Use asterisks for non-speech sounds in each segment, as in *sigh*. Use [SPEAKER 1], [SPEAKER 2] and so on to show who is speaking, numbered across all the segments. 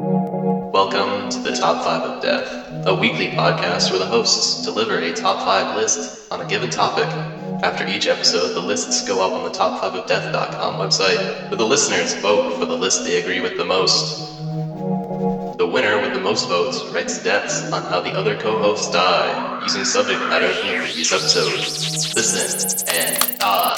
[SPEAKER 1] Welcome to the Top 5 of Death, a weekly podcast where the hosts deliver a top 5 list on a given topic. After each episode, the lists go up on the top5ofdeath.com website, where the listeners vote for the list they agree with the most. The winner with the most votes writes deaths on how the other co hosts die, using subject matter from the previous episode. Listen and die.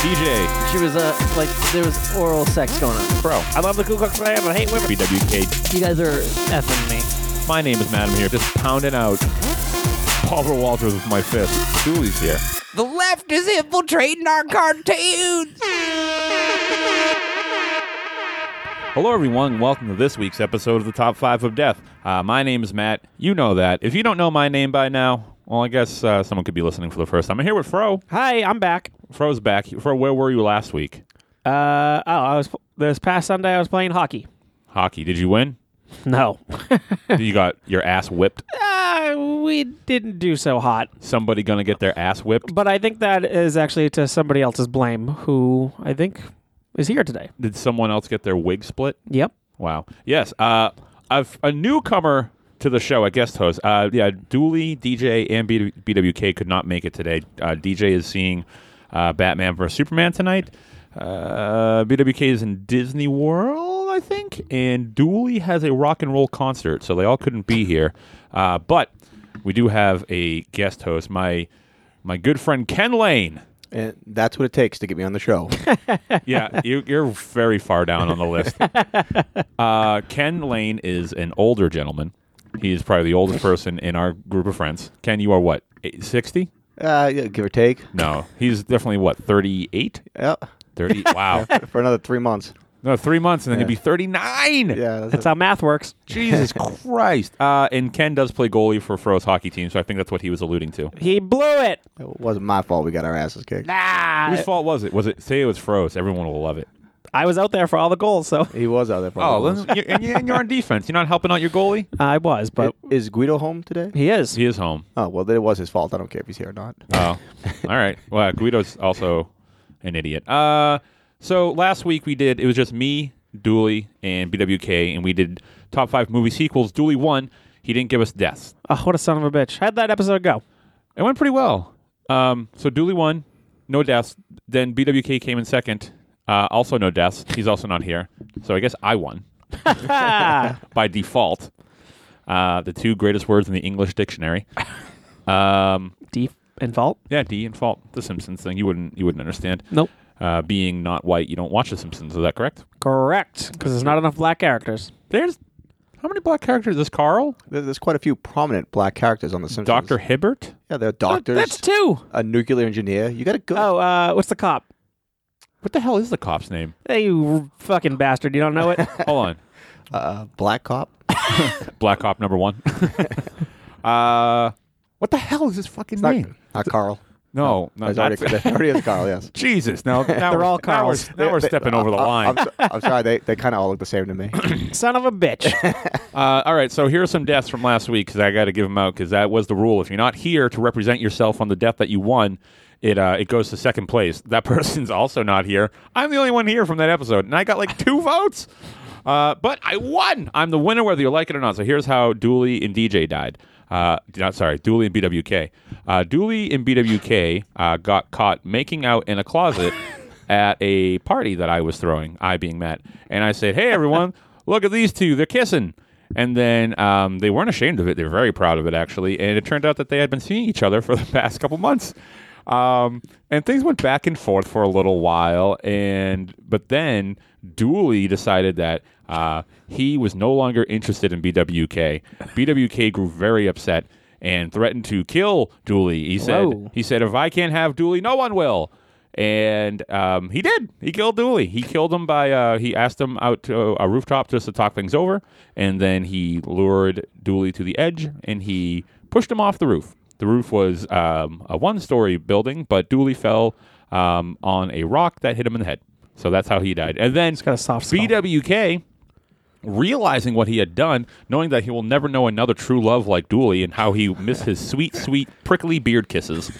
[SPEAKER 2] DJ,
[SPEAKER 3] She was uh, like, there was oral sex going on.
[SPEAKER 2] bro,
[SPEAKER 4] I love the Ku Klux Klan, but I hate women.
[SPEAKER 2] BWK.
[SPEAKER 3] You guys are effing me.
[SPEAKER 2] My name is Madam here, just pounding out Paul Walters with my fist. Julie's here.
[SPEAKER 4] The left is infiltrating our cartoons.
[SPEAKER 2] Hello, everyone. Welcome to this week's episode of the Top Five of Death. Uh, my name is Matt. You know that. If you don't know my name by now, well, I guess uh, someone could be listening for the first time. I'm here with Fro.
[SPEAKER 4] Hi, I'm back.
[SPEAKER 2] Fro's back. Fro, where were you last week?
[SPEAKER 4] Uh, oh, I was this past Sunday. I was playing hockey. *laughs*
[SPEAKER 2] Hockey. Did you win?
[SPEAKER 4] No,
[SPEAKER 2] you got your ass whipped.
[SPEAKER 4] uh, we didn't do so hot.
[SPEAKER 2] Somebody gonna get their ass whipped?
[SPEAKER 4] But I think that is actually to somebody else's blame, who I think is here today.
[SPEAKER 2] Did someone else get their wig split?
[SPEAKER 4] Yep.
[SPEAKER 2] Wow. Yes. Uh, I've a newcomer to the show, a guest host. Uh, yeah, Dooley, DJ, and B- BWK could not make it today. Uh, DJ is seeing uh, Batman vs Superman tonight. Uh, BWK is in Disney World, I think, and Dooley has a rock and roll concert, so they all couldn't be here. Uh, but we do have a guest host, my my good friend Ken Lane.
[SPEAKER 5] And Eh, that's what it takes to get me on the show.
[SPEAKER 4] *laughs*
[SPEAKER 2] yeah, you, you're very far down on the list. *laughs* Uh, Ken Lane is an older gentleman. He is probably the oldest person in our group of friends. Ken, you are what, eight- 60?
[SPEAKER 5] uh, yeah, give or take.
[SPEAKER 2] No, he's definitely what, 38?
[SPEAKER 5] Yep.
[SPEAKER 2] *laughs* 30, wow.
[SPEAKER 5] For another three months.
[SPEAKER 2] No, three months and then he'd be 39.
[SPEAKER 5] Yeah. That's
[SPEAKER 4] That's how math works.
[SPEAKER 2] *laughs* Jesus Christ. Uh, and Ken does play goalie for Fro's hockey team, so I think that's what he was alluding to.
[SPEAKER 4] He blew it.
[SPEAKER 5] it wasn't my fault we got our asses kicked.
[SPEAKER 4] Ah,
[SPEAKER 2] Whose fault was it? Was it, say it was Fro's. Everyone will love it.
[SPEAKER 4] I was out there for all the goals, so *laughs*
[SPEAKER 5] He was out there. for all
[SPEAKER 2] Oh,
[SPEAKER 5] those.
[SPEAKER 2] then you and you- and you're on defense. You're not helping out your goalie?
[SPEAKER 4] I was. But
[SPEAKER 5] is Guido home today?
[SPEAKER 4] he is.
[SPEAKER 2] He is home.
[SPEAKER 5] Oh, well, then it was his fault. I don't care if he's here or not.
[SPEAKER 2] Oh, all right. Well, Guido's also an idiot. Uh, so last week we did it was just me, Dooley, and BWK, and we did top five movie sequels. Dooley won. He didn't give us deaths.
[SPEAKER 4] Oh, what a son of a bitch! How'd that episode go?
[SPEAKER 2] It went pretty well. Um, so Dooley won, no deaths. Then BWK came in second, uh, also no deaths. He's also not here. So I guess I won
[SPEAKER 4] Ah,
[SPEAKER 2] by default. Uh, the two greatest words in the English dictionary. Um,
[SPEAKER 4] deep and fault.
[SPEAKER 2] yeah, D and fault. The Simpsons thing. You wouldn't. You wouldn't understand.
[SPEAKER 4] Nope.
[SPEAKER 2] uh, being not white, you don't watch The Simpsons. Is that correct?
[SPEAKER 4] Correct, because there's not enough black characters.
[SPEAKER 2] There's how many black characters is Carl?
[SPEAKER 5] There- There's quite a few prominent black characters on The Simpsons.
[SPEAKER 2] Doctor Hibbert.
[SPEAKER 5] Yeah, there are doctors.
[SPEAKER 4] Oh, That's two.
[SPEAKER 5] a nuclear engineer. You got a good.
[SPEAKER 4] Oh, uh, what's the cop?
[SPEAKER 2] What the hell is the cop's name?
[SPEAKER 4] Hey, you fucking bastard! You don't know *laughs* it.
[SPEAKER 2] Hold
[SPEAKER 5] *laughs*
[SPEAKER 2] on,
[SPEAKER 5] Uh, black cop.
[SPEAKER 2] black cop number
[SPEAKER 5] *laughs*
[SPEAKER 2] one. uh, what the hell is his fucking
[SPEAKER 5] Not,
[SPEAKER 2] name?
[SPEAKER 5] not Carl.
[SPEAKER 2] No, no
[SPEAKER 4] Oh,
[SPEAKER 5] That's already,
[SPEAKER 2] that's-
[SPEAKER 5] *laughs* that already is
[SPEAKER 4] *laughs*
[SPEAKER 5] Carl, yes.
[SPEAKER 2] *laughs* Jesus.
[SPEAKER 5] *laughs*
[SPEAKER 2] Now, now we're
[SPEAKER 4] all
[SPEAKER 2] now we're,
[SPEAKER 4] Carls.
[SPEAKER 2] now we're
[SPEAKER 5] They- uh,
[SPEAKER 2] stepping over the
[SPEAKER 5] I- I-
[SPEAKER 2] line.
[SPEAKER 5] I'm, so- I'm sorry. They, they kind of all look the
[SPEAKER 4] *coughs*
[SPEAKER 5] same to me. Uh,
[SPEAKER 4] Son of
[SPEAKER 2] *laughs*
[SPEAKER 4] a bitch.
[SPEAKER 2] Uh, all right, so here are some deaths from last week because I got to give them out because that was the rule. If you're not here to represent yourself on the death that you won, it uh, it goes to second place. *laughs* That person's also not here. I'm the only one here from that episode, and I got like two votes. Uh, but I won. I'm the winner, whether you like it or not. So here's how Dooley and DJ died. Uh, not sorry, Dooley and BWK. Uh, Dooley and BWK uh, got caught making out in a closet at a party that I was throwing, I being Matt. And I said, Hey, everyone, look at these two. They're kissing. And then um, they weren't ashamed of it. They were very proud of it, actually. And it turned out that they had been seeing each other for the *laughs* past couple months. Um, and things went back and forth for a little while. And but then Dooley decided that uh, he was no longer interested in BWK. BWK grew very upset and threatened to kill Dooley. He said,
[SPEAKER 4] Whoa.
[SPEAKER 2] he said, if I can't have Dooley, no one will. And um, he did. He killed Dooley. He killed him by, uh, he asked him out to a rooftop just to talk things over. And then he lured Dooley to the edge and he pushed him off the roof. The roof was um, a one story building, but Dooley fell um, on a rock that hit him in the head. So that's how he died. And then
[SPEAKER 4] got a soft skull.
[SPEAKER 2] BWK realizing what he had done, knowing that he will never know another true love like Dooley and how he missed his sweet, sweet prickly beard kisses,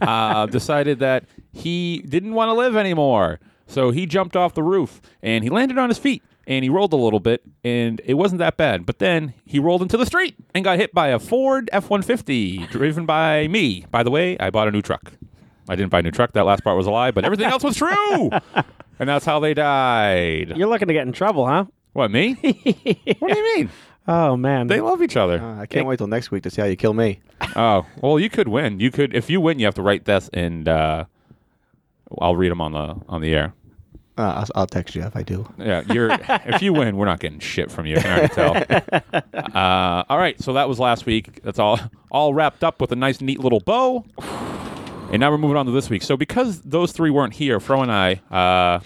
[SPEAKER 2] uh, decided that he didn't want to live anymore. So he jumped off the roof and he landed on his feet and he rolled a little bit and it wasn't that bad. But then he rolled into the street and got hit by a Ford F 150 driven by me. By the way, I bought a new truck. I didn't buy a new truck. That last part was a lie, but everything else was true. And that's how they died.
[SPEAKER 4] You're looking to get in trouble, huh?
[SPEAKER 2] What, me? what do you mean?
[SPEAKER 4] Oh man.
[SPEAKER 2] They love each other.
[SPEAKER 5] Uh, I can't wait till next week to see how you kill me.
[SPEAKER 2] Oh well, you could win. You could if you win, you have to write this, and uh, I'll read them on the on the air.
[SPEAKER 5] Uh, I'll, I'll text you if I do.
[SPEAKER 2] Yeah, you're. if you win, we're not getting shit from you. I can already tell. Uh, all right, so that was last week. That's all. All wrapped up with a nice, neat little bow. And now we're moving on to this week. So because those three weren't here, Fro and I, uh,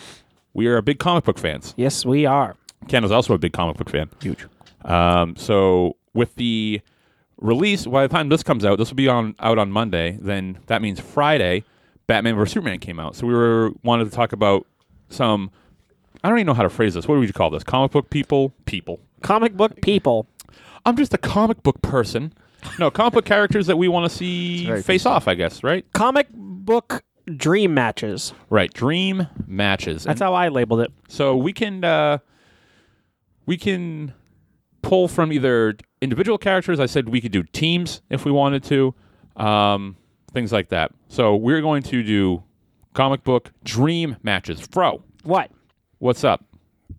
[SPEAKER 2] we are big comic book fans.
[SPEAKER 4] yes, we are.
[SPEAKER 2] Ken is also a big comic book fan. Huge. Um, so with the release, by the time this comes out, this will be on out on Monday. Then that means Friday, Batman vs Superman came out. So we were wanted to talk about some. I don't even know how to phrase this. What would you call this? Comic book people, people.
[SPEAKER 4] Comic book people.
[SPEAKER 2] I'm just a comic book person. No, comic book characters that we want to see
[SPEAKER 5] very
[SPEAKER 2] face off. I guess right.
[SPEAKER 4] Comic book dream matches.
[SPEAKER 2] Right. Dream matches.
[SPEAKER 4] That's how I labeled it.
[SPEAKER 2] So we can uh, we can pull from either individual characters. I said we could do teams if we wanted to, um, things like that. So we're going to do comic book dream matches. Fro,
[SPEAKER 4] What?
[SPEAKER 2] what's up?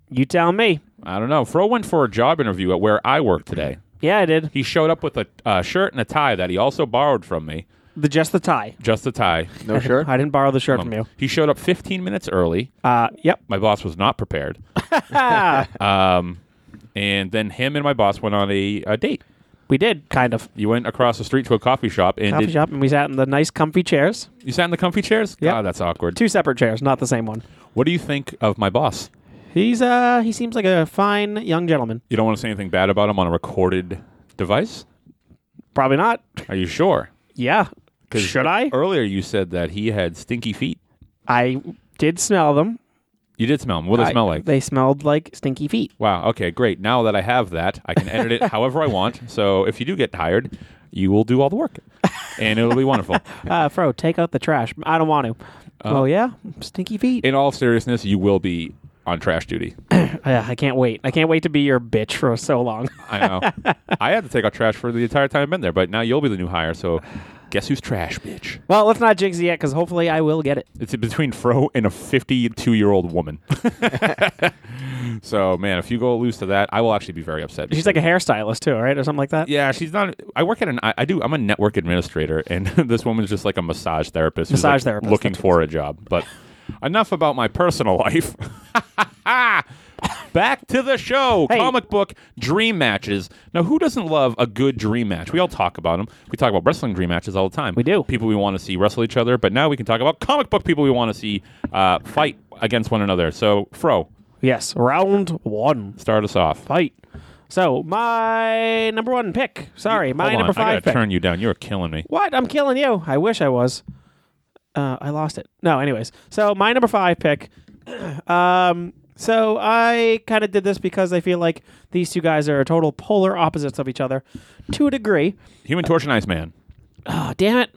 [SPEAKER 4] You tell me.
[SPEAKER 2] I don't know. Fro went for a job interview at where I work today.
[SPEAKER 4] Yeah, I did.
[SPEAKER 2] He showed up with a uh, shirt and a tie that he also borrowed from me.
[SPEAKER 4] The just the tie.
[SPEAKER 2] Just a tie.
[SPEAKER 5] No *laughs* shirt?
[SPEAKER 4] I didn't borrow the shirt from you.
[SPEAKER 2] He showed up 15 minutes early.
[SPEAKER 4] Uh, yep.
[SPEAKER 2] My boss was not
[SPEAKER 4] *laughs*
[SPEAKER 2] prepared.
[SPEAKER 4] Ah,
[SPEAKER 2] Um, and then him and my boss went on a, a date.
[SPEAKER 4] we did kind of
[SPEAKER 2] You went across the street to a coffee shop and
[SPEAKER 4] coffee
[SPEAKER 2] did,
[SPEAKER 4] shop, and we sat in the nice, comfy chairs.
[SPEAKER 2] you sat in the comfy chairs?
[SPEAKER 4] Yep.
[SPEAKER 2] God, that's awkward.
[SPEAKER 4] Two separate chairs, not the same one.
[SPEAKER 2] What do you think of my boss?
[SPEAKER 4] He's uh, he seems like a fine young gentleman.
[SPEAKER 2] You don't want to say anything bad about him on a recorded device?
[SPEAKER 4] Probably not.
[SPEAKER 2] Are you sure?
[SPEAKER 4] Yeah.
[SPEAKER 2] 'Cause
[SPEAKER 4] Should I?
[SPEAKER 2] Earlier you said that he had stinky feet.
[SPEAKER 4] I did smell them.
[SPEAKER 2] You did smell him. What did
[SPEAKER 4] I-
[SPEAKER 2] they smell like?
[SPEAKER 4] They smelled like stinky feet.
[SPEAKER 2] wow. Okay, great. Now that I have that, I can edit it however I want. So if you do get hired, you will do all the work. And it'll be
[SPEAKER 4] *laughs*
[SPEAKER 2] wonderful.
[SPEAKER 4] Uh, Fro, take out the trash. I don't want to. Oh yeah, stinky feet.
[SPEAKER 2] In all seriousness, you will be on trash duty.
[SPEAKER 4] Yeah, Ah, I can't wait. I can't wait to be your bitch for so long. *laughs*
[SPEAKER 2] I know. I had to take out trash for the entire time I've been there, but now you'll be the new hire. So guess who's trash, bitch?
[SPEAKER 4] well, let's not jinx it yet, because hopefully I will get it.
[SPEAKER 2] It's between Fro and a 52 year old woman. *laughs* so, man, if you go loose to that, I will actually be very upset.
[SPEAKER 4] She's like a hairstylist too, right, or something like that.
[SPEAKER 2] yeah, she's not. I work at an. I, I do. I'm a network administrator, and *laughs* this woman's just like a massage therapist. who's,
[SPEAKER 4] Massage
[SPEAKER 2] like,
[SPEAKER 4] therapist,
[SPEAKER 2] looking
[SPEAKER 4] that's
[SPEAKER 2] for a job.
[SPEAKER 4] *laughs*
[SPEAKER 2] But enough about my personal life. *laughs* Back to the show.
[SPEAKER 4] Hey.
[SPEAKER 2] Comic book dream matches. Now, who doesn't love a good dream match? We all talk about them. We talk about wrestling dream matches all the time.
[SPEAKER 4] We do.
[SPEAKER 2] People we want to see wrestle each other, but now we can talk about comic book people we want to see uh, fight against one another. So, Fro,
[SPEAKER 4] Yes, round one
[SPEAKER 2] start us off.
[SPEAKER 4] fight. So my number one pick. Sorry, my
[SPEAKER 2] Hold on.
[SPEAKER 4] number
[SPEAKER 2] I
[SPEAKER 4] five
[SPEAKER 2] gotta
[SPEAKER 4] pick.
[SPEAKER 2] turn you down. You're killing me.
[SPEAKER 4] What? I'm killing you. I wish I was. Uh, I lost it. No, anyways. So my number five pick. *clears throat* um, so I kind of did this because I feel like these two guys are total polar opposites of each other to a degree.
[SPEAKER 2] Human Torch and Iceman.
[SPEAKER 4] Oh, damn it.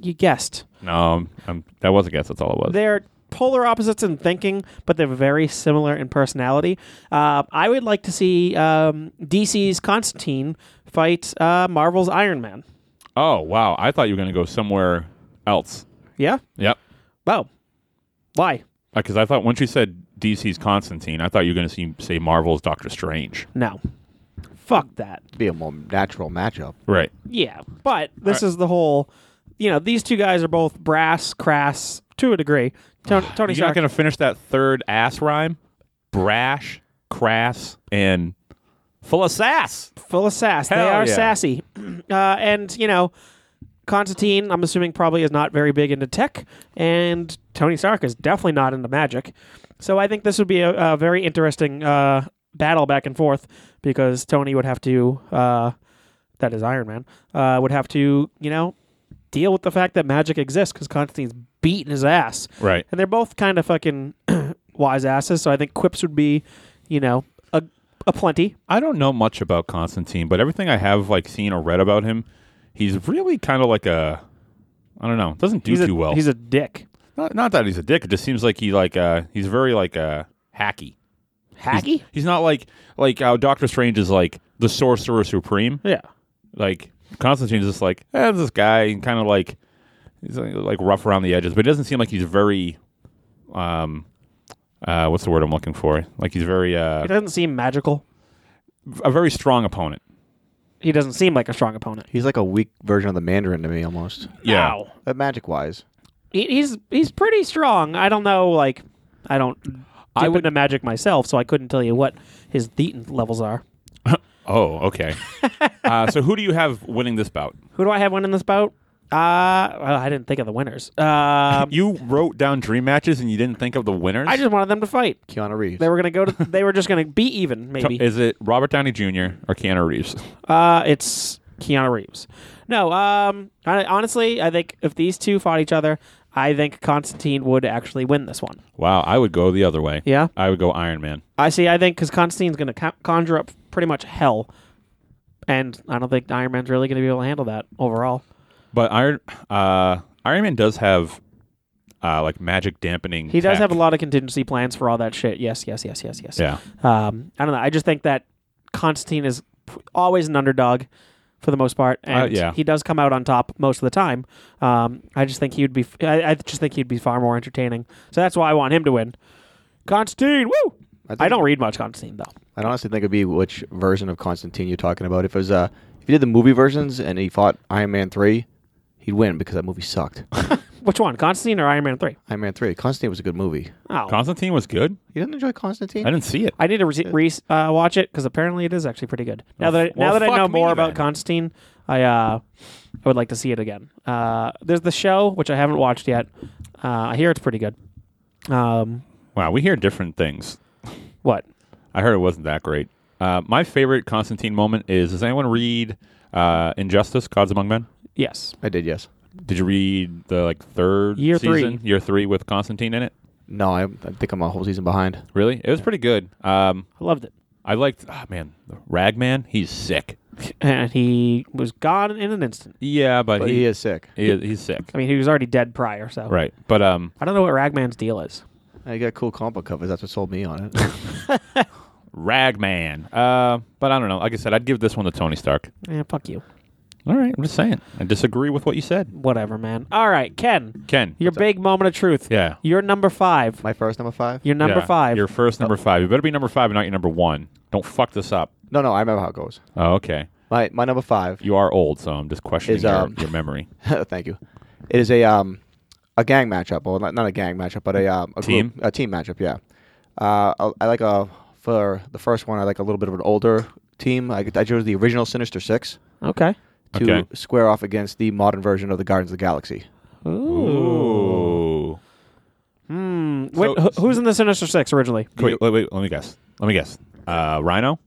[SPEAKER 4] You guessed.
[SPEAKER 2] No, I'm, I'm, Um, that was a guess. That's all it was.
[SPEAKER 4] They're polar opposites in thinking, but they're very similar in personality. Uh, I would like to see um, DC's Constantine fight uh, Marvel's Iron Man.
[SPEAKER 2] oh, wow. I thought you were going to go somewhere else.
[SPEAKER 4] Yeah?
[SPEAKER 2] Yep.
[SPEAKER 4] Wow. Why?
[SPEAKER 2] Because I thought once you said DC's Constantine, I thought you were going to see, say Marvel's Doctor Strange.
[SPEAKER 4] No. Fuck that.
[SPEAKER 5] be a more natural matchup.
[SPEAKER 2] Right.
[SPEAKER 4] Yeah, but this is the whole. You know, these two guys are both brass, crass to a degree. Tony, Tony
[SPEAKER 2] You're not
[SPEAKER 4] Stark.
[SPEAKER 2] going to finish that third ass rhyme? Brash, crass, and full of sass.
[SPEAKER 4] full of sass. they
[SPEAKER 2] Hell
[SPEAKER 4] are
[SPEAKER 2] yeah.
[SPEAKER 4] sassy. *clears throat* Uh, and, you know, Constantine, I'm assuming, probably is not very big into tech, and Tony Stark is definitely not into magic. So I think this would be a, a very interesting uh, battle back and forth because Tony would have to, uh, that is Iron Man, uh, would have to, you know, deal with the fact that magic exists because Constantine's beating his ass.
[SPEAKER 2] Right.
[SPEAKER 4] And they're both kind of fucking *clears throat* wise asses, so I think quips would be, you know, a, a plenty.
[SPEAKER 2] I don't know much about Constantine, but everything I have like seen or read about him, he's really kind of like a I don't know, doesn't do
[SPEAKER 4] he's
[SPEAKER 2] too
[SPEAKER 4] a,
[SPEAKER 2] well.
[SPEAKER 4] He's a dick.
[SPEAKER 2] Not, not that he's a dick. It just seems like he like uh he's very like uh hacky. He's-
[SPEAKER 4] Hacky?
[SPEAKER 2] He's, not like like how Doctor Strange is like the sorcerer supreme.
[SPEAKER 4] Yeah.
[SPEAKER 2] Like Constantine's just like eh, this guy and kind of like he's like, like rough around the edges, but it doesn't seem like he's very um uh what's the word I'm looking for? Like he's very
[SPEAKER 4] He
[SPEAKER 2] uh
[SPEAKER 4] doesn't seem magical.
[SPEAKER 2] a very strong opponent.
[SPEAKER 4] He doesn't seem like a strong opponent.
[SPEAKER 5] He's like a weak version of the Mandarin to me almost.
[SPEAKER 2] Yeah.
[SPEAKER 4] Wow.
[SPEAKER 5] Uh, magic wise.
[SPEAKER 4] He, he's he's pretty strong. I don't know, like, I don't dip
[SPEAKER 2] I would-
[SPEAKER 4] into magic myself, so I couldn't tell you what his Thetan levels are.
[SPEAKER 2] Oh, okay. *laughs* uh, so who do you have winning this bout?
[SPEAKER 4] Who do I have winning this bout? Uh, well, I didn't think of the winners. *laughs* Um,
[SPEAKER 2] You wrote down dream matches and you didn't think of the winners.
[SPEAKER 4] I just wanted them to fight.
[SPEAKER 5] Keanu Reeves.
[SPEAKER 4] They were gonna go to. They were just gonna be
[SPEAKER 2] *laughs*
[SPEAKER 4] even. Maybe.
[SPEAKER 2] Is it Robert Downey Jr. or Keanu Reeves?
[SPEAKER 4] Uh, it's Keanu Reeves. No. Um. I, honestly, I think if these two fought each other, I think Constantine would actually win this one.
[SPEAKER 2] Wow, I would go the other way.
[SPEAKER 4] Yeah.
[SPEAKER 2] I would go Iron Man.
[SPEAKER 4] I see. I think because Constantine's gonna co- conjure up pretty much hell, and I don't think Iron Man's really gonna be able to handle that overall.
[SPEAKER 2] But Iron uh, Iron Man does have uh, like magic dampening.
[SPEAKER 4] He does
[SPEAKER 2] tech.
[SPEAKER 4] have a lot of contingency plans for all that shit. Yes. Yes. Yes. Yes. Yes.
[SPEAKER 2] Yeah.
[SPEAKER 4] Um, I don't know. I just think that Constantine is p- always an underdog for the most part, and
[SPEAKER 2] Uh, yeah.
[SPEAKER 4] he does come out on top most of the time. Um, I just think he would be. f- I, I just think he'd be far more entertaining. So that's why I want him to win. Constantine, woo! I,
[SPEAKER 5] think-
[SPEAKER 4] don't read much Constantine though.
[SPEAKER 5] I honestly think it'd be which version of Constantine you're talking about. If it was uh if you did the movie versions and he fought Iron Man three, he'd win because that movie sucked. *laughs*
[SPEAKER 4] Which one, Constantine or Iron Man three?
[SPEAKER 5] Iron Man three. Constantine was a good movie.
[SPEAKER 4] Oh,
[SPEAKER 2] Constantine was good.
[SPEAKER 5] You didn't enjoy Constantine?
[SPEAKER 2] I didn't see it.
[SPEAKER 4] I need to re- re- uh, watch it because apparently it is actually pretty good. Now that I,
[SPEAKER 2] well,
[SPEAKER 4] now that I
[SPEAKER 2] fuck
[SPEAKER 4] know more
[SPEAKER 2] me
[SPEAKER 4] about
[SPEAKER 2] then.
[SPEAKER 4] Constantine, I uh, I would like to see it again. Uh, there's the show which I haven't watched yet. Uh, I hear it's pretty good. Um,
[SPEAKER 2] Wow, we hear different things.
[SPEAKER 4] what?
[SPEAKER 2] I heard it wasn't that great. Uh, my favorite Constantine moment is Does anyone read uh, Injustice, Gods Among Men?
[SPEAKER 4] Yes.
[SPEAKER 5] I did, yes.
[SPEAKER 2] Did you read the like third
[SPEAKER 4] Year three.
[SPEAKER 2] season? Year three with Constantine in it?
[SPEAKER 5] No, I, I think I'm a whole season behind.
[SPEAKER 2] Really? It was pretty good. Um,
[SPEAKER 4] I loved it.
[SPEAKER 2] I liked, oh, man, Ragman. He's sick.
[SPEAKER 4] And he was gone in an instant.
[SPEAKER 2] Yeah, but,
[SPEAKER 5] But
[SPEAKER 2] he,
[SPEAKER 5] he is sick.
[SPEAKER 2] he is- he's sick.
[SPEAKER 4] I mean, he was already dead prior, so.
[SPEAKER 2] Right. But um,
[SPEAKER 4] I don't know what Ragman's deal is.
[SPEAKER 5] I got cool comic book covers. That's what sold me on it.
[SPEAKER 2] Ragman. Uh, but I don't know. Like I said, I'd give this one to Tony Stark.
[SPEAKER 4] Eh, fuck you.
[SPEAKER 2] All right, I'm just saying. I disagree with what you said,
[SPEAKER 4] Whatever, man. All right, Ken.
[SPEAKER 2] Ken.
[SPEAKER 4] Your big moment of truth.
[SPEAKER 2] yeah.
[SPEAKER 4] You're number five.
[SPEAKER 5] My first number five?
[SPEAKER 4] You're number
[SPEAKER 2] Yeah.
[SPEAKER 4] five.
[SPEAKER 2] Your first number five. You better be number five and not your number one. Don't fuck this up.
[SPEAKER 5] No, no, I remember how it goes.
[SPEAKER 2] Oh, okay.
[SPEAKER 5] My my number five.
[SPEAKER 2] You are old, so I'm just questioning
[SPEAKER 5] Is,
[SPEAKER 2] your,
[SPEAKER 5] um,
[SPEAKER 2] your memory.
[SPEAKER 5] *laughs* thank you. It is a um a gang matchup. Well, not, not a gang matchup, but a um a
[SPEAKER 2] Team?
[SPEAKER 5] group, a team matchup. Yeah. Uh, I, I like a for the first one. I like a little bit of an older team. I, I chose the original Sinister Six
[SPEAKER 4] okay.
[SPEAKER 5] to
[SPEAKER 2] Okay.
[SPEAKER 5] square off against the modern version of the Guardians of the Galaxy.
[SPEAKER 2] *laughs* Ooh.
[SPEAKER 4] Hmm.
[SPEAKER 2] So-
[SPEAKER 4] Wait, wh- who's in the Sinister Six originally?
[SPEAKER 2] Wait, wait, wait. Let me guess. Let me guess. Uh, Rhino.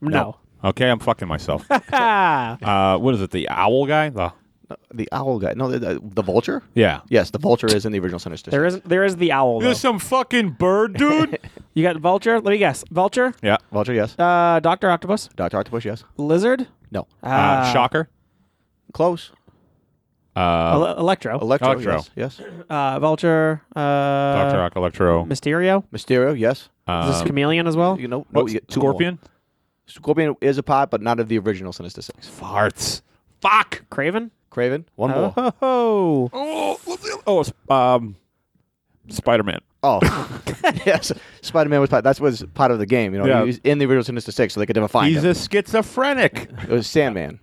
[SPEAKER 4] No.
[SPEAKER 2] Okay, I'm fucking myself. *laughs*
[SPEAKER 4] Ah.
[SPEAKER 2] uh, what is it? The owl guy? The,
[SPEAKER 5] No, Uh, The owl guy. No, the, the, the vulture.
[SPEAKER 2] yeah.
[SPEAKER 5] Yes, the vulture is in the original Sinister.
[SPEAKER 4] There
[SPEAKER 5] Six.
[SPEAKER 4] isn't. There is the owl. Though.
[SPEAKER 2] There's some fucking bird, dude.
[SPEAKER 4] You got vulture. Let me guess. Vulture.
[SPEAKER 2] *laughs* yeah.
[SPEAKER 5] vulture. Yes.
[SPEAKER 4] Uh, Doctor Octopus.
[SPEAKER 5] Doctor Octopus. Yes.
[SPEAKER 4] Lizard.
[SPEAKER 5] No.
[SPEAKER 2] Uh, Shocker.
[SPEAKER 5] Close.
[SPEAKER 2] Uh,
[SPEAKER 4] Ele- Electro.
[SPEAKER 5] Electro.
[SPEAKER 2] Electro.
[SPEAKER 5] Yes. Yes.
[SPEAKER 4] uh, vulture. Uh,
[SPEAKER 2] Doctor Rock, Electro.
[SPEAKER 4] Mysterio.
[SPEAKER 5] Mysterio. Yes.
[SPEAKER 2] um,
[SPEAKER 4] Is this chameleon as well?
[SPEAKER 5] You know. No,
[SPEAKER 2] what-
[SPEAKER 5] you get two more.
[SPEAKER 2] Scorpion.
[SPEAKER 5] Scorpion is a pod, but not of the original Sinister Six.
[SPEAKER 2] Farts. Fuck.
[SPEAKER 4] Craven.
[SPEAKER 5] Craven, one
[SPEAKER 4] Oh,
[SPEAKER 5] more.
[SPEAKER 4] ho, ho.
[SPEAKER 2] Oh, what's the other- oh, it's, um, Spider Man.
[SPEAKER 5] Oh, *laughs* yes. Spider Man was part. That was part of the game. You know,
[SPEAKER 2] Yeah.
[SPEAKER 5] he was in the original Sinister Six, so they could never find
[SPEAKER 2] He's
[SPEAKER 5] him.
[SPEAKER 2] a schizophrenic.
[SPEAKER 5] *laughs* it was Sandman.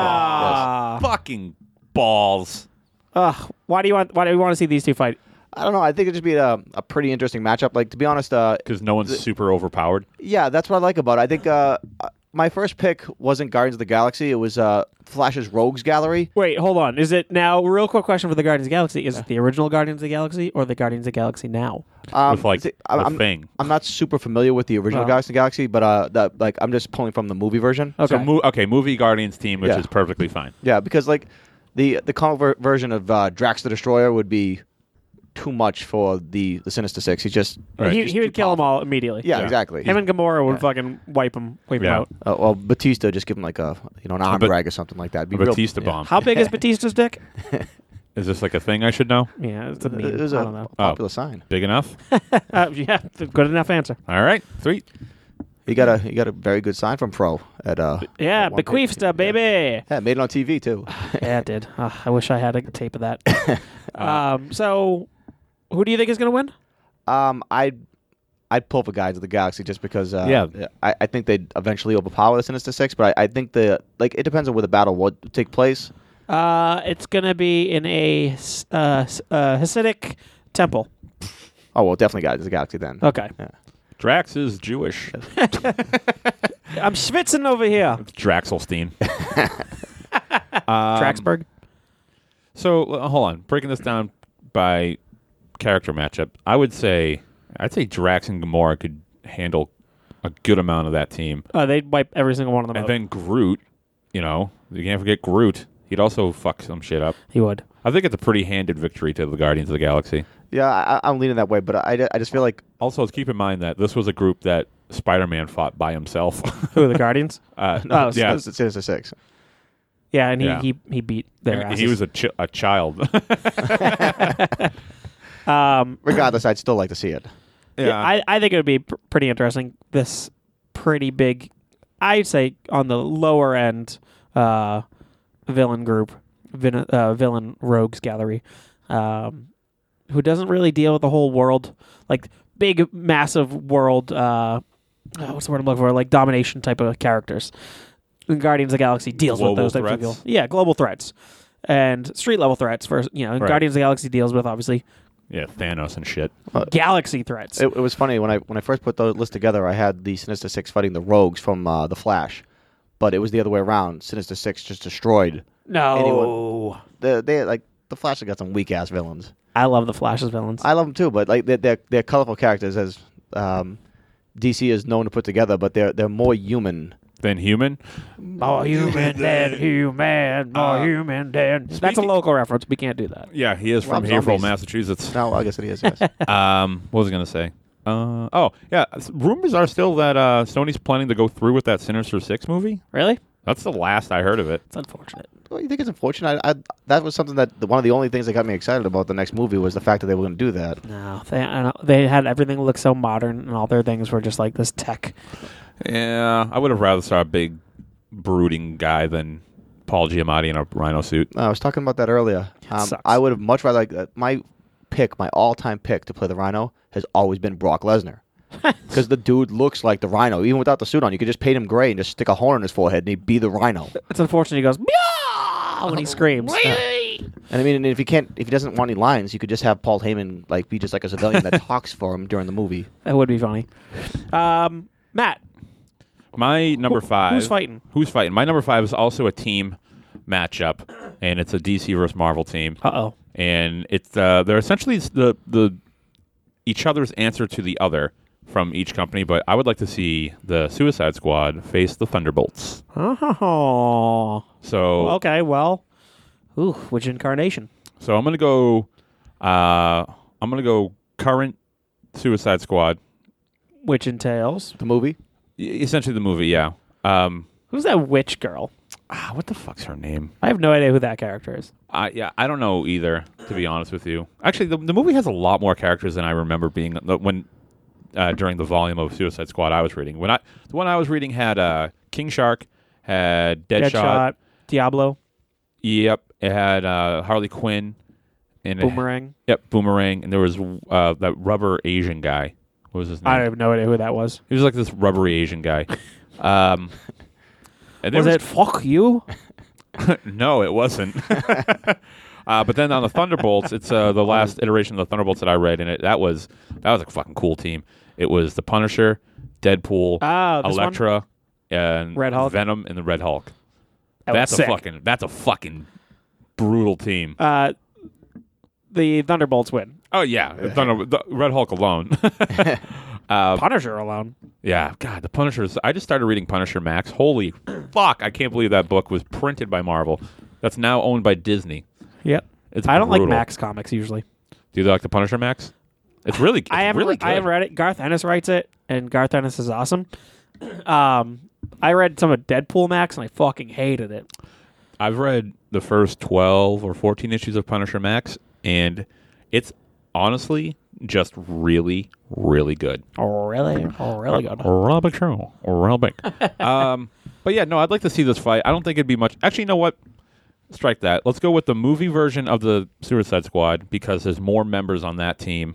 [SPEAKER 4] Ah.
[SPEAKER 2] Fucking balls.
[SPEAKER 4] Ugh, why do you want? Why do you want to see these two fight?
[SPEAKER 5] I don't know. I think it'd just be a, a pretty interesting matchup. Like to be honest, uh,
[SPEAKER 2] Because no one's super overpowered.
[SPEAKER 5] yeah, that's what I like about it. I think uh, uh, my first pick wasn't Guardians of the Galaxy. It was uh, Flash's Rogues Gallery.
[SPEAKER 4] Wait, hold on. Is it now? Real quick question for the Guardians of the Galaxy: Is it the original Guardians of the Galaxy or the Guardians of the Galaxy now?
[SPEAKER 5] Um,
[SPEAKER 2] With, like,
[SPEAKER 5] th-
[SPEAKER 2] the
[SPEAKER 5] I'm,
[SPEAKER 2] Thing. Uh-huh.
[SPEAKER 5] I'm not super familiar with the original
[SPEAKER 4] Oh.
[SPEAKER 5] Guardians of the Galaxy, but uh, that like I'm just pulling from the movie version.
[SPEAKER 4] Okay.
[SPEAKER 2] So, mo- okay, movie Guardians team, which
[SPEAKER 5] Yeah.
[SPEAKER 2] is perfectly fine.
[SPEAKER 5] Yeah, because like the the comic ver- version of uh, Drax the Destroyer would be too much for the the Sinister Six. He's just
[SPEAKER 2] Right.
[SPEAKER 4] he, he would kill them all immediately.
[SPEAKER 5] yeah, exactly.
[SPEAKER 4] Him and Gamora would fucking wipe him, wipe him
[SPEAKER 2] Yeah.
[SPEAKER 4] out.
[SPEAKER 5] uh, well, Batista just give him like a you know an arm
[SPEAKER 2] Bat-
[SPEAKER 5] drag or something like that. Be
[SPEAKER 2] A
[SPEAKER 5] real-
[SPEAKER 2] Batista
[SPEAKER 5] yeah.
[SPEAKER 2] bomb.
[SPEAKER 4] How big is Batista's dick?
[SPEAKER 2] Is this like a thing I should know?
[SPEAKER 4] Yeah, it's a meme.
[SPEAKER 5] It was
[SPEAKER 4] I
[SPEAKER 5] a
[SPEAKER 4] don't know.
[SPEAKER 5] popular sign.
[SPEAKER 2] Big
[SPEAKER 5] *laughs*
[SPEAKER 2] enough?
[SPEAKER 4] Uh, *laughs* yeah, good enough answer.
[SPEAKER 2] All right, sweet.
[SPEAKER 5] He got a he got a very good sign from Pro at uh
[SPEAKER 4] Yeah,
[SPEAKER 5] at one point.
[SPEAKER 4] bequeathed uh, baby.
[SPEAKER 5] Yeah, made it on TV too.
[SPEAKER 4] *laughs* Yeah, it did. Ah, I wish I had a tape of that.
[SPEAKER 2] *laughs*
[SPEAKER 4] *laughs* um, so, who do you think is going to win?
[SPEAKER 5] Um, I I'd pull for Guides of the Galaxy just because. Uh,
[SPEAKER 2] Yeah.
[SPEAKER 5] I, I think they'd eventually overpower the Sinister Six, but I, I think the like it depends on where the battle will take place.
[SPEAKER 4] Uh, it's going to be in a s- uh, s- uh, Hasidic temple.
[SPEAKER 5] Oh well, definitely Guides of the Galaxy then.
[SPEAKER 4] Okay,
[SPEAKER 2] Drax is Jewish.
[SPEAKER 4] I'm schwitzing over
[SPEAKER 2] *laughs*
[SPEAKER 4] here.
[SPEAKER 2] Draxelstein.
[SPEAKER 5] *laughs*
[SPEAKER 2] Um,
[SPEAKER 4] Traxburg.
[SPEAKER 2] So uh, hold on, breaking this down by character matchup, I would say I'd say Drax and Gamora could handle a good amount of that team,
[SPEAKER 4] Oh, they wipe every single one of them.
[SPEAKER 2] and
[SPEAKER 4] out.
[SPEAKER 2] then Groot. You know, you can't forget Groot. He'd also fuck some shit up.
[SPEAKER 4] he would.
[SPEAKER 2] I think it's a pretty handed victory to the Guardians of the Galaxy.
[SPEAKER 5] Yeah, I, I'm leaning that way, but I, I just feel like
[SPEAKER 2] Also, keep in mind that this was a group that Spider-Man fought by himself. *laughs*
[SPEAKER 4] Who the Guardians? *laughs*
[SPEAKER 2] uh,
[SPEAKER 5] *laughs* no, it's-
[SPEAKER 2] yeah,
[SPEAKER 5] it's the Sinister Six.
[SPEAKER 4] Yeah, and he,
[SPEAKER 2] Yeah.
[SPEAKER 4] he, he beat their
[SPEAKER 2] And
[SPEAKER 4] asses.
[SPEAKER 2] he was a, chi- a child. *laughs*
[SPEAKER 4] Um,
[SPEAKER 5] Regardless, I'd still like to see it.
[SPEAKER 4] Yeah, I, I think it would be pr- pretty interesting. This pretty big, I'd say on the lower end uh, villain group, vin- uh, villain rogues gallery, um, who doesn't really deal with the whole world, like big, massive world. Uh, oh, what's the word I'm looking for? Like domination type of characters. And Guardians of the Galaxy deals
[SPEAKER 2] Global
[SPEAKER 4] with those types
[SPEAKER 2] threats?
[SPEAKER 4] of people. Yeah, global threats and street level threats. For you know, and
[SPEAKER 2] Right.
[SPEAKER 4] Guardians of the Galaxy deals with obviously
[SPEAKER 2] yeah, Thanos and shit.
[SPEAKER 4] galaxy threats.
[SPEAKER 5] It, it was funny when I when I first put the list together. I had the Sinister Six fighting the Rogues from uh, the Flash, but it was the other way around. Sinister Six just destroyed.
[SPEAKER 4] no.
[SPEAKER 5] They, they like the Flash has got some weak ass villains.
[SPEAKER 4] I love the Flash's villains.
[SPEAKER 5] I love them too, but like they're they're, they're colorful characters as um, DC is known to put together, but they're they're more human.
[SPEAKER 2] Then human.
[SPEAKER 4] more human than Uh, human, more human than. That's a
[SPEAKER 2] speaking-
[SPEAKER 4] local reference. We can't do that.
[SPEAKER 2] Yeah, he is from
[SPEAKER 5] Rob
[SPEAKER 2] Haverhill,
[SPEAKER 5] Zombies.
[SPEAKER 2] Massachusetts.
[SPEAKER 5] No, I guess it is. Yes.
[SPEAKER 2] Um, what was I going to say? Uh, oh, yeah. s- Rumors are still that uh, Sony's planning to go through with that Sinister Six movie.
[SPEAKER 4] Really?
[SPEAKER 2] That's the last I heard of it.
[SPEAKER 4] It's unfortunate.
[SPEAKER 5] well, you think it's unfortunate? I, I, that was something that one of the only things that got me excited about the next movie was the fact that they were going to do that.
[SPEAKER 4] No, they I don't- they had everything look so modern, and all their things were just like this tech.
[SPEAKER 2] Yeah, I would have rather saw a big brooding guy than Paul Giamatti in a rhino suit.
[SPEAKER 5] Uh, I was talking about that earlier. Um,
[SPEAKER 4] sucks.
[SPEAKER 5] I would have much rather like uh, my pick, my all-time pick to play the Rhino has always been
[SPEAKER 4] *laughs*
[SPEAKER 5] Brock Lesnar. Because the dude looks like the Rhino, even without the suit on. You could just paint him gray and just stick a horn in his forehead, and he'd be the Rhino.
[SPEAKER 4] It's unfortunate. He goes meow when he screams.
[SPEAKER 5] And I mean, and if he can't, if he doesn't want any lines, you could just have Paul Heyman like be just like a
[SPEAKER 4] *laughs*
[SPEAKER 5] civilian that talks for him during the movie.
[SPEAKER 4] that would be funny. Um, Matt,
[SPEAKER 2] My number five.
[SPEAKER 4] who's fighting?
[SPEAKER 2] Who's fighting? My number five is also a team matchup, and it's a DC versus Marvel team.
[SPEAKER 4] uh oh,
[SPEAKER 2] and it's uh, they're essentially s- the the each other's answer to the other from each company. But I would like to see the Suicide Squad face the Thunderbolts.
[SPEAKER 4] oh,
[SPEAKER 2] So
[SPEAKER 4] okay, well, ooh, which incarnation?
[SPEAKER 2] so I'm gonna go. Uh, I'm gonna go current Suicide Squad,
[SPEAKER 4] Which entails
[SPEAKER 5] The movie,
[SPEAKER 2] E- essentially the movie. Yeah. Um,
[SPEAKER 4] who's that witch girl?
[SPEAKER 2] ah, what the fuck's her name?
[SPEAKER 4] I have no idea who that character is.
[SPEAKER 2] I yeah, I don't know either. To be honest with you, actually, the, the movie has a lot more characters than I remember being the- when uh, during the volume of Suicide Squad I was reading. When I the one I was reading had uh, King Shark, had Deadshot,
[SPEAKER 4] Deadshot, Diablo,
[SPEAKER 2] yep, it had uh, Harley Quinn, and it-
[SPEAKER 4] Boomerang.
[SPEAKER 2] yep, Boomerang, and there was uh, that rubber Asian guy. What was his name?
[SPEAKER 4] I have no idea who that was.
[SPEAKER 2] he was like this rubbery Asian guy. *laughs* um, and there
[SPEAKER 4] Was it
[SPEAKER 2] *laughs*
[SPEAKER 4] fuck you?
[SPEAKER 2] No, it wasn't. *laughs* uh, but then on the Thunderbolts, it's uh, the last iteration of the Thunderbolts that I read, and it that was that was a fucking cool team. It was the Punisher, Deadpool,
[SPEAKER 4] Ah, this one?
[SPEAKER 2] Elektra, and
[SPEAKER 4] Red Hulk?
[SPEAKER 2] Venom, and the Red Hulk.
[SPEAKER 4] That was
[SPEAKER 2] that's
[SPEAKER 4] sick.
[SPEAKER 2] a fucking that's a fucking brutal team.
[SPEAKER 4] Uh, the Thunderbolts win.
[SPEAKER 2] oh yeah,
[SPEAKER 4] uh,
[SPEAKER 2] the Thunder, the Red Hulk alone. *laughs*
[SPEAKER 4] Punisher alone.
[SPEAKER 2] yeah, God, the Punisher. is- I just started reading Punisher Max. Holy *clears throat* fuck, I can't believe that book was printed by Marvel. That's now owned by Disney.
[SPEAKER 4] Yep.
[SPEAKER 2] It's
[SPEAKER 4] I don't like
[SPEAKER 2] brutal.
[SPEAKER 4] Max comics usually.
[SPEAKER 2] Do you like the Punisher Max? It's really, it's
[SPEAKER 4] *sighs* I haven't.
[SPEAKER 2] really
[SPEAKER 4] re- I haven't read it. Garth Ennis writes it, and Garth Ennis is *clears throat* awesome. Um, I read some of Deadpool Max, and I fucking hated it.
[SPEAKER 2] I've read the first 12 or 14 issues of Punisher Max, and it's honestly just really, really good.
[SPEAKER 4] Really, really
[SPEAKER 2] Uh,
[SPEAKER 4] good.
[SPEAKER 2] Robert True. Robert.
[SPEAKER 4] *laughs*
[SPEAKER 2] um, but yeah, no, I'd like to see this fight. I don't think it'd be much. Actually, you know what? Strike that. Let's go with the movie version of the Suicide Squad because there's more members on that
[SPEAKER 4] *laughs*
[SPEAKER 2] team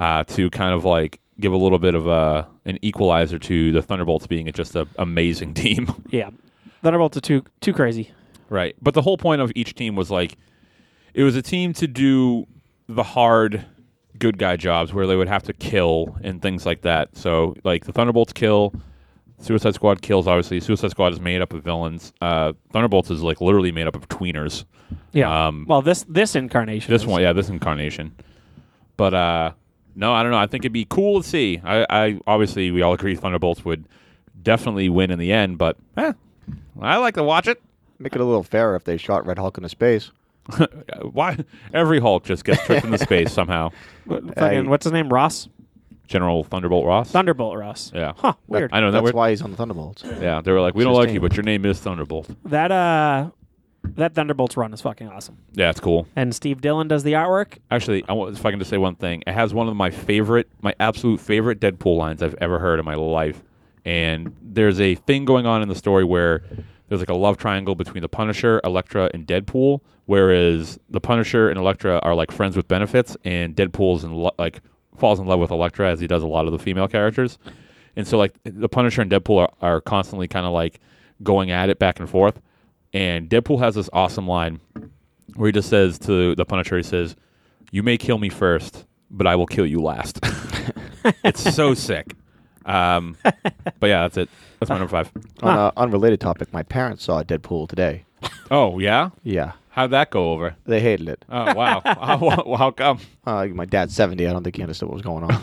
[SPEAKER 2] uh, to kind of like give a little bit of a, an equalizer to the Thunderbolts being just an amazing *laughs* team.
[SPEAKER 4] Yeah, Thunderbolts are too too crazy.
[SPEAKER 2] Right. But the whole point of each team was like it was a team to do the hard good guy jobs where they would have to kill and things like that. So like the Thunderbolts kill, Suicide Squad kills obviously. Suicide Squad is made up of villains. Uh, Thunderbolts is like literally made up of tweeners.
[SPEAKER 4] Yeah.
[SPEAKER 2] Um,
[SPEAKER 4] well, this this incarnation.
[SPEAKER 2] This
[SPEAKER 4] is-
[SPEAKER 2] one, yeah, this incarnation. But uh no, I don't know. I think it'd be cool to see. I, I obviously we all agree Thunderbolts would definitely win in the end, but eh, I like to watch it.
[SPEAKER 5] Make it a little fairer if they shot Red Hulk into space.
[SPEAKER 2] *laughs* Why every Hulk just gets tricked into space somehow?
[SPEAKER 4] What- fucking- what's his name? Ross.
[SPEAKER 2] General Thunderbolt Ross.
[SPEAKER 4] Thunderbolt Ross.
[SPEAKER 2] yeah,
[SPEAKER 4] Huh. Weird.
[SPEAKER 2] I know that.
[SPEAKER 5] That's
[SPEAKER 2] weird?
[SPEAKER 5] why he's on the Thunderbolts.
[SPEAKER 2] Yeah, they were like, we don't
[SPEAKER 5] It's his
[SPEAKER 2] like you,
[SPEAKER 5] team.
[SPEAKER 2] but your name is Thunderbolt.
[SPEAKER 4] That uh, that Thunderbolts run is fucking awesome.
[SPEAKER 2] Yeah, it's cool.
[SPEAKER 4] And Steve Dillon does the artwork.
[SPEAKER 2] Actually, I want, if I can just say one thing, it has one of my favorite, my absolute favorite Deadpool lines I've ever heard in my life. And there's a thing going on in the story where there's like a love triangle between the Punisher, Elektra, and Deadpool. Whereas the Punisher and Elektra are like friends with benefits, and Deadpool's in lo- like falls in love with Elektra as he does a lot of the female characters. And so like the Punisher and Deadpool are, are constantly kind of like going at it back and forth. And Deadpool has this awesome line where he just says to the Punisher, he says, "You may kill me first, but I will kill you last."
[SPEAKER 4] *laughs*
[SPEAKER 2] it's so sick. Um, but yeah, that's it. That's my number five.
[SPEAKER 5] On an unrelated topic, my parents saw Deadpool today.
[SPEAKER 2] Oh yeah,
[SPEAKER 5] Yeah,
[SPEAKER 2] how'd that go over?
[SPEAKER 5] they hated it.
[SPEAKER 2] Oh
[SPEAKER 4] *laughs*
[SPEAKER 2] wow, how, how come?
[SPEAKER 5] Uh, my dad's seventy. I don't think he understood what was
[SPEAKER 4] *laughs*
[SPEAKER 5] going on.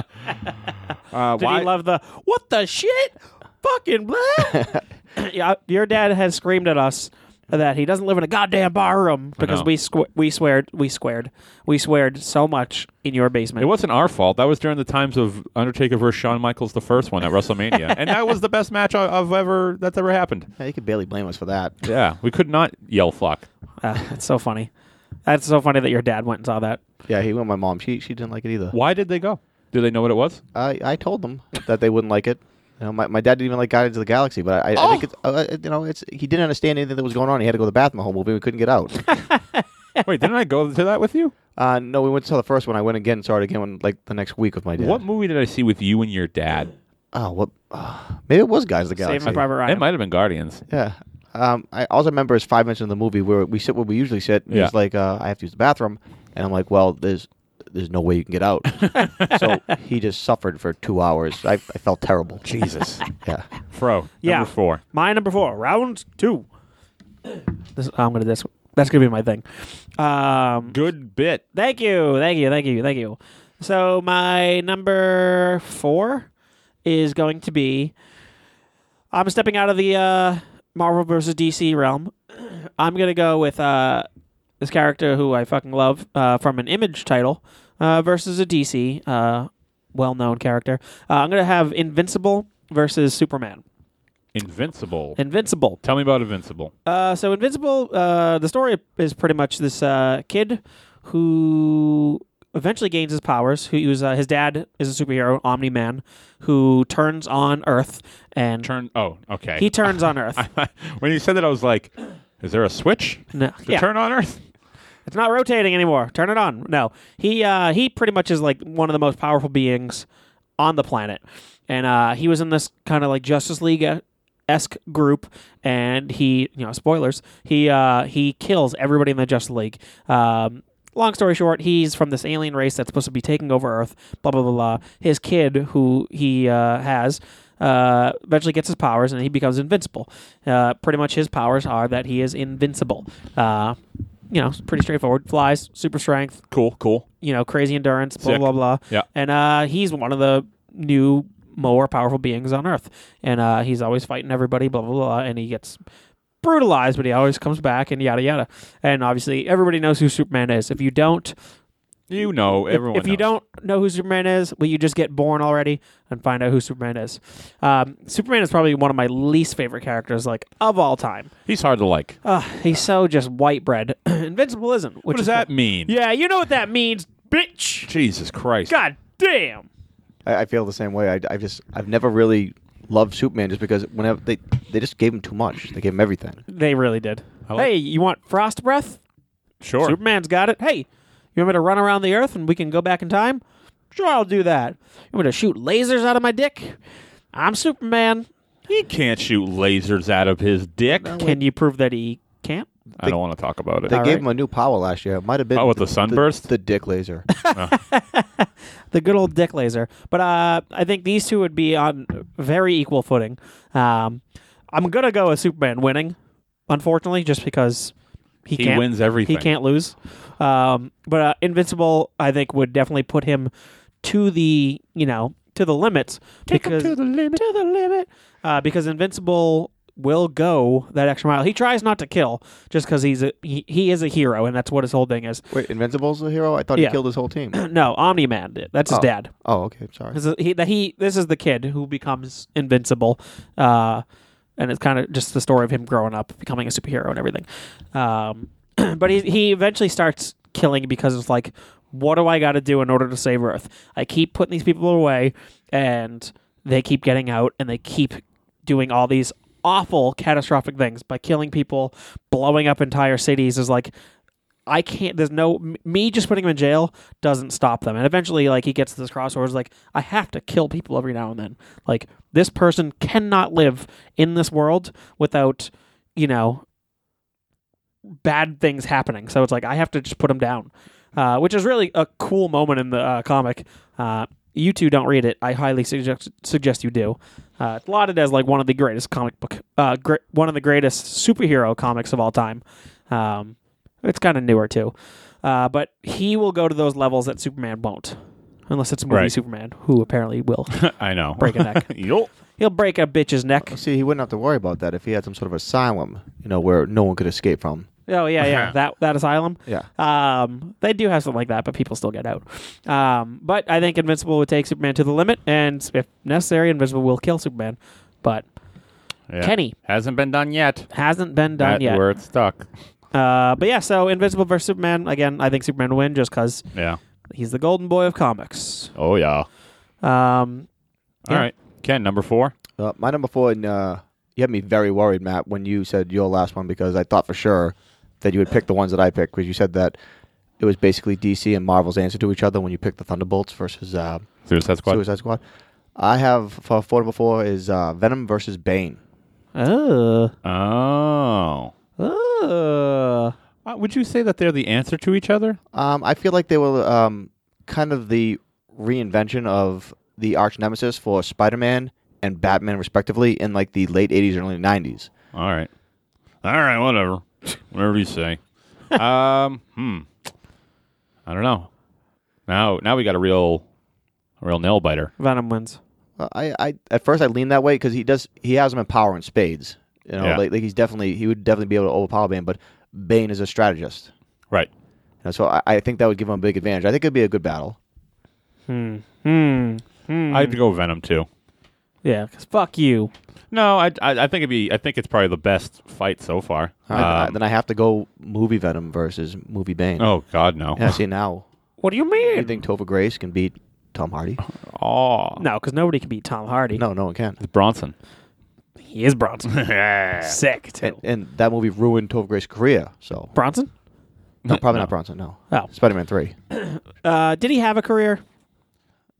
[SPEAKER 2] Uh,
[SPEAKER 4] Did he love the what the shit? Fucking blah.
[SPEAKER 2] *laughs*
[SPEAKER 4] *coughs* yeah, your dad has screamed at us that he doesn't live in a goddamn bar room because
[SPEAKER 2] know.
[SPEAKER 4] we squ- we sweared we squared we sweared so much in your basement.
[SPEAKER 2] It wasn't our fault. That was during the times of Undertaker versus Shawn Michaels, the first one at
[SPEAKER 4] *laughs*
[SPEAKER 2] WrestleMania, and that was the best match I- I've ever that's ever happened.
[SPEAKER 5] Yeah, you could barely blame us for that.
[SPEAKER 2] Yeah, we could not yell "fuck."
[SPEAKER 4] Uh, that's so funny. That's so funny that your dad went and saw that.
[SPEAKER 5] Yeah, he went. with My mom. She she didn't like it either.
[SPEAKER 2] Why did they go? Do they know what it
[SPEAKER 4] *laughs*
[SPEAKER 2] was?
[SPEAKER 5] I I told them that they wouldn't like it. You know, my, my dad didn't even like Guardians of the Galaxy, but I, I, I think it's uh, uh, you know it's he didn't understand anything that was going on. He had to go to the bathroom the whole movie. We couldn't get out.
[SPEAKER 2] Wait, didn't I go to that with you?
[SPEAKER 5] uh, no, we went and saw the first one. I went again, and saw it again when, like the next week with my dad.
[SPEAKER 2] What movie did I see with you and your dad?
[SPEAKER 5] Oh, what? Uh, maybe it was Guys of the
[SPEAKER 4] Saving
[SPEAKER 5] Galaxy.
[SPEAKER 4] my private Ryan.
[SPEAKER 2] It might have been Guardians.
[SPEAKER 5] Yeah. Um, I also remember is five minutes in the movie where we sit where we usually sit. And
[SPEAKER 2] Yeah.
[SPEAKER 5] He's like, uh, I have to use the bathroom, and I'm like, well, there's there's no way you can get out. so he just suffered for two hours. I, I felt terrible.
[SPEAKER 2] Jesus.
[SPEAKER 5] *laughs* Yeah.
[SPEAKER 2] Fro.
[SPEAKER 4] Yeah.
[SPEAKER 2] Number four.
[SPEAKER 4] My number four, round two. *coughs* This, I'm gonna this. That's gonna be my thing. Um,
[SPEAKER 2] Good bit.
[SPEAKER 4] thank you, thank you, thank you, thank you. So my number four is going to be. I'm stepping out of the uh, Marvel versus DC realm. *clears throat* I'm gonna go with uh, this character who I fucking love uh, from an Image title uh, versus a DC uh, well-known character. Uh, I'm gonna have Invincible versus Superman.
[SPEAKER 2] Invincible.
[SPEAKER 4] Invincible.
[SPEAKER 2] Tell me about Invincible.
[SPEAKER 4] Uh, so Invincible, uh, the story is pretty much this uh, kid who eventually gains his powers. Who was uh, his dad is a superhero, Omni Man, who turns on Earth and
[SPEAKER 2] Turn. Oh, okay. *laughs*
[SPEAKER 4] he turns on Earth.
[SPEAKER 2] when you said that, I was like, is there a switch
[SPEAKER 4] No,
[SPEAKER 2] to
[SPEAKER 4] yeah,
[SPEAKER 2] turn on Earth?
[SPEAKER 4] it's not rotating anymore. Turn it on. No, he uh, he pretty much is like one of the most powerful beings on the planet, and uh, he was in this kind of like Justice League esque group, and he you know spoilers he uh, he kills everybody in the Justice League. Um, long story short, he's from this alien race that's supposed to be taking over Earth. Blah blah blah blah. His kid, who he uh, has, uh, eventually gets his powers, and he becomes invincible. Uh, pretty much, his powers are that he is invincible. Uh, you know, it's pretty straightforward. Flies, super strength,
[SPEAKER 2] Cool, cool.
[SPEAKER 4] you know, crazy endurance, blah
[SPEAKER 2] Sick.
[SPEAKER 4] blah blah.
[SPEAKER 2] Yeah.
[SPEAKER 4] And uh, he's one of the new more powerful beings on Earth, and uh, he's always fighting everybody, blah blah blah, and he gets brutalized, but he always comes back, and yada yada. And obviously, everybody knows who Superman is. If you don't,
[SPEAKER 2] You know,
[SPEAKER 4] If-
[SPEAKER 2] everyone.
[SPEAKER 4] If, you
[SPEAKER 2] knows.
[SPEAKER 4] don't know who Superman is, will you just get born already and find out who Superman is? Um, Superman is probably one of my least favorite characters, like of all time.
[SPEAKER 2] he's hard to like.
[SPEAKER 4] Ugh, he's so just white bread. *clears throat* Invincible isn't. Which
[SPEAKER 2] what does
[SPEAKER 4] is
[SPEAKER 2] that
[SPEAKER 4] cool.
[SPEAKER 2] mean?
[SPEAKER 4] Yeah, you know what that means, bitch.
[SPEAKER 2] Jesus Christ.
[SPEAKER 4] God damn.
[SPEAKER 5] I, I feel the same way. I, I just I've never really loved Superman just because whenever they they just gave him too much. They gave him everything.
[SPEAKER 4] They really did.
[SPEAKER 2] like-
[SPEAKER 4] hey, you want frost breath?
[SPEAKER 2] Sure.
[SPEAKER 4] Superman's got it. Hey, you want me to run around the earth and we can go back in time? Sure, I'll do that. You want me to shoot lasers out of my dick? I'm Superman.
[SPEAKER 2] He can't shoot lasers out of his dick.
[SPEAKER 4] Can you prove that he can't?
[SPEAKER 2] I don't want to talk about it.
[SPEAKER 5] They
[SPEAKER 4] All
[SPEAKER 5] gave
[SPEAKER 4] right.
[SPEAKER 5] him a new power last year. It might have been
[SPEAKER 2] Oh, with the sunburst?
[SPEAKER 5] the, dick laser.
[SPEAKER 4] the good old dick laser. But uh, I think these two would be on very equal footing. Um, I'm gonna go with Superman winning, unfortunately, just because he,
[SPEAKER 2] He
[SPEAKER 4] can't,
[SPEAKER 2] wins everything.
[SPEAKER 4] He can't lose. Um, but uh, Invincible, I think, would definitely put him to the you know to the limits.
[SPEAKER 2] Take him
[SPEAKER 4] because,
[SPEAKER 2] to the limit.
[SPEAKER 4] To the limit. Uh, because Invincible will go that extra mile. He tries not to kill just because he's a he, he is a hero and that's what his whole thing is.
[SPEAKER 5] Wait, Invincible's the hero? I thought
[SPEAKER 4] Yeah.
[SPEAKER 5] he killed his whole team.
[SPEAKER 4] No, Omni Man did. That's his
[SPEAKER 5] Oh.
[SPEAKER 4] dad.
[SPEAKER 5] Oh, okay. Sorry.
[SPEAKER 4] This is, he, that he, this is the kid who becomes invincible, uh, and it's kind of just the story of him growing up, becoming a superhero, and everything. Um, *clears throat* but he he eventually starts killing because it's like, what do I got to do in order to save Earth? I keep putting these people away, and they keep getting out, and they keep doing all these awful, catastrophic things by killing people, blowing up entire cities. Is like, I can't. There's no m- me just putting him in jail doesn't stop them. And eventually, like he gets to this crossroads, like I have to kill people every now and then. Like this person cannot live in this world without, you know, bad things happening. So it's like I have to just put him down, uh, which is really a cool moment in the uh, comic. Uh, you two don't read it. I highly suggest suggest you do. Uh, it's lauded as like one of the greatest comic book, uh, gre- one of the greatest superhero comics of all time. Um, it's kind of newer too, uh, but he will go to those levels that Superman won't, unless it's a movie
[SPEAKER 2] Right.
[SPEAKER 4] Superman, who apparently will
[SPEAKER 2] *laughs* I know.
[SPEAKER 4] break a neck.
[SPEAKER 2] *laughs* Yup.
[SPEAKER 4] He'll break a bitch's neck.
[SPEAKER 5] See, he wouldn't have to worry about that if he had some sort of asylum, you know, where no one could escape from.
[SPEAKER 4] Oh yeah, yeah. that that asylum.
[SPEAKER 5] Yeah.
[SPEAKER 4] Um, they do have something like that, but people still get out. Um, but I think Invincible would take Superman to the limit, and if necessary, Invincible will kill Superman. But
[SPEAKER 2] Yeah.
[SPEAKER 4] Kenny.
[SPEAKER 2] hasn't been done yet.
[SPEAKER 4] hasn't been done
[SPEAKER 2] That-
[SPEAKER 4] yet.
[SPEAKER 2] Where it's stuck.
[SPEAKER 4] Uh, but yeah, so Invincible versus Superman again. I think Superman will win just because
[SPEAKER 2] Yeah.
[SPEAKER 4] he's the golden boy of comics.
[SPEAKER 2] Oh yeah. All
[SPEAKER 4] Um,
[SPEAKER 2] right,
[SPEAKER 4] Yeah.
[SPEAKER 2] Ken, number four.
[SPEAKER 5] Uh, my number four, and uh, you had me very worried, Matt, when you said your last one because I thought for sure that you would pick the ones that I picked because you said that it was basically DC and Marvel's answer to each other when you picked the Thunderbolts versus uh,
[SPEAKER 2] Suicide Squad.
[SPEAKER 5] Suicide Squad. I have for four number four is uh, Venom versus Bane.
[SPEAKER 4] oh,
[SPEAKER 2] Oh.
[SPEAKER 4] oh,
[SPEAKER 2] Uh, would you say that they're the answer to each other?
[SPEAKER 5] Um, I feel like they were um, kind of the reinvention of the arch nemesis for Spider-Man and Batman, respectively, in like the late '80s, early '90s.
[SPEAKER 2] All right. All right, whatever. whatever you *laughs* say. um, hmm. I don't know. Now now we got a real a real nail biter.
[SPEAKER 4] Venom wins.
[SPEAKER 5] Well, I, I at first I leaned that way because he does he has him in power in spades. You know,
[SPEAKER 2] Yeah.
[SPEAKER 5] like, like he's definitely he would definitely be able to overpower Bane, but Bane is a strategist,
[SPEAKER 2] Right.
[SPEAKER 5] you know, so I, I think that would give him a big advantage. I think it'd be a good battle.
[SPEAKER 4] Hmm.
[SPEAKER 2] I'd go Venom too.
[SPEAKER 4] Yeah, 'cause fuck you.
[SPEAKER 2] No, I, I I think it'd be I think it's probably the best fight so far.
[SPEAKER 5] I- I-
[SPEAKER 2] Um,
[SPEAKER 5] then I have to go movie Venom versus movie Bane.
[SPEAKER 2] oh God, no. *laughs*
[SPEAKER 5] Yeah, see now
[SPEAKER 4] What do you mean?
[SPEAKER 5] you think Tova Grace can beat Tom Hardy?
[SPEAKER 2] Oh,
[SPEAKER 4] No, because nobody can beat Tom Hardy.
[SPEAKER 5] No, no one can.
[SPEAKER 2] it's Bronson.
[SPEAKER 4] He is Bronson.
[SPEAKER 2] *laughs* yeah.
[SPEAKER 4] Sick too.
[SPEAKER 5] And, and that movie ruined Tova Grace's career. So
[SPEAKER 4] Bronson?
[SPEAKER 5] no, probably not Bronson. No,
[SPEAKER 4] Oh.
[SPEAKER 5] Spider-Man three.
[SPEAKER 4] Uh, did he have a career?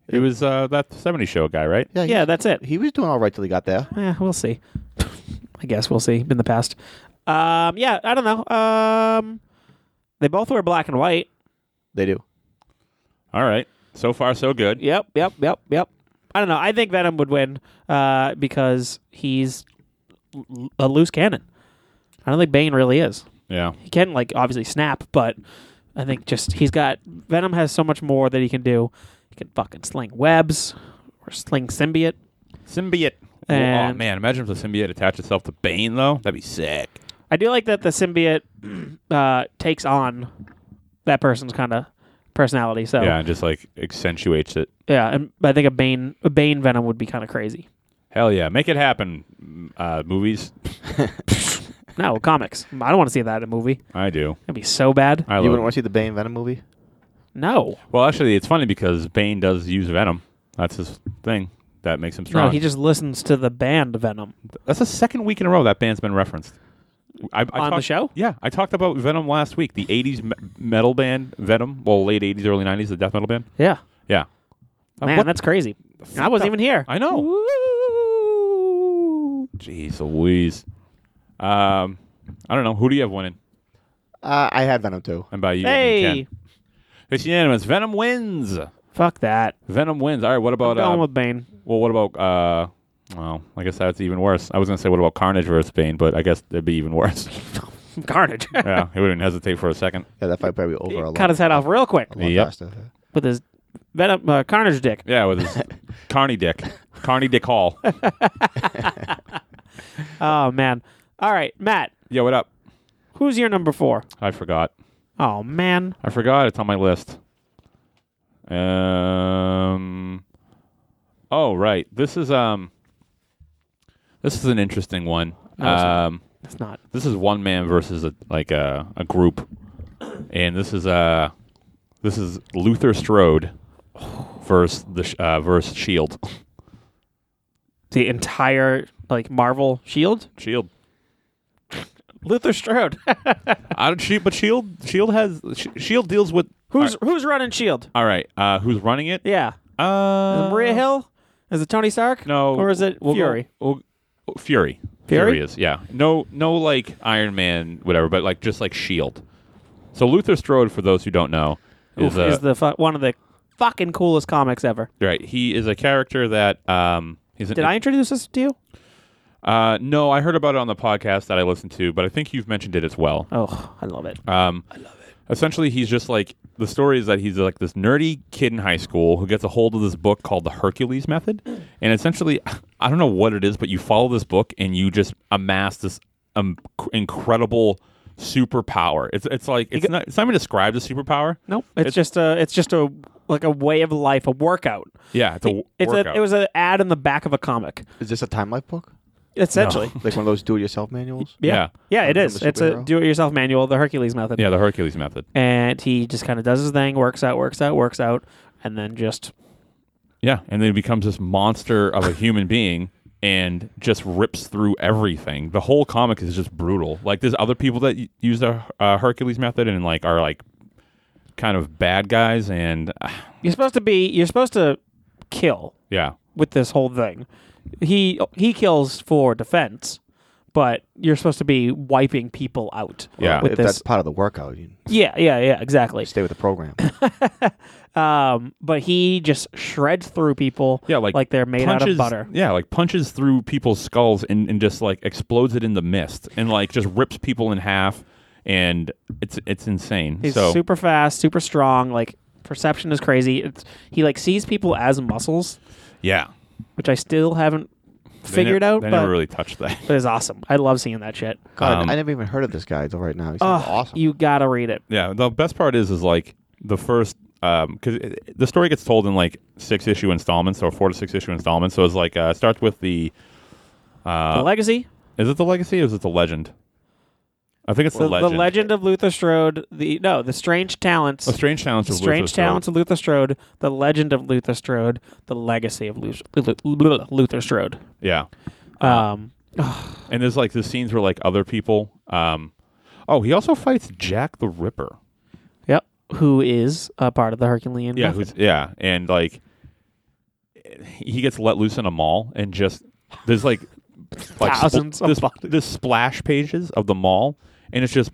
[SPEAKER 2] It was uh, that '70s show guy, right?
[SPEAKER 5] Yeah, he,
[SPEAKER 4] Yeah, that's it.
[SPEAKER 5] he was doing all right till he got there.
[SPEAKER 4] Eh, we'll see. I guess we'll see in the past. Um, yeah, I don't know. Um, they both wear black and white.
[SPEAKER 5] They do.
[SPEAKER 2] All right. So far, so good.
[SPEAKER 4] Yep, yep, yep, yep. I don't know. I think Venom would win uh, because he's l- a loose cannon. I don't think Bane really is.
[SPEAKER 2] Yeah.
[SPEAKER 4] He can like obviously snap, but I think just he's got Venom has so much more that he can do. He can fucking sling webs or sling symbiote.
[SPEAKER 2] Symbiote. oh
[SPEAKER 4] And-
[SPEAKER 2] man, imagine if the symbiote attached itself to Bane though. That'd be sick.
[SPEAKER 4] *clears throat* I do like that the symbiote uh, takes on that person's kind of personality. So
[SPEAKER 5] Oh.
[SPEAKER 2] Yeah, and just like accentuates it.
[SPEAKER 4] yeah, and I think a Bane a Bane Venom would be kind of crazy.
[SPEAKER 2] Hell yeah, make it happen. m- Uh, movies, *laughs*
[SPEAKER 4] No, comics. I don't want to see that in a movie.
[SPEAKER 2] I do.
[SPEAKER 4] It'd be so bad.
[SPEAKER 2] I
[SPEAKER 5] You
[SPEAKER 2] love.
[SPEAKER 5] wouldn't
[SPEAKER 2] it.
[SPEAKER 5] want to see the Bane Venom movie?
[SPEAKER 4] No,
[SPEAKER 2] Well, actually, it's funny because Bane does use venom. That's his thing. That makes him strong.
[SPEAKER 4] no, he just listens to the band Venom.
[SPEAKER 2] That's the second week in a row that band's been referenced. I, I
[SPEAKER 4] On the
[SPEAKER 2] talked-
[SPEAKER 4] show?
[SPEAKER 2] Yeah, I talked about Venom last week. The '80s me- metal band Venom. Well, late '80s, early '90s, the death metal band.
[SPEAKER 4] Yeah,
[SPEAKER 2] Yeah. Uh,
[SPEAKER 4] man,
[SPEAKER 2] what-
[SPEAKER 4] that's crazy. I wasn't even here.
[SPEAKER 2] I know. Jeez Louise. Um, I don't know. Who do you have winning?
[SPEAKER 5] Uh, I had Venom too.
[SPEAKER 2] And by you, I mean
[SPEAKER 4] hey,
[SPEAKER 2] Ken. it's unanimous. Venom wins.
[SPEAKER 4] fuck that.
[SPEAKER 2] Venom wins. All right. What about?
[SPEAKER 4] Going
[SPEAKER 2] Uh,
[SPEAKER 4] with Bane. *laughs*
[SPEAKER 2] well, what about? Uh, well, I guess that's even worse. I was gonna say what about Carnage versus Bane, but I guess that'd be even
[SPEAKER 4] *laughs*
[SPEAKER 2] worse. *laughs*
[SPEAKER 4] Carnage.
[SPEAKER 2] yeah, he wouldn't even hesitate for a second.
[SPEAKER 5] Yeah, that fight probably over a lot.
[SPEAKER 4] Cut his head off real quick
[SPEAKER 5] a lot
[SPEAKER 2] Yep.
[SPEAKER 5] faster.
[SPEAKER 4] with his Venom uh, Carnage dick.
[SPEAKER 2] Yeah, with
[SPEAKER 4] *laughs*
[SPEAKER 2] his Carney Dick, Carney Dick Hall.
[SPEAKER 4] Oh man. All right, Matt.
[SPEAKER 2] Yo, what up?
[SPEAKER 4] Who's your number four?
[SPEAKER 2] I forgot.
[SPEAKER 4] Oh man.
[SPEAKER 2] I forgot. It's on my list. Um. Oh right. This is um. This is an interesting one.
[SPEAKER 4] it's not.
[SPEAKER 2] um.
[SPEAKER 4] It's not.
[SPEAKER 2] This is one man versus a like a a group, and this is uh, this is Luther Strode versus the sh- uh, versus *laughs* Shield.
[SPEAKER 4] The entire like Marvel Shield.
[SPEAKER 2] Shield.
[SPEAKER 4] Luther Strode. *laughs*
[SPEAKER 2] I don't shoot, but Shield Shield E has sh- Shield deals with
[SPEAKER 4] who's who's running Shield?
[SPEAKER 2] all right. Uh, who's running it?
[SPEAKER 4] Yeah.
[SPEAKER 2] Uh,
[SPEAKER 4] Maria Hill? Is it Tony Stark?
[SPEAKER 2] No.
[SPEAKER 4] Or is it
[SPEAKER 2] we'll go-
[SPEAKER 4] Fury?
[SPEAKER 2] we'll- oh, Fury.
[SPEAKER 4] Fury?
[SPEAKER 2] is yeah. No, no, like Iron Man, whatever, but like just like Shield. E So Luther Strode, for those who don't know, is,
[SPEAKER 4] Oof,
[SPEAKER 2] a,
[SPEAKER 4] is the fu- one of the fucking coolest comics ever.
[SPEAKER 2] right. He is a character that um. He's an,
[SPEAKER 4] Did I introduce this to you?
[SPEAKER 2] Uh, no, I heard about it on the podcast that I listened to, but I think you've mentioned it as well.
[SPEAKER 4] Oh, I love it.
[SPEAKER 2] Um, Essentially, he's just like the story is that he's like this nerdy kid in high school who gets a hold of this book called The Hercules Method,
[SPEAKER 4] Mm.
[SPEAKER 2] and essentially, I don't know what it is, but you follow this book and you just amass this um, c- incredible superpower. It's it's like it's not it's not even described as superpower.
[SPEAKER 4] Nope. It's, just a it's just a like a way of life, a workout.
[SPEAKER 2] Yeah, it's a w-
[SPEAKER 4] It's
[SPEAKER 2] workout.
[SPEAKER 4] a, it was an ad in the back of a comic.
[SPEAKER 5] Is this a Time Life book?
[SPEAKER 4] Essentially.
[SPEAKER 5] Like one of those do-it-yourself manuals?
[SPEAKER 2] Yeah.
[SPEAKER 4] Yeah. Yeah, it
[SPEAKER 5] I'm a
[SPEAKER 4] is. It's a
[SPEAKER 5] superhero.
[SPEAKER 4] do it yourself manual, the Hercules method.
[SPEAKER 2] yeah, The Hercules Method.
[SPEAKER 4] And he just kind of does his thing, works out, works out, works out, and then just
[SPEAKER 2] Yeah, and then he becomes this monster of a human being and just rips through everything. The whole comic is just brutal. Like there's other people that y- use the uh, Hercules method and like are like kind of bad guys and uh,
[SPEAKER 4] you're supposed to be you're supposed to kill
[SPEAKER 2] yeah.
[SPEAKER 4] with this whole thing. He he kills for defense, but you're supposed to be wiping people out.
[SPEAKER 2] Yeah.
[SPEAKER 4] with
[SPEAKER 5] if
[SPEAKER 4] this.
[SPEAKER 5] that's part of the workout, you
[SPEAKER 4] Yeah, yeah, yeah, exactly.
[SPEAKER 5] stay with the program.
[SPEAKER 4] Um, but he just shreds through people.
[SPEAKER 2] Yeah, like,
[SPEAKER 4] they're made out of butter.
[SPEAKER 2] Yeah, like punches through people's skulls and, and just like explodes it in the mist and like just rips people in half and it's it's insane.
[SPEAKER 4] He's
[SPEAKER 2] so
[SPEAKER 4] super fast, super strong. Like perception is crazy. It's, he like sees people as muscles,
[SPEAKER 2] yeah.
[SPEAKER 4] which I still haven't
[SPEAKER 2] They ne-
[SPEAKER 4] figured out.
[SPEAKER 2] They
[SPEAKER 4] but,
[SPEAKER 2] never really touched that.
[SPEAKER 4] but it's awesome. I love seeing that shit.
[SPEAKER 5] God,
[SPEAKER 2] Um,
[SPEAKER 5] I never even heard of this guy until right now. He
[SPEAKER 4] Oh,
[SPEAKER 5] sounds awesome.
[SPEAKER 4] You gotta read it.
[SPEAKER 2] Yeah, the best part is is like the first um 'cause because the story gets told in like six issue installments or four to six issue installments. So it's like uh, it starts with the uh,
[SPEAKER 4] the Legacy,
[SPEAKER 2] is it the legacy or is it the legend? I think it's
[SPEAKER 4] the,
[SPEAKER 2] the legend.
[SPEAKER 4] the Legend of Luther Strode. The no, the Strange Talents.
[SPEAKER 2] Oh, strange talents.
[SPEAKER 4] The
[SPEAKER 2] of
[SPEAKER 4] Strange
[SPEAKER 2] Luther Strode.
[SPEAKER 4] Talents of Luther Strode, The Legend of Luther Strode, The Legacy of Luther, Luther, Luther Strode.
[SPEAKER 2] Yeah,
[SPEAKER 4] Um,
[SPEAKER 2] and there's like the scenes where like other people. Um, oh, he also fights Jack the Ripper.
[SPEAKER 4] yep. Who is a part of the Herculean?
[SPEAKER 2] Yeah,
[SPEAKER 4] method.
[SPEAKER 2] who's, yeah, and like he gets let loose in a mall and just there's like, like
[SPEAKER 4] Thousands of
[SPEAKER 2] there's,
[SPEAKER 4] bodies.
[SPEAKER 2] there's splash pages of the mall, and it's just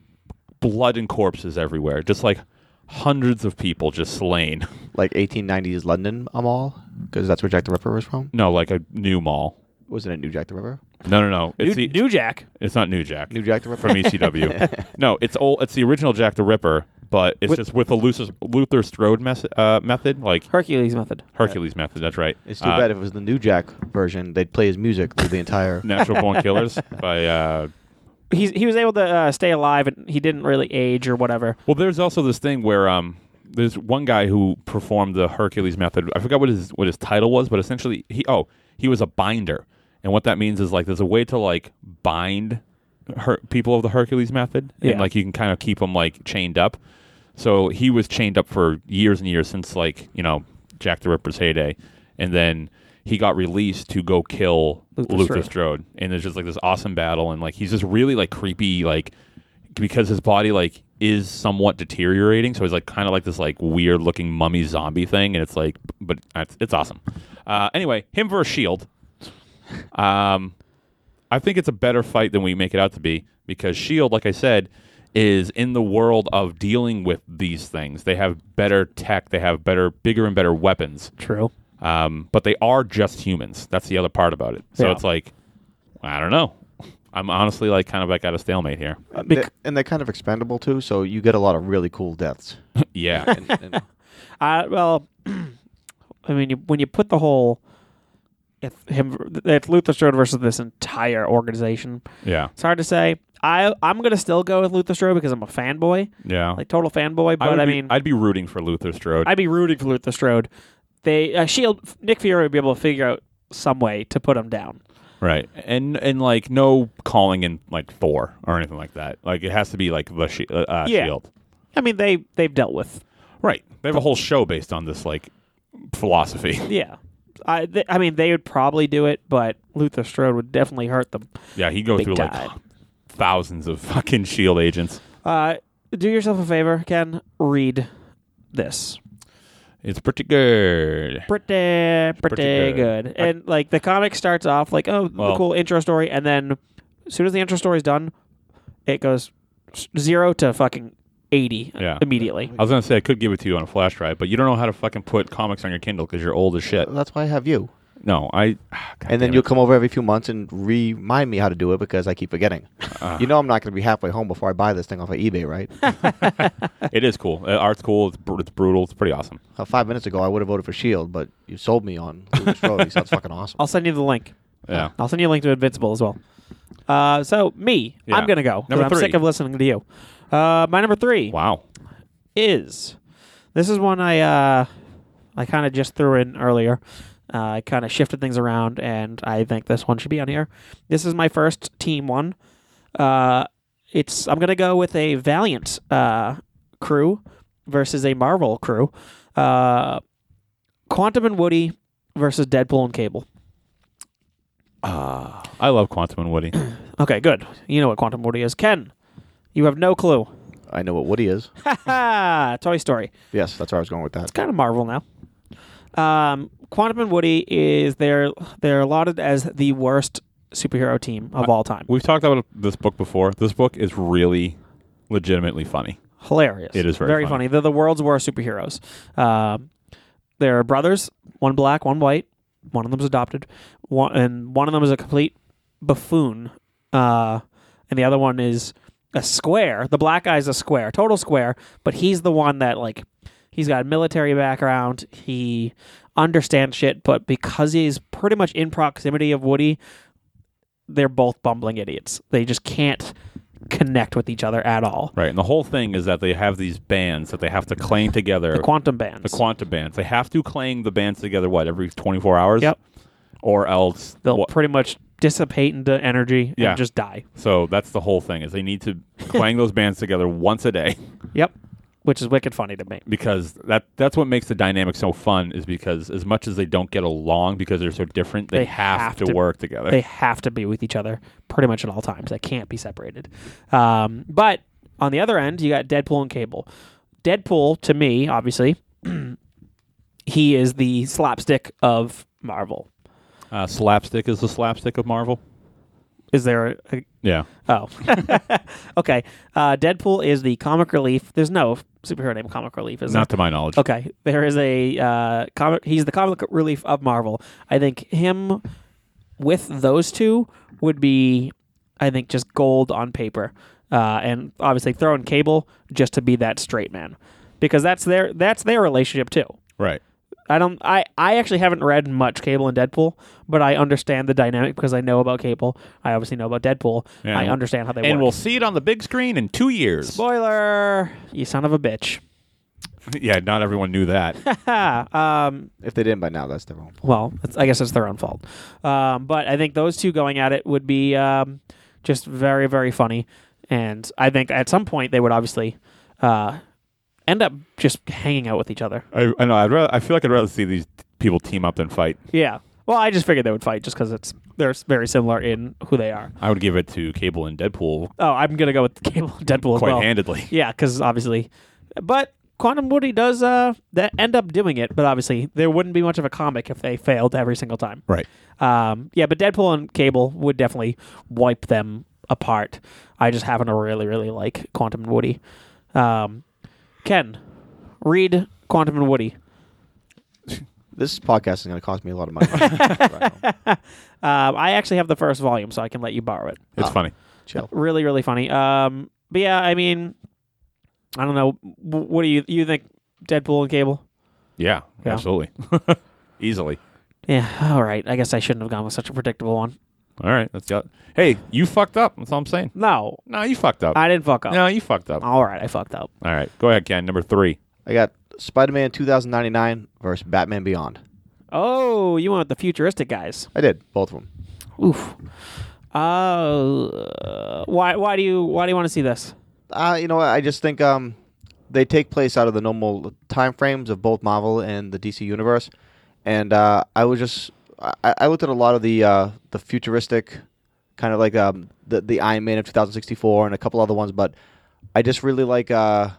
[SPEAKER 2] blood and corpses everywhere, just like hundreds of people just slain. *laughs*
[SPEAKER 5] like 1890s London a mall because that's where Jack the Ripper was from.
[SPEAKER 2] No, like a new mall.
[SPEAKER 5] Was it a new Jack the Ripper?
[SPEAKER 2] No, no, no. It's
[SPEAKER 4] New,
[SPEAKER 2] the,
[SPEAKER 4] New Jack.
[SPEAKER 2] it's not New Jack.
[SPEAKER 5] New Jack the Ripper.
[SPEAKER 2] from ECW. no, it's old. It's the original Jack the Ripper, but it's just with the Luther, Luther Strode mes- uh, method, like
[SPEAKER 4] Hercules method.
[SPEAKER 2] Hercules method. That's right.
[SPEAKER 5] *laughs* It's too
[SPEAKER 2] Uh,
[SPEAKER 5] bad if it was the new Jack version. They'd play his music through the entire.
[SPEAKER 2] Natural Born Killers by uh,
[SPEAKER 4] He's, he was able to uh, stay alive and he didn't really age or whatever.
[SPEAKER 2] Well, there's also this thing where um, there's one guy who performed the Hercules method. I forgot what his what his title was, but essentially he oh he was a binder, and what that means is like there's a way to like bind her, people of the Hercules method,
[SPEAKER 4] Yeah.
[SPEAKER 2] and like you can kind of keep them like chained up. So he was chained up for years and years since like you know Jack the Ripper's heyday, and then he got released to go kill
[SPEAKER 4] Luther
[SPEAKER 2] Luther,
[SPEAKER 4] Strode.
[SPEAKER 2] Strode. and there's just like this awesome battle, and like he's just really like creepy, like because his body like is somewhat deteriorating, so he's like kind of like this like weird looking mummy zombie thing, and it's like, but it's, it's awesome. Uh, anyway, him versus Shield. Um, I think it's a better fight than we make it out to be because Shield, like I said, is in the world of dealing with these things. They have better tech, they have better, bigger and better weapons,
[SPEAKER 4] True.
[SPEAKER 2] um, but they are just humans. That's the other part about it. So
[SPEAKER 4] Yeah.
[SPEAKER 2] it's like, I don't know. I'm honestly like kind of like at a stalemate here.
[SPEAKER 5] Uh,
[SPEAKER 4] Bec-
[SPEAKER 5] they- and they're kind of expendable too, so you get a lot of really cool deaths.
[SPEAKER 2] *laughs* yeah,
[SPEAKER 5] And- and-
[SPEAKER 4] Uh, well, *clears throat* I mean, you, when you put the whole it's him, it's Luther Strode versus this entire organization.
[SPEAKER 2] *laughs* yeah,
[SPEAKER 4] It's hard to say. I I'm gonna still go with Luther Strode because I'm a fanboy,
[SPEAKER 2] yeah.
[SPEAKER 4] like total fanboy.
[SPEAKER 2] would
[SPEAKER 4] But I,
[SPEAKER 2] be-
[SPEAKER 4] mean,
[SPEAKER 2] I'd be rooting for Luther Strode.
[SPEAKER 4] I'd be rooting for Luther Strode. They uh, Shield Nick Fury would be able to figure out some way to put him down.
[SPEAKER 2] Right, and and like no calling in like Thor or anything like that. Like it has to be like the shi- uh, uh,
[SPEAKER 4] Yeah.
[SPEAKER 2] Shield.
[SPEAKER 4] I mean, they they've dealt with.
[SPEAKER 2] Right. They have a whole show based on this like philosophy. *laughs*
[SPEAKER 4] Yeah, I th- I mean, they would probably do it, but Luther Strode would definitely hurt them.
[SPEAKER 2] Yeah, he goes
[SPEAKER 4] Big
[SPEAKER 2] through like
[SPEAKER 4] time.
[SPEAKER 2] thousands of fucking shield agents.
[SPEAKER 4] Uh, do yourself a favor, Ken. Read this.
[SPEAKER 2] It's pretty good.
[SPEAKER 4] pretty pretty,
[SPEAKER 2] pretty
[SPEAKER 4] good.
[SPEAKER 2] good.
[SPEAKER 4] And like the comic starts off like oh the
[SPEAKER 2] Well-
[SPEAKER 4] cool intro story, and then as soon as the intro story's done, it goes s- zero to fucking eighty
[SPEAKER 2] Yeah.
[SPEAKER 4] immediately.
[SPEAKER 2] I was gonna say I could give it to you on a flash drive, but you don't know how to fucking put comics on your Kindle because you're old as shit.
[SPEAKER 5] that's why I have you.
[SPEAKER 2] No, I. *sighs* ah, God
[SPEAKER 5] and then
[SPEAKER 2] damn
[SPEAKER 5] you'll
[SPEAKER 2] it.
[SPEAKER 5] come over every few months and remind me how to do it because I keep forgetting. you know I'm not going to be halfway home before I buy this thing off of eBay, right? Uh,
[SPEAKER 2] It is cool. Uh, art's cool. It's, br- it's brutal. It's pretty awesome.
[SPEAKER 5] Uh, five minutes ago, I would have voted for Shield, but you sold me on Luke Strode. Sounds fucking awesome.
[SPEAKER 4] I'll send you the link.
[SPEAKER 2] Yeah.
[SPEAKER 4] I'll send you a link to Invincible as well. Uh, so me,
[SPEAKER 2] Yeah.
[SPEAKER 4] I'm gonna go. 'cause
[SPEAKER 2] Number
[SPEAKER 4] I'm
[SPEAKER 2] three.
[SPEAKER 4] sick of listening to you. Uh, my number three
[SPEAKER 2] Wow.
[SPEAKER 4] is this is one I uh, I kind of just threw in earlier. Uh, I kind of shifted things around, and I think this one should be on here. This is my first team one. Uh, it's I'm gonna go with a Valiant uh, crew versus a Marvel crew. Uh, Quantum and Woody versus Deadpool and Cable.
[SPEAKER 2] I love Quantum and Woody.
[SPEAKER 4] Okay, good. You know what Quantum Woody is, Ken. You have no clue. *laughs*
[SPEAKER 5] I know what Woody is.
[SPEAKER 4] Ha ha! Toy Story.
[SPEAKER 5] Yes, that's where I was going with that.
[SPEAKER 4] kind of Marvel now. Um, Quantum and Woody is they're they're lauded as the worst superhero team of all time.
[SPEAKER 2] We've talked about this book before. This book is really, legitimately funny.
[SPEAKER 4] Hilarious.
[SPEAKER 2] It is very
[SPEAKER 4] very
[SPEAKER 2] funny.
[SPEAKER 4] They're the world's worst superheroes. Um, they're brothers, one black, one white. One of them's adopted, one, and one of them is a complete buffoon, uh, and the other one is a square. The black guy's a square, total square, but he's the one that like he's got a military background. He understands shit, but because he's pretty much in proximity of Woody, they're both bumbling idiots. They just can't connect with each other at all.
[SPEAKER 2] Right. And the whole thing is that they have these bands that they have to clang together.
[SPEAKER 4] The quantum bands.
[SPEAKER 2] The quantum bands. They have to clang the bands together, what, every 24 hours?
[SPEAKER 4] Yep.
[SPEAKER 2] Or else.
[SPEAKER 4] They'll
[SPEAKER 2] wha-
[SPEAKER 4] pretty much dissipate into energy
[SPEAKER 2] Yeah.
[SPEAKER 4] and just die.
[SPEAKER 2] so that's the whole thing is they need to clang those bands together once a day
[SPEAKER 4] Yep. Which is wicked funny to me.
[SPEAKER 2] because that that's what makes the dynamic so fun is because as much as they don't get along because they're so different, they,
[SPEAKER 4] They
[SPEAKER 2] have,
[SPEAKER 4] have
[SPEAKER 2] to,
[SPEAKER 4] to-
[SPEAKER 2] work together.
[SPEAKER 4] They have to be with each other pretty much at all times. They can't be separated. Um, but on the other end, you got Deadpool and Cable. Deadpool, to me, obviously, *clears throat* he is the slapstick of Marvel.
[SPEAKER 2] uh, slapstick is the slapstick of Marvel.
[SPEAKER 4] Is there a,
[SPEAKER 2] Yeah.
[SPEAKER 4] Oh, *laughs* okay. Uh, Deadpool is the comic relief. There's no superhero named comic relief, is there?
[SPEAKER 2] Not to my knowledge.
[SPEAKER 4] Okay, there is a uh, comic. He's the comic relief of Marvel. I think him with those two would be, I think, just gold on paper. Uh, and obviously throwing Cable just to be that straight man, because that's their that's their relationship too.
[SPEAKER 2] Right.
[SPEAKER 4] I don't. I I actually haven't read much Cable and Deadpool, but I understand the dynamic because I know about Cable. I obviously know about Deadpool.
[SPEAKER 2] Yeah.
[SPEAKER 4] I understand how they
[SPEAKER 2] And
[SPEAKER 4] work.
[SPEAKER 2] we'll see it on the big screen in two years.
[SPEAKER 4] Spoiler! You son of a bitch.
[SPEAKER 2] yeah, not everyone knew
[SPEAKER 4] *laughs*
[SPEAKER 2] that.
[SPEAKER 4] Ah, um,
[SPEAKER 5] If they didn't by now, that's their own. fault.
[SPEAKER 4] well, that's, I guess it's their own fault. Um, but I think those two going at it would be um, just very, very funny. And I think at some point they would obviously uh, end up just hanging out with each other.
[SPEAKER 2] I, I know. I'd rather, I feel like I'd rather see these people team up than fight.
[SPEAKER 4] Yeah. Well, I just figured they would fight just because it's they're s- very similar in who they are.
[SPEAKER 2] I would give it to Cable and Deadpool
[SPEAKER 4] Oh, I'm gonna go with Cable *laughs* and Deadpool as
[SPEAKER 2] quite
[SPEAKER 4] well.
[SPEAKER 2] handedly.
[SPEAKER 4] Yeah, because obviously, but Quantum Woody does uh that end up doing it. But obviously, there wouldn't be much of a comic if they failed every single time.
[SPEAKER 2] Right.
[SPEAKER 4] Um, yeah, but Deadpool and Cable would definitely wipe them apart. I just happen to really, really like Quantum and Woody. Um, Ken, read Quantum and Woody.
[SPEAKER 5] This podcast is going to cost me a lot of money.
[SPEAKER 4] Um, I actually have the first volume, so I can let you borrow it.
[SPEAKER 2] It's
[SPEAKER 5] Oh.
[SPEAKER 2] funny.
[SPEAKER 5] Chill.
[SPEAKER 4] Really, really funny. Um, but yeah, I mean, I don't know. W- What do you you think? Deadpool and Cable.
[SPEAKER 2] Yeah,
[SPEAKER 4] Yeah. *laughs*
[SPEAKER 2] absolutely. Easily.
[SPEAKER 4] Yeah. All right. I guess I shouldn't have gone with such a predictable one.
[SPEAKER 2] All right. That's got. Hey, you fucked up. That's all I'm saying.
[SPEAKER 4] No,
[SPEAKER 2] No, you fucked up.
[SPEAKER 4] I didn't fuck up.
[SPEAKER 2] no, you fucked up.
[SPEAKER 4] All right, I fucked up.
[SPEAKER 2] All right. Go ahead, Ken. Number three.
[SPEAKER 5] I got Spider Man 2099 versus Batman Beyond.
[SPEAKER 4] Oh, you went with the futuristic guys.
[SPEAKER 5] I did both of them.
[SPEAKER 4] Oof. Uh, why? Why do you? Why do you want to see this?
[SPEAKER 5] Uh, you know, what, I just think um, they take place out of the normal time frames of both Marvel and the DC universe, and uh, I was just I, I looked at a lot of the uh, the futuristic kind of like um, the the Iron Man of 2064 and a couple other ones, but I just really like uh,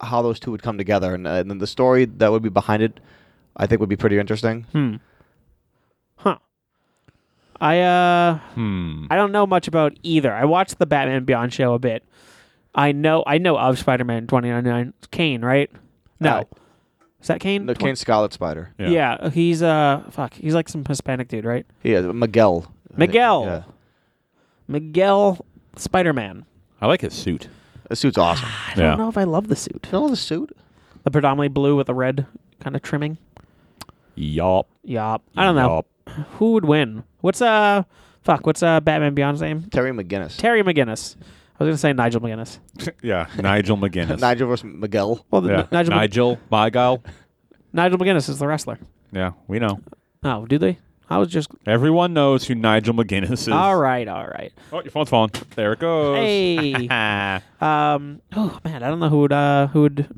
[SPEAKER 5] how those two would come together, and, uh, and then the story that would be behind it, I think would be pretty interesting.
[SPEAKER 4] Hmm. Huh. I uh,
[SPEAKER 2] Hmm.
[SPEAKER 4] I don't know much about either. I watched the Batman Beyond show a bit. I know. I know of Spider Man twenty nine nine. Kane, right? No.
[SPEAKER 5] Uh,
[SPEAKER 4] Is that Kane?
[SPEAKER 5] The
[SPEAKER 4] Twen-
[SPEAKER 5] Kane Scarlet Spider,
[SPEAKER 2] Yeah.
[SPEAKER 4] Yeah. he's uh, fuck. He's like some Hispanic dude, right?
[SPEAKER 5] yeah, uh, Miguel, I think,
[SPEAKER 4] Miguel.
[SPEAKER 5] yeah.
[SPEAKER 4] Miguel Spider Man.
[SPEAKER 2] I like his suit.
[SPEAKER 5] the suit's awesome.
[SPEAKER 4] I
[SPEAKER 2] Yeah.
[SPEAKER 4] don't know if I love the suit.
[SPEAKER 5] *sighs* You know the suit?
[SPEAKER 4] The predominantly blue with a red kind of trimming.
[SPEAKER 2] Yup.
[SPEAKER 4] Yup. I don't know.
[SPEAKER 2] Yup.
[SPEAKER 4] Who would win? What's uh fuck, what's uh Batman Beyond's name?
[SPEAKER 5] Terry McGinnis.
[SPEAKER 4] Terry McGinnis. I was gonna say Nigel McGinnis.
[SPEAKER 2] *laughs* yeah. Nigel
[SPEAKER 4] *laughs*
[SPEAKER 2] McGinnis.
[SPEAKER 5] Nigel versus Miguel.
[SPEAKER 4] Well the
[SPEAKER 2] Yeah.
[SPEAKER 4] Nigel Mc-
[SPEAKER 2] Nigel. My Miguel.
[SPEAKER 4] Nigel McGinnis is the wrestler.
[SPEAKER 2] Yeah, we know.
[SPEAKER 4] Oh, do they? I was just
[SPEAKER 2] Everyone knows who Nigel McGinnis is.
[SPEAKER 4] all right, all right.
[SPEAKER 2] Oh, your phone's falling. There it goes. *laughs*
[SPEAKER 4] Hey,
[SPEAKER 2] Ah.
[SPEAKER 4] um, oh man, I don't know who would uh who would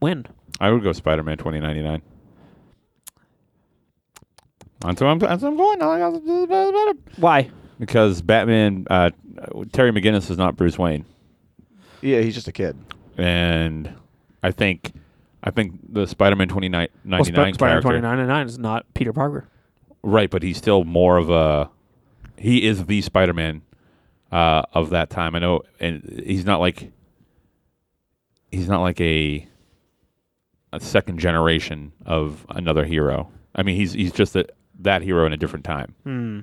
[SPEAKER 4] win.
[SPEAKER 2] I would go Spider Man 2099. That's what I'm, that's what I'm going. I like it.
[SPEAKER 4] Why?
[SPEAKER 2] Because Batman, uh, Terry McGinnis is not Bruce Wayne.
[SPEAKER 5] Yeah, he's just a kid.
[SPEAKER 2] And I think. I think the Spider-Man 2099
[SPEAKER 4] Well, Sp- Spider
[SPEAKER 2] character,
[SPEAKER 4] Twenty Nine and Nine is not Peter Parker.
[SPEAKER 2] right? But he's still more of a he is the Spider-Man uh, of that time. I know, and he's not like he's not like a a second generation of another hero. I mean, he's he's just a, that hero in a different time.
[SPEAKER 4] Hmm.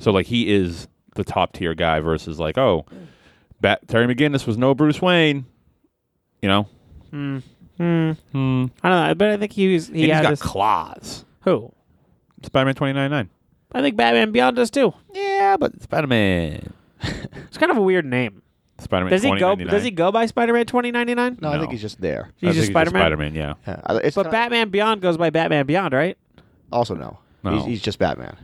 [SPEAKER 2] So like he is the top tier guy versus like oh, Bat- Terry McGinnis was no Bruce Wayne, you know.
[SPEAKER 4] Hmm.
[SPEAKER 2] Hmm.
[SPEAKER 4] I don't know, but I think he was he
[SPEAKER 2] And he's
[SPEAKER 4] had
[SPEAKER 2] got
[SPEAKER 4] this,
[SPEAKER 2] claws.
[SPEAKER 4] who?
[SPEAKER 2] Spider-Man twenty nine nine.
[SPEAKER 4] I think Batman Beyond does too.
[SPEAKER 2] Yeah, but Spider-Man.
[SPEAKER 4] It's kind of a weird name.
[SPEAKER 2] Spider-Man.
[SPEAKER 4] Does he go?
[SPEAKER 2] 2099.
[SPEAKER 4] Does he go by Spider Man twenty ninety nine?
[SPEAKER 5] No, I
[SPEAKER 2] No.
[SPEAKER 5] think he's just there.
[SPEAKER 2] I
[SPEAKER 4] He's just
[SPEAKER 2] think
[SPEAKER 4] Spider Man.
[SPEAKER 2] Spider-Man, yeah.
[SPEAKER 5] Yeah, I- It's
[SPEAKER 4] But
[SPEAKER 5] kinda-
[SPEAKER 4] Batman Beyond goes by Batman Beyond, right?
[SPEAKER 5] also no.
[SPEAKER 2] No.
[SPEAKER 5] He's, he's just Batman.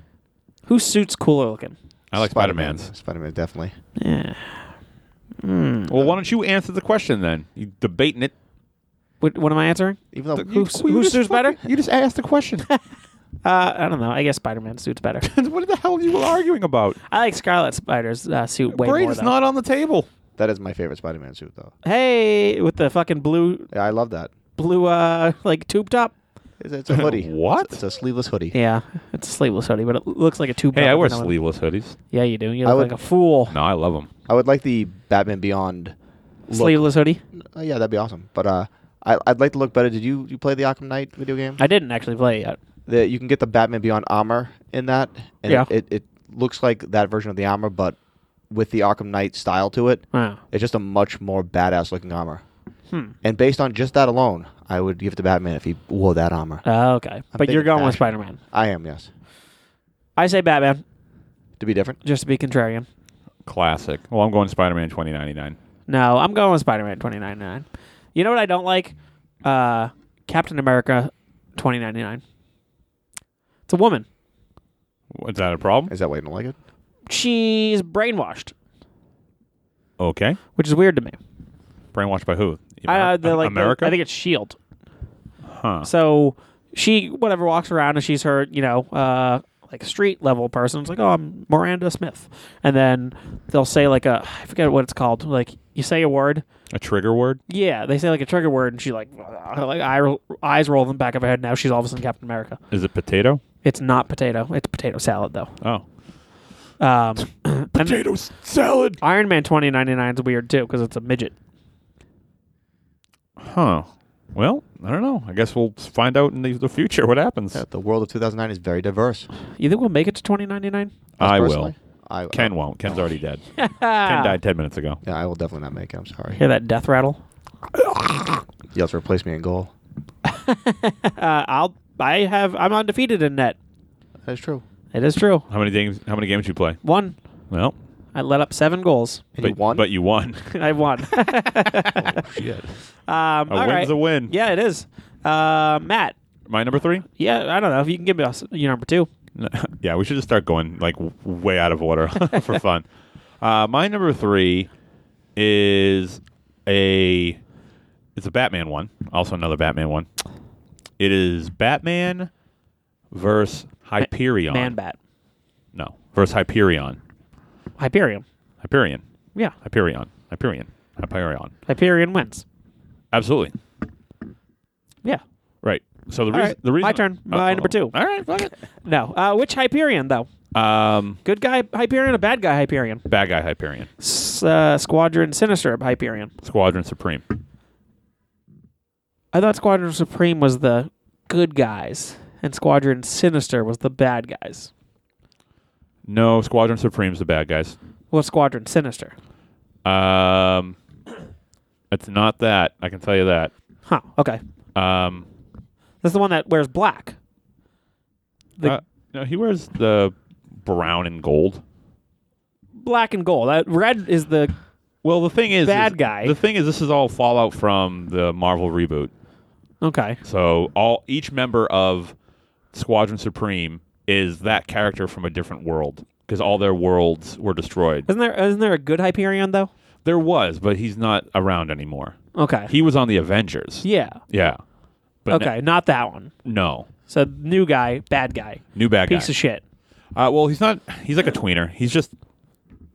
[SPEAKER 4] Who suits cooler looking?
[SPEAKER 2] I like Spider-Man's.
[SPEAKER 5] Spider Man definitely.
[SPEAKER 4] Yeah.
[SPEAKER 2] Well, why don't you answer the question then? You debating it.
[SPEAKER 4] What, what am I answering?
[SPEAKER 5] Even though
[SPEAKER 4] Who,
[SPEAKER 2] Well, you
[SPEAKER 4] who
[SPEAKER 2] just
[SPEAKER 4] suits better?
[SPEAKER 2] fucking- You just asked the
[SPEAKER 4] *laughs*
[SPEAKER 2] question.
[SPEAKER 4] Uh, I don't know. I guess Spider Man suits better. *laughs*
[SPEAKER 2] what the hell are you arguing about?
[SPEAKER 4] I like Scarlet Spider's uh, suit way
[SPEAKER 2] Braid
[SPEAKER 4] more.
[SPEAKER 2] is
[SPEAKER 4] though.
[SPEAKER 2] not on the table.
[SPEAKER 5] that is my favorite Spider Man suit though.
[SPEAKER 4] Hey, with the fucking blue,
[SPEAKER 5] Yeah, I love that.
[SPEAKER 4] blue, uh, like tube top.
[SPEAKER 2] *laughs*
[SPEAKER 5] It's, it's a hoodie.
[SPEAKER 2] What?
[SPEAKER 5] It's a sleeveless hoodie.
[SPEAKER 4] Yeah, it's a sleeveless hoodie, but it looks like a tube.
[SPEAKER 2] Hey,
[SPEAKER 4] top
[SPEAKER 2] I wear
[SPEAKER 4] with no-
[SPEAKER 2] sleeveless hoodies.
[SPEAKER 4] Yeah, you do. You
[SPEAKER 5] I
[SPEAKER 4] look
[SPEAKER 5] would-
[SPEAKER 4] like a fool.
[SPEAKER 2] No, I love them.
[SPEAKER 5] I would like the Batman Beyond. Look.
[SPEAKER 4] Sleeveless hoodie.
[SPEAKER 5] Uh, yeah, that'd be awesome. But uh, I, I'd like to look better. Did you you play the Arkham Knight video game?
[SPEAKER 4] I didn't actually play it yet.
[SPEAKER 5] that you can get the Batman Beyond armor in that, and
[SPEAKER 4] Yeah.
[SPEAKER 5] it, it, it looks like that version of the armor, but with the Arkham Knight style to it.
[SPEAKER 4] Wow. Hmm.
[SPEAKER 5] It's just a much more badass looking armor. And based on just that alone, I would give it to Batman if he wore that armor.
[SPEAKER 4] Uh, okay, but you're
[SPEAKER 5] thinking
[SPEAKER 4] going with
[SPEAKER 5] fashion.
[SPEAKER 4] Spider Man.
[SPEAKER 5] I am, yes.
[SPEAKER 4] I say Batman,
[SPEAKER 5] To be different.
[SPEAKER 4] just to be contrarian.
[SPEAKER 2] Classic. Well, I'm going Spider-Man 2099.
[SPEAKER 4] No, I'm going with Spider Man 2099. You know what I don't like? Uh, Captain America, twenty ninety nine. It's a woman.
[SPEAKER 2] Is that a problem?
[SPEAKER 5] Is that why you don't like it?
[SPEAKER 4] She's brainwashed,
[SPEAKER 2] Okay.
[SPEAKER 4] which is weird to me.
[SPEAKER 2] Brainwashed by who?
[SPEAKER 4] Uh, the,
[SPEAKER 2] Amer-
[SPEAKER 4] like the-
[SPEAKER 2] America?
[SPEAKER 4] I think it's Shield.
[SPEAKER 2] Huh.
[SPEAKER 4] So she whatever walks around and she's her, you know, uh, like street level person. It's like, oh, I'm Miranda Smith, and then they'll say like a I forget what it's called. Like you say a word.
[SPEAKER 2] A trigger word?
[SPEAKER 4] Yeah, they say like a trigger word, and she like her, like eye, ro- eyes roll in the back of her head. Now she's all of a sudden Captain America.
[SPEAKER 2] Is it potato?
[SPEAKER 4] It's not potato. It's potato salad though.
[SPEAKER 2] Oh.
[SPEAKER 4] Um, *clears throat* and
[SPEAKER 2] Potato s- salad.
[SPEAKER 4] Iron Man twenty ninety nine is weird too because it's a midget.
[SPEAKER 2] Huh. Well, I don't know. I guess we'll find out in the, the future what happens.
[SPEAKER 5] Yeah, Uh, the world of 2009 is very diverse.
[SPEAKER 4] You think we'll make it to twenty ninety nine?
[SPEAKER 5] Us
[SPEAKER 2] I will.
[SPEAKER 5] personally, I
[SPEAKER 2] Ken won't. Ken's already
[SPEAKER 4] *laughs*
[SPEAKER 2] dead. Ken died 10 minutes ago.
[SPEAKER 5] Yeah, I will definitely not make it. I'm sorry.
[SPEAKER 4] Hear that death rattle?
[SPEAKER 5] You have to replace me in goal.
[SPEAKER 4] Uh, I'll. I have. I'm undefeated in net.
[SPEAKER 5] That's true.
[SPEAKER 4] It is true.
[SPEAKER 2] How many games how many games you play?
[SPEAKER 4] One.
[SPEAKER 2] Well,
[SPEAKER 4] I let up seven goals. *laughs*
[SPEAKER 5] And
[SPEAKER 2] but
[SPEAKER 5] you won.
[SPEAKER 2] but you won. *laughs*
[SPEAKER 4] I won. *laughs*
[SPEAKER 5] Shit.
[SPEAKER 2] A
[SPEAKER 4] Um, all
[SPEAKER 2] win's
[SPEAKER 4] right.
[SPEAKER 2] a win.
[SPEAKER 4] Yeah, it is. Uh, Matt.
[SPEAKER 2] My number 3?
[SPEAKER 4] Yeah, I don't know if you can give us your number two.
[SPEAKER 2] No, *laughs* yeah, we should just start going like w- way out of order *laughs* for
[SPEAKER 5] *laughs*
[SPEAKER 2] fun. Uh, my number three is a it's a Batman one, also another Batman one. It is Batman versus Hyperion.
[SPEAKER 4] Man Bat.
[SPEAKER 2] No, versus Hyperion.
[SPEAKER 4] Hyperion.
[SPEAKER 2] Hyperion.
[SPEAKER 4] Yeah,
[SPEAKER 2] Hyperion. Hyperion. Hyperion.
[SPEAKER 4] Hyperion wins.
[SPEAKER 2] Absolutely.
[SPEAKER 4] Yeah.
[SPEAKER 2] Right. So the
[SPEAKER 4] All
[SPEAKER 2] reason
[SPEAKER 4] right,
[SPEAKER 2] the reason
[SPEAKER 4] my turn. My number two.
[SPEAKER 2] All right. Fuck it.
[SPEAKER 4] No. Uh, which Hyperion though?
[SPEAKER 2] Um,
[SPEAKER 4] Good guy Hyperion, a bad guy Hyperion.
[SPEAKER 2] bad guy Hyperion.
[SPEAKER 4] S- uh, Squadron Sinister Hyperion.
[SPEAKER 2] Squadron Supreme.
[SPEAKER 4] I thought Squadron Supreme was the good guys, and Squadron Sinister was the bad guys.
[SPEAKER 2] No, Squadron Supreme's the bad guys.
[SPEAKER 4] Well, Squadron Sinister.
[SPEAKER 2] Um, it's not that. I can tell you that.
[SPEAKER 4] Huh. Okay.
[SPEAKER 2] Um,
[SPEAKER 4] That's the one that wears black. The
[SPEAKER 2] uh, no, he wears the brown and gold.
[SPEAKER 4] black and gold. That red is the
[SPEAKER 2] Well, the thing is,
[SPEAKER 4] Bad
[SPEAKER 2] is-
[SPEAKER 4] guy.
[SPEAKER 2] The thing is, this is all fallout from the Marvel reboot.
[SPEAKER 4] okay.
[SPEAKER 2] So all each member of Squadron Supreme is that character from a different world because all their worlds were destroyed.
[SPEAKER 4] Isn't there isn't there a good Hyperion though?
[SPEAKER 2] There was, but he's not around anymore.
[SPEAKER 4] Okay.
[SPEAKER 2] He was on the Avengers.
[SPEAKER 4] yeah.
[SPEAKER 2] Yeah. But
[SPEAKER 4] okay, not that one.
[SPEAKER 2] n- no.
[SPEAKER 4] So new guy, bad guy,
[SPEAKER 2] New bad
[SPEAKER 4] piece
[SPEAKER 2] guy.
[SPEAKER 4] of shit.
[SPEAKER 2] uh, well, he's not. He's like a tweener. He's just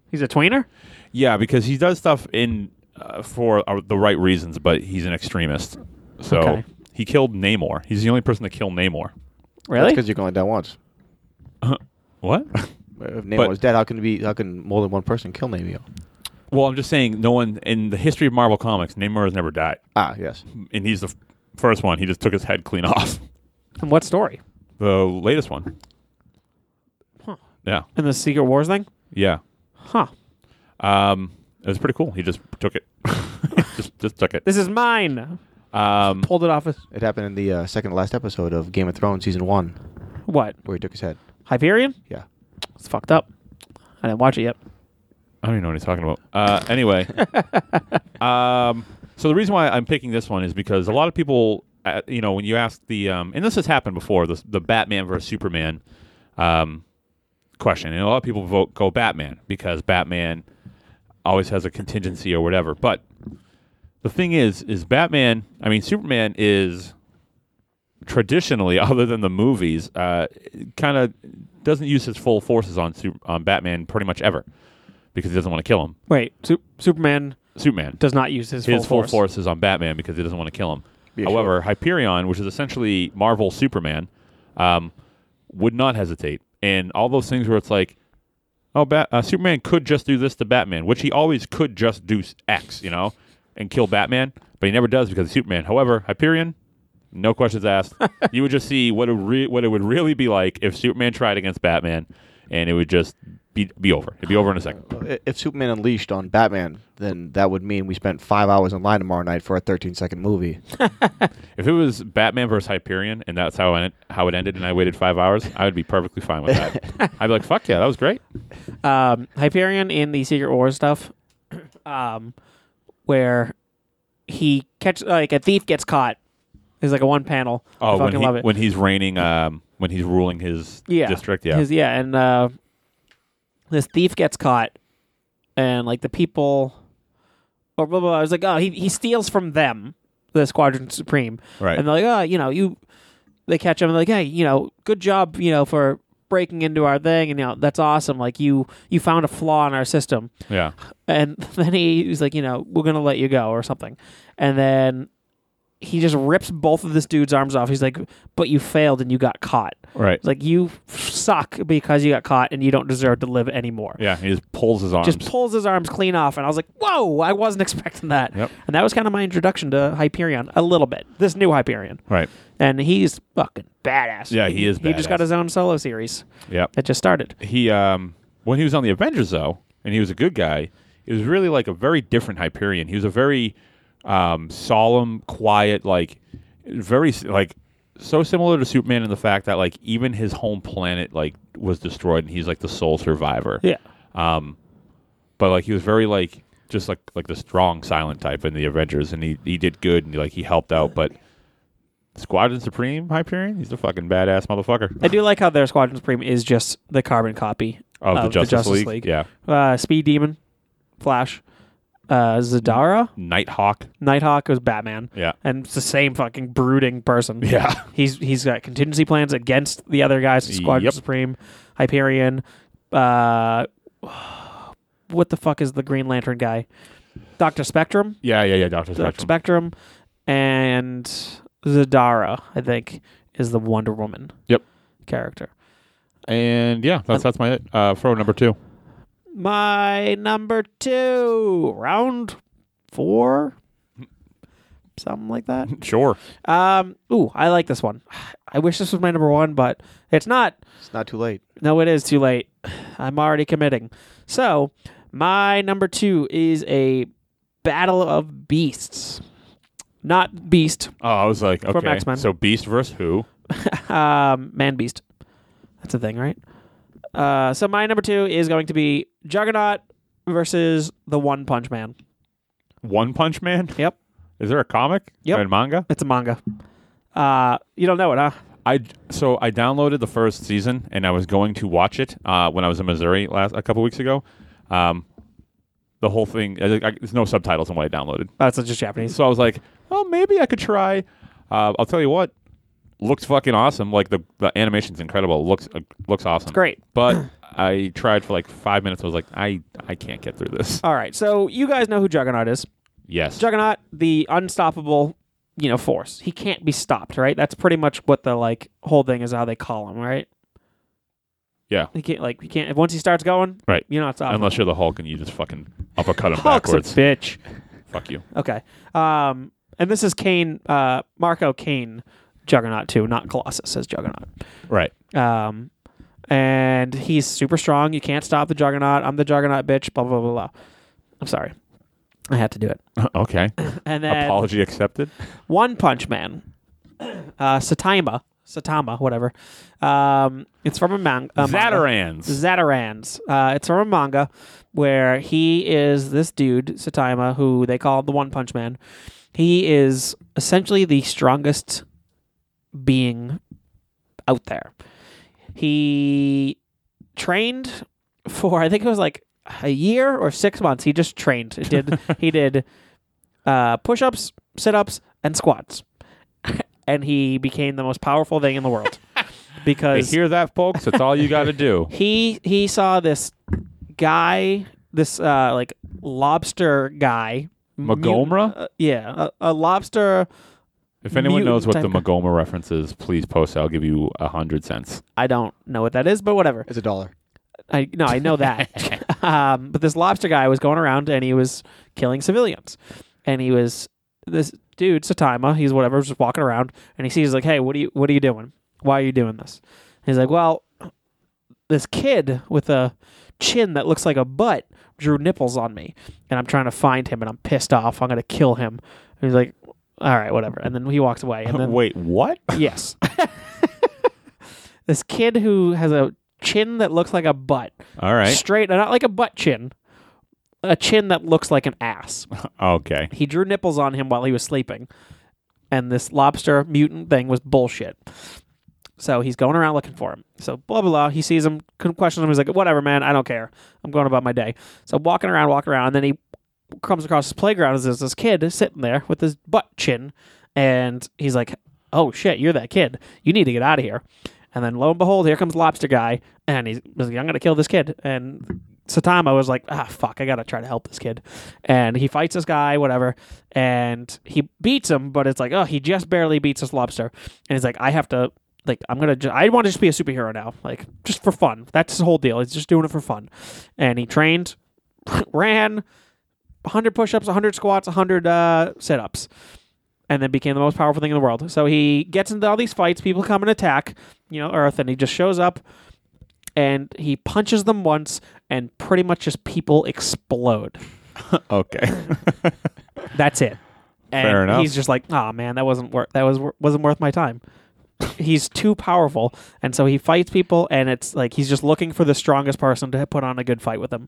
[SPEAKER 4] He's a tweener.
[SPEAKER 2] Yeah, because he does stuff in uh, for uh, the right reasons, but he's an extremist. So
[SPEAKER 4] Okay.
[SPEAKER 2] he killed Namor. He's the only person to kill Namor.
[SPEAKER 4] Really?
[SPEAKER 5] Because you're going down once.
[SPEAKER 2] What?
[SPEAKER 5] If
[SPEAKER 2] But-
[SPEAKER 5] Namor was dead, how can it be? How can more than one person kill Namor?
[SPEAKER 2] *laughs* well, I'm just saying, no one in the history of Marvel Comics, Namor has never died,
[SPEAKER 5] Ah, yes.
[SPEAKER 2] and he's the f- first one. He just took his head clean *laughs* off.
[SPEAKER 4] And what story?
[SPEAKER 2] The latest one.
[SPEAKER 4] Huh.
[SPEAKER 2] Yeah,
[SPEAKER 4] In the Secret Wars thing?
[SPEAKER 2] yeah.
[SPEAKER 4] Huh.
[SPEAKER 2] Um, it was pretty cool. He just took it. *laughs* just, just took it.
[SPEAKER 4] This is mine.
[SPEAKER 2] Um,
[SPEAKER 4] Pulled it off of
[SPEAKER 5] It happened in the uh, second to last episode of Game of Thrones season one,
[SPEAKER 4] what?
[SPEAKER 5] where he took his head.
[SPEAKER 4] Hyperion?
[SPEAKER 5] Yeah.
[SPEAKER 4] It's fucked up. I didn't watch it yet.
[SPEAKER 2] I don't even know what he's talking about. Uh, anyway, um, so the reason why I'm picking this one is because a lot of people, uh, you know, when you ask the, um, and this has happened before, the, the Batman versus Superman um, question, and a lot of people vote go Batman because Batman always has a contingency or whatever. But the thing is, is Batman, I mean, Superman is traditionally, *laughs* other than the movies, uh, kind of doesn't use his full forces on Sup- on Batman pretty much ever because he doesn't want to kill him.
[SPEAKER 4] Wait, Su- Superman
[SPEAKER 2] Superman
[SPEAKER 4] does not use his,
[SPEAKER 2] his
[SPEAKER 4] full,
[SPEAKER 2] full force is on Batman because he doesn't want to kill him.
[SPEAKER 5] Yeah,
[SPEAKER 2] However, Hyperion, which is essentially Marvel Superman, um, would not hesitate. And all those things where it's like, oh, Bat- uh, Superman could just do this to Batman, which he always could just do s- X, you know, and kill Batman, but he never does because he's Superman. However, Hyperion, no questions
[SPEAKER 4] *laughs*
[SPEAKER 2] asked. you would just see what it re- what it would really be like if Superman tried against Batman, and it would just be be over. It'd be over in a second.
[SPEAKER 5] I- If Superman unleashed on Batman, then that would mean we spent five hours in line tomorrow night for a 13 second movie.
[SPEAKER 2] If it was Batman versus Hyperion and that's how it, how it ended, and I waited five hours, I would be perfectly fine with
[SPEAKER 4] *laughs*
[SPEAKER 2] that. I'd be like, "Fuck yeah, that was great."
[SPEAKER 4] um, Hyperion in the Secret Wars stuff, um, where he catch like a thief gets caught. There's like a one panel. I
[SPEAKER 2] Oh,
[SPEAKER 4] fucking
[SPEAKER 2] when, he,
[SPEAKER 4] love it.
[SPEAKER 2] when he's reigning, um, when he's ruling his
[SPEAKER 4] yeah.
[SPEAKER 2] district, yeah.
[SPEAKER 4] His- yeah, and uh, this thief gets caught, and like the people, or blah blah. blah. I was like, oh, he he steals from them, the Squadron Supreme,
[SPEAKER 2] Right.
[SPEAKER 4] And they're like, oh, you know, you. They catch him and they're like, hey, you know, good job, you know, for breaking into our thing, and you know, that's awesome. Like you, you found a flaw in our system,
[SPEAKER 2] yeah,
[SPEAKER 4] and *laughs* then he was like, you know, we're gonna let you go or something, and then. He just rips both of this dude's arms off. He's like, "But you failed and you got caught."
[SPEAKER 2] right.
[SPEAKER 4] It's like you suck because you got caught and you don't deserve to live anymore.
[SPEAKER 2] yeah, he just pulls his arms.
[SPEAKER 4] Just pulls his arms clean off, and I was like, "Whoa!" I wasn't expecting that,
[SPEAKER 2] Yep.
[SPEAKER 4] and that was kind of my introduction to Hyperion a little bit. This new Hyperion,
[SPEAKER 2] right.
[SPEAKER 4] and he's fucking badass.
[SPEAKER 2] Yeah, he is
[SPEAKER 4] He just got
[SPEAKER 2] badass.
[SPEAKER 4] his own solo series
[SPEAKER 2] Yep.
[SPEAKER 4] that just started.
[SPEAKER 2] he um when he was on the Avengers though, and he was a good guy, he was really like a very different Hyperion. He was a very um solemn, quiet, like very s- like so similar to Superman in the fact that like even his home planet like was destroyed and he's like the sole survivor. But like he was very like just like like the strong silent type in the Avengers and he he did good and like he helped out but Squadron Supreme Hyperion, he's a fucking badass motherfucker.
[SPEAKER 4] I do like how their Squadron Supreme is just the carbon copy
[SPEAKER 2] Of Oh, the Justice, League. Yeah.
[SPEAKER 4] Uh, Speed Demon, Flash, uh, Zadara,
[SPEAKER 2] Nighthawk.
[SPEAKER 4] Nighthawk was Batman.
[SPEAKER 2] Yeah.
[SPEAKER 4] and it's the same fucking brooding person.
[SPEAKER 2] *laughs* Yeah.
[SPEAKER 4] he's he's got contingency plans against the other guys. Squadron
[SPEAKER 2] Yep.
[SPEAKER 4] Supreme, Hyperion. Uh, *sighs* what the fuck is the Green Lantern guy? Doctor Spectrum,
[SPEAKER 2] Yeah, yeah, yeah, Doctor Spectrum.
[SPEAKER 4] Doctor Spectrum, and Zadara. I think is the Wonder Woman.
[SPEAKER 2] Yep.
[SPEAKER 4] Character.
[SPEAKER 2] And yeah, that's that's my it. Uh, throw number two.
[SPEAKER 4] My number two, round four, something like that.
[SPEAKER 2] Sure.
[SPEAKER 4] Um, ooh, I like this one. I wish this was my number one, but it's not.
[SPEAKER 5] It's not too late.
[SPEAKER 4] No, it is too late. *sighs* I'm already committing. So, my number two is a Battle of Beasts. Not Beast,
[SPEAKER 2] Oh, I was like, okay.
[SPEAKER 4] X-Men.
[SPEAKER 2] So Beast versus who?
[SPEAKER 4] um, Man Beast. That's a thing, right? Uh, so, my number two is going to be Juggernaut versus the One Punch Man.
[SPEAKER 2] One Punch Man.
[SPEAKER 4] Yep.
[SPEAKER 2] Is there a comic?
[SPEAKER 4] Yep.
[SPEAKER 2] And manga.
[SPEAKER 4] It's a manga. Uh, you don't know it, huh?
[SPEAKER 2] I so I downloaded the first season and I was going to watch it uh, when I was in Missouri last a couple weeks ago. Um, the whole thing. I, I, there's no subtitles on what I downloaded,
[SPEAKER 4] That's Oh, just Japanese.
[SPEAKER 2] so I was like, well, maybe I could try. Uh, I'll tell you what. Looks fucking awesome. Like the, the animation's incredible. Looks uh, looks awesome.
[SPEAKER 4] Great. *clears throat*
[SPEAKER 2] But I tried for like five minutes. I was like, I I can't get through this.
[SPEAKER 4] All right. So, you guys know who Juggernaut is.
[SPEAKER 2] Yes.
[SPEAKER 4] Uh, Juggernaut, the unstoppable, you know, force. He can't be stopped, right? That's pretty much what the like whole thing is how they call him, right?
[SPEAKER 2] Yeah.
[SPEAKER 4] He can't like he can't if once he starts going,
[SPEAKER 2] Right.
[SPEAKER 4] you're not stopping.
[SPEAKER 2] Unless you're the Hulk and you just fucking uppercut him
[SPEAKER 4] Hulk's a
[SPEAKER 2] backwards.
[SPEAKER 4] bitch.
[SPEAKER 2] Fuck you.
[SPEAKER 4] Okay. Um and this is Kane uh Marco Kane Juggernaut too, not Colossus as Juggernaut.
[SPEAKER 2] Right. *laughs*
[SPEAKER 4] Um and he's super strong. You can't stop the juggernaut. I'm the juggernaut bitch, blah blah blah blah. I'm sorry. I had to do it.
[SPEAKER 2] okay.
[SPEAKER 4] And then
[SPEAKER 2] Apology accepted.
[SPEAKER 4] One Punch Man, uh, Satama, Satama, whatever. Um, it's from a, man- a manga.
[SPEAKER 2] Zatarans.
[SPEAKER 4] Zatarans. Uh, it's from a manga where he is this dude, Satama, who they call the One Punch Man. He is essentially the strongest being out there. He trained for I think it was like a year or six months. He just trained. He did he did uh, push ups, sit ups, and squats, *laughs* and he became the most powerful thing in the world
[SPEAKER 2] You
[SPEAKER 4] because
[SPEAKER 2] hear that, folks? That's all you got to
[SPEAKER 4] *laughs*
[SPEAKER 2] do.
[SPEAKER 4] he he saw this guy, this uh, like lobster guy.
[SPEAKER 2] Magomra?
[SPEAKER 4] Uh, yeah, a, a lobster.
[SPEAKER 2] If anyone knows what the
[SPEAKER 4] mutant-
[SPEAKER 2] Magoma reference is, please post. it. I'll give you a hundred cents.
[SPEAKER 4] I don't know what that is, but whatever.
[SPEAKER 5] It's a dollar.
[SPEAKER 4] I no, I know that. *laughs* um, but this lobster guy was going around and he was killing civilians, and he was this dude Satima. He's whatever, was just walking around, and he sees like, hey, what are you, what are you doing? Why are you doing this? he's like, well, this kid with a chin that looks like a butt drew nipples on me, and I'm trying to find him, and I'm pissed off. I'm gonna kill him. And he's like, all right, whatever, and then he walks away, and
[SPEAKER 2] *laughs* *laughs*
[SPEAKER 4] then
[SPEAKER 2] Wait, what?
[SPEAKER 4] Yes. *laughs* this kid who has a chin that looks like a butt,
[SPEAKER 2] All right.
[SPEAKER 4] straight, not like a butt chin, a chin that looks like an ass.
[SPEAKER 2] Okay.
[SPEAKER 4] He drew nipples on him while he was sleeping, and this lobster mutant thing was bullshit. So he's going around looking for him. So blah blah blah. He sees him, con- questions him. He's like, "Whatever, man. I don't care. I'm going about my day." So walking around, walking around, and then he comes across this playground. And there's this kid sitting there with his butt chin, and he's like, "Oh shit, you're that kid. You need to get out of here." And then lo and behold, here comes Lobster Guy, and he's, he's like, "I'm gonna kill this kid." And Satama was like, "Ah, fuck, I gotta try to help this kid," and he fights this guy, whatever, and he beats him, but it's like, oh, he just barely beats this lobster, and he's like, "I have to." Like I'm gonna, ju- I want to just be a superhero now, like just for fun. That's the whole deal. He's just doing it for fun, and he trained, *laughs* ran, 100 push-ups, 100 squats, 100 uh, sit-ups, and then became the most powerful thing in the world. So he gets into all these fights. People come and attack, you know, Earth, and he just shows up, and he punches them once, and pretty much just people explode.
[SPEAKER 2] Okay.
[SPEAKER 4] That's it. And
[SPEAKER 2] Fair enough.
[SPEAKER 4] He's just like, oh man, that wasn't worth that was wor- wasn't worth my time. *laughs* he's too powerful, and so he fights people, and it's like he's just looking for the strongest person to put on a good fight with him,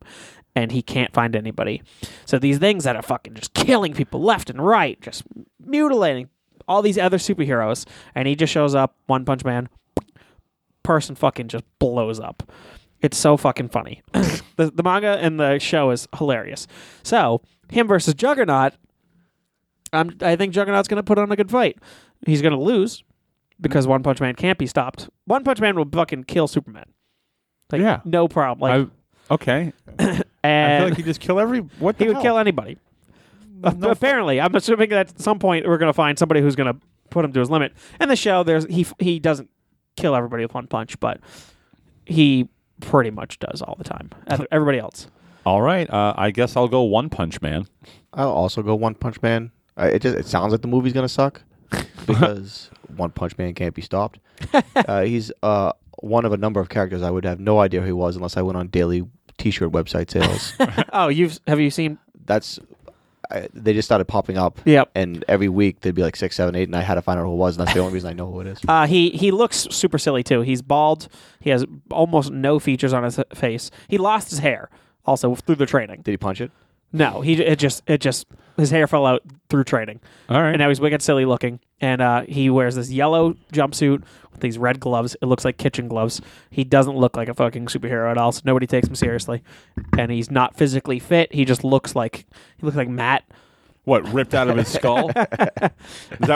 [SPEAKER 4] and he can't find anybody. So these things that are fucking just killing people left and right, just mutilating all these other superheroes, and he just shows up, One Punch Man, person fucking just blows up. It's so fucking funny. *coughs* the, the manga and the show is hilarious. So him versus Juggernaut I'm, I think Juggernaut's going to put on a good fight. He's going to lose
[SPEAKER 2] Mm-hmm.
[SPEAKER 4] because One Punch Man can't be stopped. One Punch Man will fucking kill Superman. Like,
[SPEAKER 2] Yeah.
[SPEAKER 4] no problem. Like,
[SPEAKER 2] I, okay. I
[SPEAKER 4] and
[SPEAKER 2] feel like you just kill every. What the
[SPEAKER 4] he would
[SPEAKER 2] hell?
[SPEAKER 4] kill anybody.
[SPEAKER 2] Mm,
[SPEAKER 4] Ap- Apparently, I'm assuming that at some point we're going to find somebody who's going to put him to his limit. And the show, there's he f- he doesn't kill everybody with one punch, but he pretty much does all the time.
[SPEAKER 2] *laughs*
[SPEAKER 4] Ev- Everybody else.
[SPEAKER 2] All right. Uh, I guess I'll go One Punch Man.
[SPEAKER 5] I'll also go One Punch Man. I, it just it sounds like the movie's gonna *laughs* suck because One Punch Man can't be *laughs* stopped. uh, he's uh, one of a number of characters I would have no idea who he was unless I went on daily T-shirt website sales. *laughs*
[SPEAKER 4] Oh, you've have you seen?
[SPEAKER 5] That's I, they just started popping up.
[SPEAKER 4] Yep.
[SPEAKER 5] And every week there'd be like six, seven, eight, and I had to find out who it was, and that's the only reason I know who *laughs* it is.
[SPEAKER 4] Uh, he he looks super silly too. He's bald. He has almost no features on his face. He lost his hair also through the training.
[SPEAKER 5] Did he punch it?
[SPEAKER 4] No, he it just it just his hair fell out through training.
[SPEAKER 2] All right.
[SPEAKER 4] And now he's wicked silly looking. And uh, he wears this yellow jumpsuit with these red gloves. It looks like kitchen gloves. He doesn't look like a fucking superhero at all, so nobody takes him seriously. And he's not physically fit. He just looks like he looks like Matt.
[SPEAKER 2] What ripped out of his *laughs* skull? Is that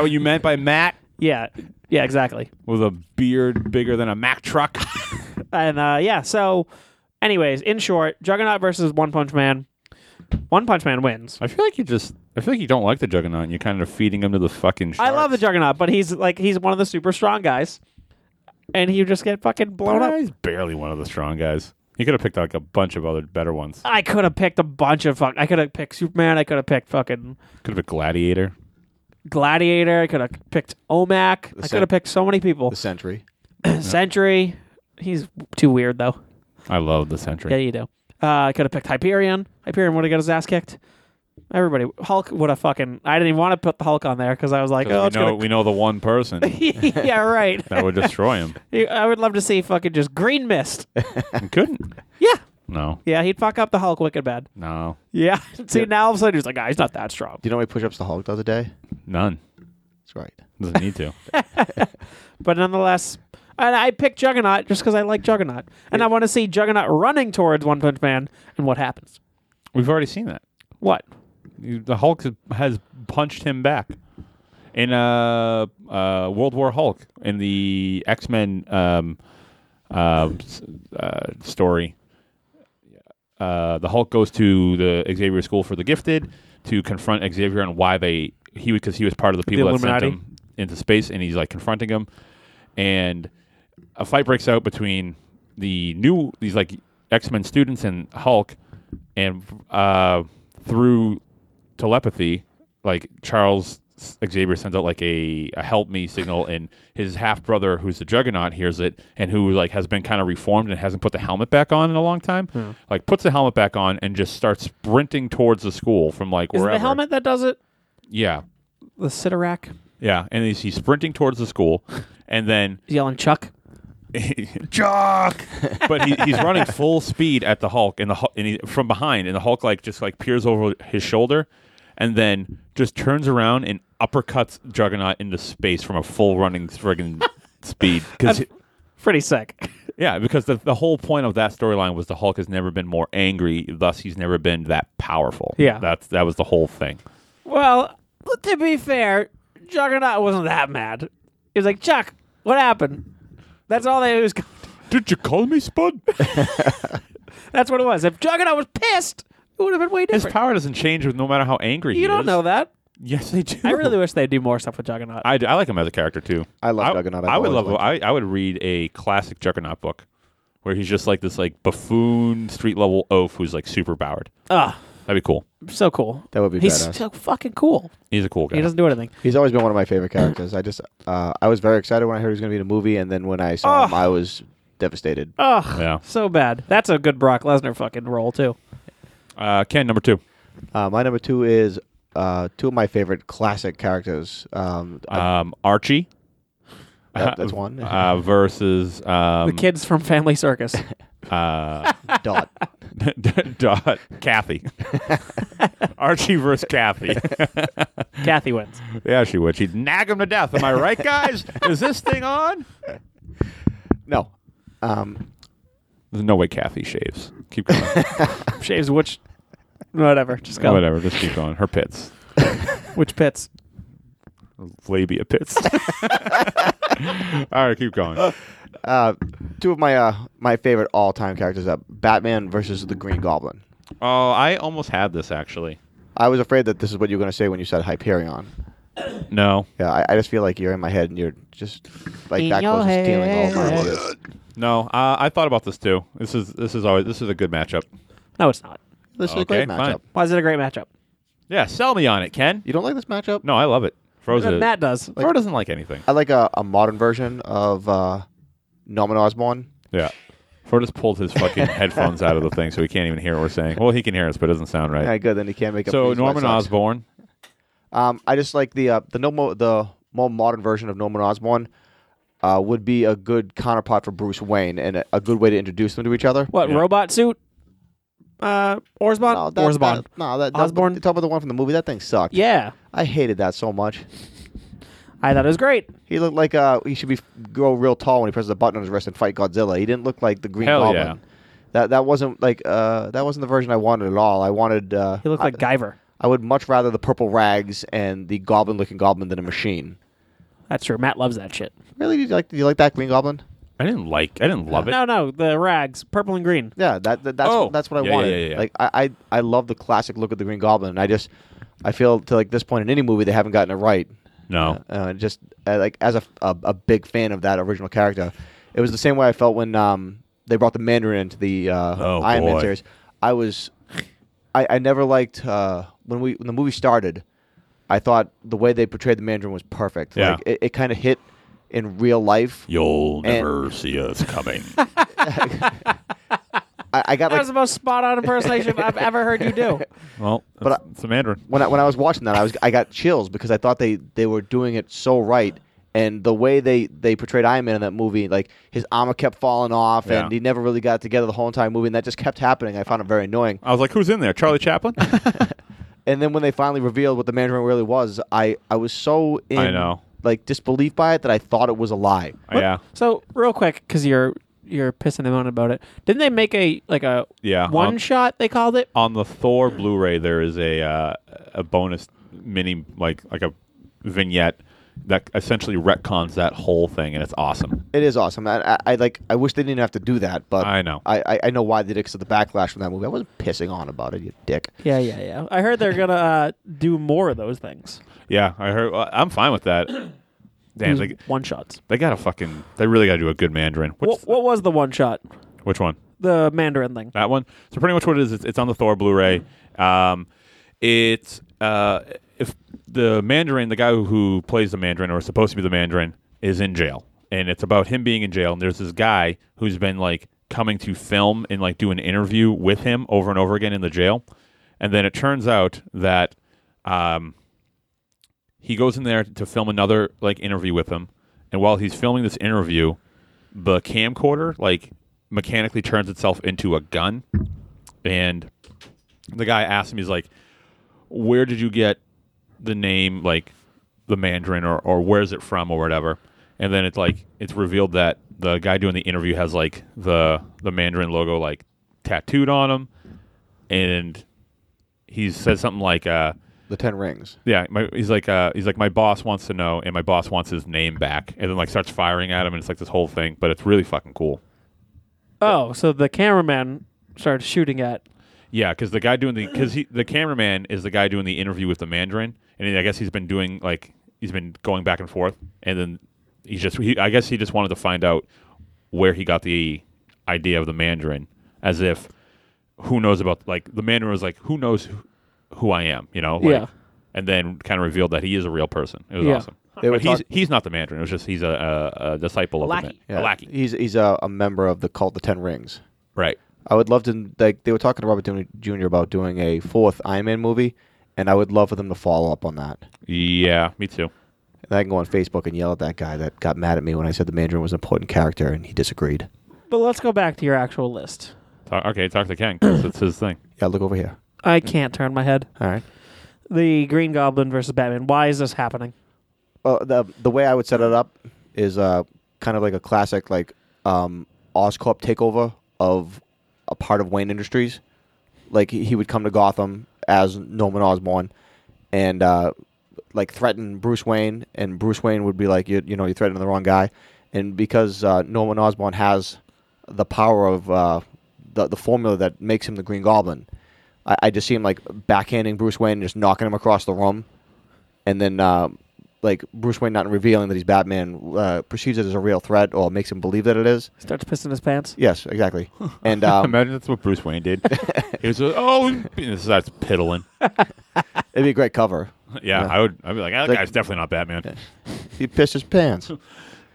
[SPEAKER 2] what you meant by Matt?
[SPEAKER 4] Yeah, yeah, exactly.
[SPEAKER 2] With a beard bigger than a Mack *laughs* truck.
[SPEAKER 4] And uh, yeah, so anyways, in short, Juggernaut versus One Punch Man. One Punch Man wins.
[SPEAKER 2] I feel like you just. I feel like you don't like the Juggernaut. and You're kind of feeding him to the fucking.
[SPEAKER 4] I love the
[SPEAKER 2] sharks.
[SPEAKER 4] Juggernaut, but he's like he's one of the super strong guys. And he would just get fucking blown up.
[SPEAKER 2] Oh, He's barely one of the strong guys. You could have picked like a bunch of other better ones.
[SPEAKER 4] I could have picked a bunch of fuck. I could have picked Superman. I could have picked fucking
[SPEAKER 2] Could have picked Gladiator.
[SPEAKER 4] Gladiator. I could have picked Omac. I could
[SPEAKER 5] Cen-
[SPEAKER 4] have picked so many people.
[SPEAKER 5] The Sentry.
[SPEAKER 4] Century. He's too weird though.
[SPEAKER 2] I love the Sentry.
[SPEAKER 4] Yeah, you do. Uh, I could have picked Hyperion. Hyperion would have got his ass kicked. Everybody, Hulk would have fucking. I didn't even want to put the Hulk on there because I was like,
[SPEAKER 2] 'Cause
[SPEAKER 4] oh,
[SPEAKER 2] we,
[SPEAKER 4] it's
[SPEAKER 2] know,
[SPEAKER 4] gonna.
[SPEAKER 2] we know the one *laughs* person
[SPEAKER 4] *laughs* yeah, right.
[SPEAKER 2] that would destroy him.
[SPEAKER 4] I would love to see fucking just green mist.
[SPEAKER 2] You *laughs* couldn't.
[SPEAKER 4] Yeah.
[SPEAKER 2] No.
[SPEAKER 4] Yeah, he'd fuck up the Hulk wicked bad.
[SPEAKER 2] No.
[SPEAKER 4] Yeah. *laughs* see, now all of a sudden he's like, ah, he's not that strong.
[SPEAKER 5] Do you know how many push-ups the Hulk does a day?
[SPEAKER 2] None.
[SPEAKER 5] That's right.
[SPEAKER 2] Doesn't need to.
[SPEAKER 4] But nonetheless, and I picked Juggernaut just because I like Juggernaut. And I want to see Juggernaut running towards One Punch Man and what happens.
[SPEAKER 2] We've already seen that.
[SPEAKER 4] What?
[SPEAKER 2] You- The Hulk has- has punched him back in uh, uh, World War Hulk in the X Men um, uh, s- uh, story. Uh, the Hulk goes to the Xavier School for the Gifted to confront Xavier on why they he because he was part of the people that sent
[SPEAKER 4] Illuminati?
[SPEAKER 2] him into space, and he's like confronting him, and a fight breaks out between the new these like X Men students and Hulk, and uh, through telepathy, like Charles Xavier sends out like a, a help me signal, and his half brother, who's the Juggernaut, hears it, and who like has been kind of reformed and hasn't put the helmet back on in a long time, like puts the helmet back on and just starts sprinting towards the school from like
[SPEAKER 4] Is it
[SPEAKER 2] wherever.
[SPEAKER 4] the helmet that does it?
[SPEAKER 2] Yeah,
[SPEAKER 4] The Sidorak?
[SPEAKER 2] yeah, and he's, he's sprinting towards the school, and then
[SPEAKER 4] He's yelling Chuck.
[SPEAKER 2] *laughs* Jock, but he, he's running full speed at the Hulk, and the Hulk, and he, from behind, and the Hulk like just like peers over his shoulder, and then just turns around and uppercuts Juggernaut into space from a full running friggin' *laughs* speed. Because
[SPEAKER 4] Pretty sick. *laughs*
[SPEAKER 2] yeah, because the the whole point of that storyline was the Hulk has never been more angry, thus he's never been that powerful.
[SPEAKER 4] Yeah.
[SPEAKER 2] that's that was the whole thing.
[SPEAKER 4] Well, to be fair, Juggernaut wasn't that mad. He was like, Chuck, what happened? That's all they *laughs* was.
[SPEAKER 2] Did you call me Spud?
[SPEAKER 4] That's what it was. If Juggernaut was pissed, it would have been way
[SPEAKER 2] His
[SPEAKER 4] different.
[SPEAKER 2] power doesn't change with no matter how angry he
[SPEAKER 4] you
[SPEAKER 2] is.
[SPEAKER 4] don't know that.
[SPEAKER 2] Yes, they do.
[SPEAKER 4] I really wish they'd do more stuff with Juggernaut.
[SPEAKER 2] I, do- I like him as a character too.
[SPEAKER 5] I love Juggernaut. I've
[SPEAKER 2] I would
[SPEAKER 5] always
[SPEAKER 2] love. I, I would read a classic Juggernaut book where he's just like this like buffoon street level oaf who's like super powered.
[SPEAKER 4] Ah,
[SPEAKER 2] That'd be cool.
[SPEAKER 4] so cool.
[SPEAKER 5] That would be
[SPEAKER 4] He's
[SPEAKER 5] badass.
[SPEAKER 4] so fucking cool.
[SPEAKER 2] He's a cool guy.
[SPEAKER 4] He doesn't do anything.
[SPEAKER 5] He's always been one of my favorite characters. I just uh, I was very excited when I heard he was going to be in a movie, and then when I saw him, I was devastated.
[SPEAKER 4] Ugh,
[SPEAKER 2] Yeah.
[SPEAKER 4] so bad. That's a good Brock Lesnar fucking role too.
[SPEAKER 2] Uh, Ken number two.
[SPEAKER 5] Uh, my number two is uh, two of my favorite classic characters. Um, I-
[SPEAKER 2] Um, Archie *laughs*
[SPEAKER 5] that- that's one.
[SPEAKER 2] uh, versus um,
[SPEAKER 4] The *laughs* kids from
[SPEAKER 2] *laughs*
[SPEAKER 4] Family Circus.
[SPEAKER 2] uh,
[SPEAKER 5] *laughs*
[SPEAKER 2] *laughs*
[SPEAKER 5] Dot.
[SPEAKER 2] Dot Kathy. *laughs* Archie versus Kathy. *laughs*
[SPEAKER 4] Kathy wins.
[SPEAKER 2] yeah, she would. She'd nag him to death. Am I right, guys? Is this thing
[SPEAKER 4] *laughs*
[SPEAKER 2] on?
[SPEAKER 5] No. Um,
[SPEAKER 2] There's no way Kathy shaves. Keep
[SPEAKER 4] *laughs*
[SPEAKER 2] going.
[SPEAKER 4] Shaves which, whatever. Just go.
[SPEAKER 2] Whatever. Just keep going. Her pits.
[SPEAKER 4] Which pits?
[SPEAKER 2] labia
[SPEAKER 5] *laughs*
[SPEAKER 2] pits. *laughs* All right, keep going.
[SPEAKER 5] uh, two of my uh, my favorite all time characters are Batman versus the Green Goblin.
[SPEAKER 2] Oh, I almost had this actually.
[SPEAKER 5] I was afraid that this is what you were going to say when you said Hyperion.
[SPEAKER 2] No,
[SPEAKER 5] Yeah, I, I just feel like you're in my head and you're just like
[SPEAKER 3] In
[SPEAKER 5] that
[SPEAKER 3] your
[SPEAKER 5] was just stealing all my
[SPEAKER 3] head.
[SPEAKER 5] ideas.
[SPEAKER 2] no. Uh, I thought about this too. This is this is always this is a good matchup.
[SPEAKER 4] No, it's not.
[SPEAKER 5] This is a
[SPEAKER 2] Okay,
[SPEAKER 5] great
[SPEAKER 2] fine.
[SPEAKER 5] matchup.
[SPEAKER 4] Why is it a great matchup?
[SPEAKER 2] Yeah, sell me on it, Ken.
[SPEAKER 5] You don't like this matchup?
[SPEAKER 2] No, I love it. Frozen.
[SPEAKER 4] Matt does.
[SPEAKER 2] Fro doesn't like anything.
[SPEAKER 5] I like a, a modern version of uh, Norman Osborn.
[SPEAKER 2] Yeah. Fro just pulled his
[SPEAKER 5] *laughs*
[SPEAKER 2] fucking headphones out of the thing, so he can't even hear what we're saying. Well, he can hear us, but it doesn't sound
[SPEAKER 5] All
[SPEAKER 2] right.
[SPEAKER 5] right, good. Then he can't make up. for
[SPEAKER 2] So
[SPEAKER 5] these White
[SPEAKER 2] Norman
[SPEAKER 5] Sox.
[SPEAKER 2] Osborn.
[SPEAKER 5] Um, I just like the uh, the no mo- the more modern version of Norman Osborn uh, would be a good counterpart for Bruce Wayne and a, a good way to introduce them to each other.
[SPEAKER 4] What robot suit? Uh, Orsbon.
[SPEAKER 5] No, that,
[SPEAKER 4] Orsbon.
[SPEAKER 5] that- no, that, that
[SPEAKER 4] Osborn?
[SPEAKER 5] Talk about the one from the movie. That thing sucked.
[SPEAKER 4] yeah,
[SPEAKER 5] I hated that so much.
[SPEAKER 4] I thought it was great.
[SPEAKER 5] He looked like uh, he should be grow real tall when he presses a button on his wrist and fight Godzilla. He didn't look like the Green
[SPEAKER 2] Hell
[SPEAKER 5] Goblin.
[SPEAKER 2] yeah.
[SPEAKER 5] That that wasn't like uh, that wasn't the version I wanted at all. I wanted uh,
[SPEAKER 4] He looked like Guyver.
[SPEAKER 5] I would much rather the purple rags and the goblin looking goblin than a machine.
[SPEAKER 4] That's true. Matt loves that shit.
[SPEAKER 5] Really? Did you like, did you like that Green Goblin?
[SPEAKER 2] I didn't like. I didn't love it.
[SPEAKER 4] No, no, the rags, purple and green.
[SPEAKER 5] Yeah, that, that that's
[SPEAKER 2] Oh.
[SPEAKER 5] that's what I
[SPEAKER 2] Yeah, yeah,
[SPEAKER 5] wanted.
[SPEAKER 2] yeah, yeah.
[SPEAKER 5] Like I, I I love the classic look of the Green Goblin. And I just I feel to like this point in any movie they haven't gotten it right.
[SPEAKER 2] No.
[SPEAKER 5] Uh, just uh, like as a, a a big fan of that original character, it was the same way I felt when um they brought the Mandarin into the uh,
[SPEAKER 2] Oh,
[SPEAKER 5] Iron Man
[SPEAKER 2] boy.
[SPEAKER 5] series. I was I, I never liked uh, when we when the movie started. I thought the way they portrayed the Mandarin was perfect.
[SPEAKER 2] Yeah.
[SPEAKER 5] Like it, it kind of hit in real life.
[SPEAKER 2] You'll
[SPEAKER 5] And-
[SPEAKER 2] see us
[SPEAKER 5] *laughs*
[SPEAKER 2] coming.
[SPEAKER 5] I, I got
[SPEAKER 4] That
[SPEAKER 5] like
[SPEAKER 4] was the most spot on impersonation I've ever heard
[SPEAKER 2] *laughs*
[SPEAKER 4] you do.
[SPEAKER 2] well,
[SPEAKER 5] But
[SPEAKER 2] but
[SPEAKER 5] I-
[SPEAKER 2] it's a Mandarin.
[SPEAKER 5] when I, when I was watching that, I was I got chills because I thought they, they were doing it so right, and the way they, they portrayed Iron Man in that movie, like his armor kept falling off,
[SPEAKER 2] Yeah.
[SPEAKER 5] and he never really got it together the whole entire movie, and that just kept happening. I found it very annoying.
[SPEAKER 2] I was like, who's in there? Charlie
[SPEAKER 5] *laughs*
[SPEAKER 2] Chaplin?
[SPEAKER 5] And then when they finally revealed what the Mandarin really was, I, I was so in
[SPEAKER 2] I know.
[SPEAKER 5] like disbelief by it that I thought it was a lie.
[SPEAKER 2] yeah.
[SPEAKER 4] So real quick, because you're you're pissing them on about it. Didn't they make a like a
[SPEAKER 2] Yeah,
[SPEAKER 4] one
[SPEAKER 2] um,
[SPEAKER 4] shot? They called it.
[SPEAKER 2] on the Thor Blu-ray, there is a uh, a bonus mini like like a vignette that essentially retcons that whole thing, and it's awesome.
[SPEAKER 5] It is awesome. I, I, I like. I wish they didn't have to do that, but
[SPEAKER 2] I know.
[SPEAKER 5] I, I, I know why they did because of the backlash from that movie. I wasn't pissing on about it, you dick.
[SPEAKER 4] Yeah, yeah, yeah. I heard they're gonna uh, do more of those things.
[SPEAKER 2] Yeah, I heard. well, I'm fine with that. *clears throat* Damn, they,
[SPEAKER 4] One shots.
[SPEAKER 2] they got to fucking. They really got to do a good Mandarin. Which,
[SPEAKER 4] What, what was the one shot?
[SPEAKER 2] which one?
[SPEAKER 4] The Mandarin thing.
[SPEAKER 2] That one. So pretty much what it is, it's, it's on the Thor Blu-ray. Um, it's uh, if the Mandarin, the guy who, who plays the Mandarin or is supposed to be the Mandarin, is in jail, and it's about him being in jail. And there's this guy who's been like coming to film and like do an interview with him over and over again in the jail, and then it turns out that um, he goes in there to film another like interview with him, and while he's filming this interview, the camcorder like mechanically turns itself into a gun, and the guy asked him, he's like, "Where did you get the name like the Mandarin or or where's it from or whatever?" And then it's like it's revealed that the guy doing the interview has like the the Mandarin logo like tattooed on him, and he said something like, uh,
[SPEAKER 5] The Ten Rings.
[SPEAKER 2] yeah, my, he's like, uh, he's like, my boss wants to know, and my boss wants his name back, and then like starts firing at him, and it's like this whole thing, but it's really fucking cool.
[SPEAKER 4] Oh, so the cameraman started shooting at.
[SPEAKER 2] Yeah, because the guy doing the because he
[SPEAKER 4] *clears throat*
[SPEAKER 2] the cameraman is the guy doing the interview with the Mandarin, and I guess he's been doing like he's been going back and forth, and then he's just he, I guess he just wanted to find out where he got the idea of the Mandarin, as if who knows about like the Mandarin was like who knows who, who I am, you know? Like,
[SPEAKER 4] Yeah.
[SPEAKER 2] And then kind of revealed that he is a real person. It was
[SPEAKER 4] Yeah.
[SPEAKER 2] awesome.
[SPEAKER 5] They were
[SPEAKER 2] But he's
[SPEAKER 5] talk-
[SPEAKER 2] he's not the Mandarin. It was just he's a, a, a disciple of
[SPEAKER 3] lackey.
[SPEAKER 2] the man, a lackey,
[SPEAKER 5] He's he's a, a member of the cult The Ten Rings.
[SPEAKER 2] right?
[SPEAKER 5] I would love to like they were talking to Robert Downey Jr. about doing a fourth Iron Man movie, and I would love for them to follow up on that.
[SPEAKER 2] Yeah, me too.
[SPEAKER 5] And I can go on Facebook and yell at that guy that got mad at me when I said the Mandarin was an important character, and he disagreed.
[SPEAKER 4] But let's go back to your actual list.
[SPEAKER 2] Talk, okay, talk to Ken because it's his thing.
[SPEAKER 5] Yeah, look over here.
[SPEAKER 4] I can't turn my head.
[SPEAKER 5] All right.
[SPEAKER 4] The Green Goblin versus Batman. Why is this happening?
[SPEAKER 5] Well, the the way I would set it up is uh, kind of like a classic like um, Oscorp takeover of a part of Wayne Industries. Like he, he would come to Gotham as Norman Osborn, and uh, like threaten Bruce Wayne, and Bruce Wayne would be like, you you know, you're threatening the wrong guy, and because uh, Norman Osborn has the power of uh, the the formula that makes him the Green Goblin. I, I just see him like backhanding Bruce Wayne, and just knocking him across the room, and then uh, like Bruce Wayne not revealing that he's Batman uh, perceives it as a real threat or makes him believe that it is.
[SPEAKER 4] Starts pissing his pants.
[SPEAKER 5] Yes, *laughs* exactly. And um,
[SPEAKER 2] Imagine that's what Bruce Wayne did. he was like, oh, and starts piddling.
[SPEAKER 5] it'd be a great *laughs* cover.
[SPEAKER 2] Yeah, I would. I'd be like, that
[SPEAKER 5] Like-
[SPEAKER 2] guy's definitely not Batman.
[SPEAKER 5] He pissed his pants,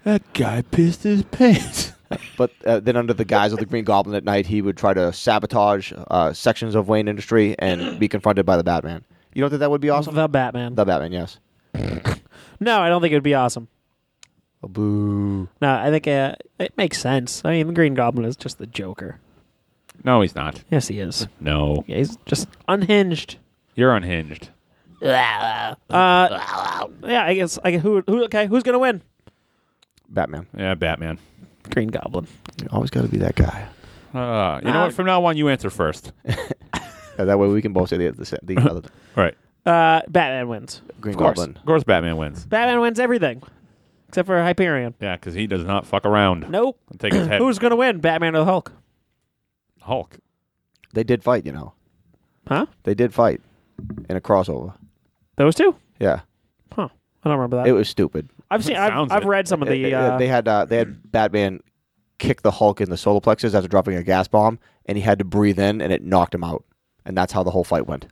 [SPEAKER 2] That guy pissed his pants. *laughs*
[SPEAKER 5] but uh, then under the guise of the Green Goblin at night, he would try to sabotage uh, sections of Wayne Industry *clears throat* and be confronted by the Batman. You don't think that would be awesome?
[SPEAKER 4] The Batman.
[SPEAKER 5] The Batman, yes.
[SPEAKER 4] no, I don't think it'd be awesome.
[SPEAKER 5] A Oh, boo.
[SPEAKER 4] No, I think uh, it makes sense. I mean, the Green Goblin is just the Joker.
[SPEAKER 2] no, he's not.
[SPEAKER 4] Yes, he is.
[SPEAKER 2] No,
[SPEAKER 4] Yeah, he's just unhinged.
[SPEAKER 2] you're unhinged.
[SPEAKER 4] Uh, yeah, I guess. I guess who? Who? Okay, who's gonna win?
[SPEAKER 5] Batman.
[SPEAKER 2] Yeah, Batman.
[SPEAKER 4] Green Goblin.
[SPEAKER 5] You always got to be that guy.
[SPEAKER 2] Uh, you know what? From now on, you answer first.
[SPEAKER 5] Uh, that way we can both say the the, the *laughs* other
[SPEAKER 2] All right.
[SPEAKER 4] Uh, Batman wins.
[SPEAKER 5] Green
[SPEAKER 4] Of course.
[SPEAKER 5] Goblin.
[SPEAKER 2] Of course, Batman wins.
[SPEAKER 4] Batman wins everything, except for Hyperion.
[SPEAKER 2] Yeah, because he does not fuck around.
[SPEAKER 4] Nope.
[SPEAKER 2] And
[SPEAKER 4] *clears throat*
[SPEAKER 2] take his head.
[SPEAKER 4] Who's gonna win? Batman or the Hulk?
[SPEAKER 2] Hulk?
[SPEAKER 5] They did fight, you know.
[SPEAKER 4] Huh?
[SPEAKER 5] They did fight in a crossover.
[SPEAKER 4] Those two?
[SPEAKER 5] Yeah,
[SPEAKER 4] Huh? I don't remember that.
[SPEAKER 5] it was stupid.
[SPEAKER 4] I've seen. I've,
[SPEAKER 2] Sounds
[SPEAKER 4] I've
[SPEAKER 2] it.
[SPEAKER 4] read some of
[SPEAKER 5] Uh,
[SPEAKER 4] the.
[SPEAKER 5] uh,
[SPEAKER 4] Uh,
[SPEAKER 5] they had uh, they had Batman kick the Hulk in the solar plexus after dropping a gas bomb, and he had to breathe in, and it knocked him out, and that's how the whole fight went.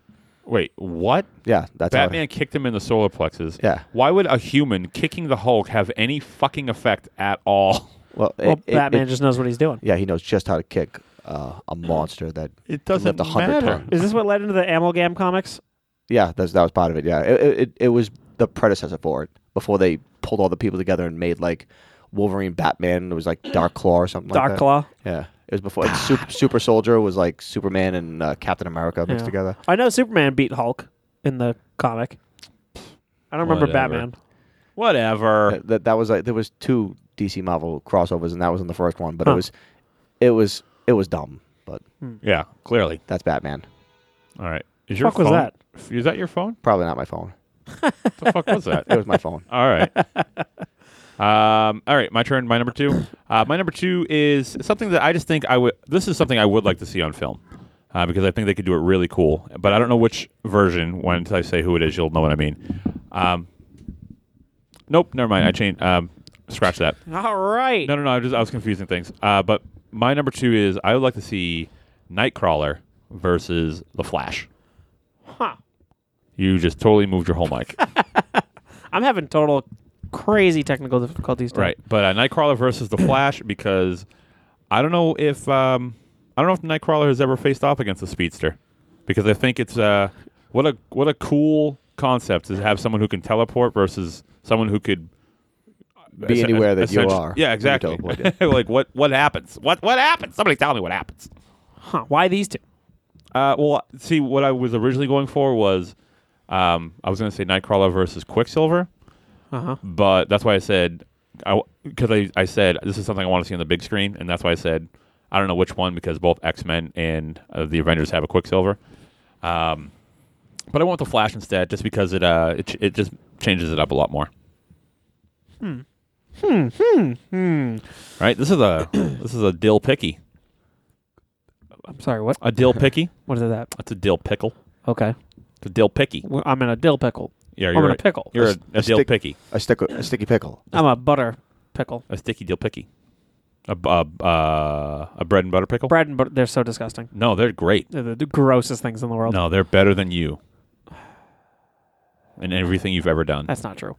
[SPEAKER 2] Wait, what?
[SPEAKER 5] Yeah, that's how it-
[SPEAKER 2] Batman kicked him in the solar plexus.
[SPEAKER 5] Yeah.
[SPEAKER 2] Why would a human kicking the Hulk have any fucking effect at all?
[SPEAKER 5] well, it-
[SPEAKER 4] well,
[SPEAKER 5] it-
[SPEAKER 4] Batman
[SPEAKER 5] it-
[SPEAKER 4] just knows what he's doing.
[SPEAKER 5] yeah, he knows just how to kick uh, a monster that
[SPEAKER 2] It doesn't
[SPEAKER 5] lived a hundred
[SPEAKER 2] matter.
[SPEAKER 5] times.
[SPEAKER 4] Is this what led into the Amalgam comics?
[SPEAKER 5] Yeah, that's, that was part of it. Yeah, it, it it- it was the predecessor for it before they pulled all the people together and made like Wolverine, Batman. It was like Dark Claw or something. like
[SPEAKER 4] Dark
[SPEAKER 5] that.
[SPEAKER 4] Claw.
[SPEAKER 5] Yeah, it was before. and Super, Super Soldier was like Superman and uh, Captain America mixed
[SPEAKER 4] Yeah.
[SPEAKER 5] together.
[SPEAKER 4] I know Superman beat Hulk in the comic. I don't remember
[SPEAKER 2] Whatever.
[SPEAKER 4] Batman.
[SPEAKER 2] Whatever.
[SPEAKER 5] that- that that was like there was two DC Marvel crossovers, and that was in the first one. But
[SPEAKER 4] Huh.
[SPEAKER 5] it was, it was, it was dumb. But
[SPEAKER 2] Yeah, clearly.
[SPEAKER 5] that's Batman.
[SPEAKER 2] All right. Is your
[SPEAKER 4] Fuck was
[SPEAKER 2] phone-
[SPEAKER 4] that?
[SPEAKER 2] Is that your phone?
[SPEAKER 5] Probably not my phone.
[SPEAKER 2] the fuck was that? *laughs*
[SPEAKER 4] *laughs*
[SPEAKER 5] It was my phone.
[SPEAKER 2] All right. Um, all right, my turn. My number two. Uh, my number two is something that I just think I would. This is something I would like to see on film uh, because I think they could do it really cool. But I don't know which version. Once I say who it is, you'll know what I mean. Um, nope, never mind. I changed. Um, scratch that.
[SPEAKER 4] All right.
[SPEAKER 2] No, no, no. I, just, I was confusing things. Uh, but my number two is I would like to see Nightcrawler versus The Flash.
[SPEAKER 4] Huh.
[SPEAKER 2] You just totally moved your whole mic.
[SPEAKER 4] I'm having total crazy technical difficulties. Today.
[SPEAKER 2] Right, but uh, Nightcrawler versus the
[SPEAKER 5] *clears throat*
[SPEAKER 2] Flash because I don't know if um, I don't know if Nightcrawler has ever faced off against the Speedster because I think it's uh, what a what a cool concept to have someone who can teleport versus someone who could
[SPEAKER 5] Be anywhere that you
[SPEAKER 2] essential-
[SPEAKER 5] are.
[SPEAKER 2] uh, Yeah,
[SPEAKER 5] You
[SPEAKER 2] exactly.
[SPEAKER 5] teleported.
[SPEAKER 2] *laughs* like what what happens? What what happens? Somebody tell me what happens.
[SPEAKER 4] Huh, why these two?
[SPEAKER 2] Uh, well, see, what I was originally going for was um, I was going to say Nightcrawler versus Quicksilver,
[SPEAKER 4] Uh-huh.
[SPEAKER 2] but that's why I said I because I, I said this is something I want to see on the big screen, and that's why I said I don't know which one because both X Men and uh, the Avengers have a Quicksilver. Um, but I went with the Flash instead, just because it uh it, ch- it just changes it up a lot more. Hmm. Hmm. Hmm. Hmm. Right. This is a this is a dill picky.
[SPEAKER 4] I'm sorry. What?
[SPEAKER 2] A dill picky.
[SPEAKER 4] What is that?
[SPEAKER 2] That's a dill pickle.
[SPEAKER 4] Okay.
[SPEAKER 2] It's a dill picky.
[SPEAKER 4] Well, I'm in a dill pickle.
[SPEAKER 2] Yeah,
[SPEAKER 4] I'm
[SPEAKER 2] you're
[SPEAKER 4] in a
[SPEAKER 2] right.
[SPEAKER 4] pickle.
[SPEAKER 2] You're a,
[SPEAKER 5] A
[SPEAKER 2] a dill
[SPEAKER 5] stick-
[SPEAKER 2] picky,
[SPEAKER 5] A, stick, a sticky pickle.
[SPEAKER 4] I'm a butter pickle.
[SPEAKER 2] a sticky dill picky, a b- uh, uh, a bread and butter pickle.
[SPEAKER 4] Bread and butter. They're so disgusting.
[SPEAKER 2] No, they're great.
[SPEAKER 4] They're the, the grossest things in the world.
[SPEAKER 2] No, they're better than you and everything you've ever done.
[SPEAKER 4] That's not true.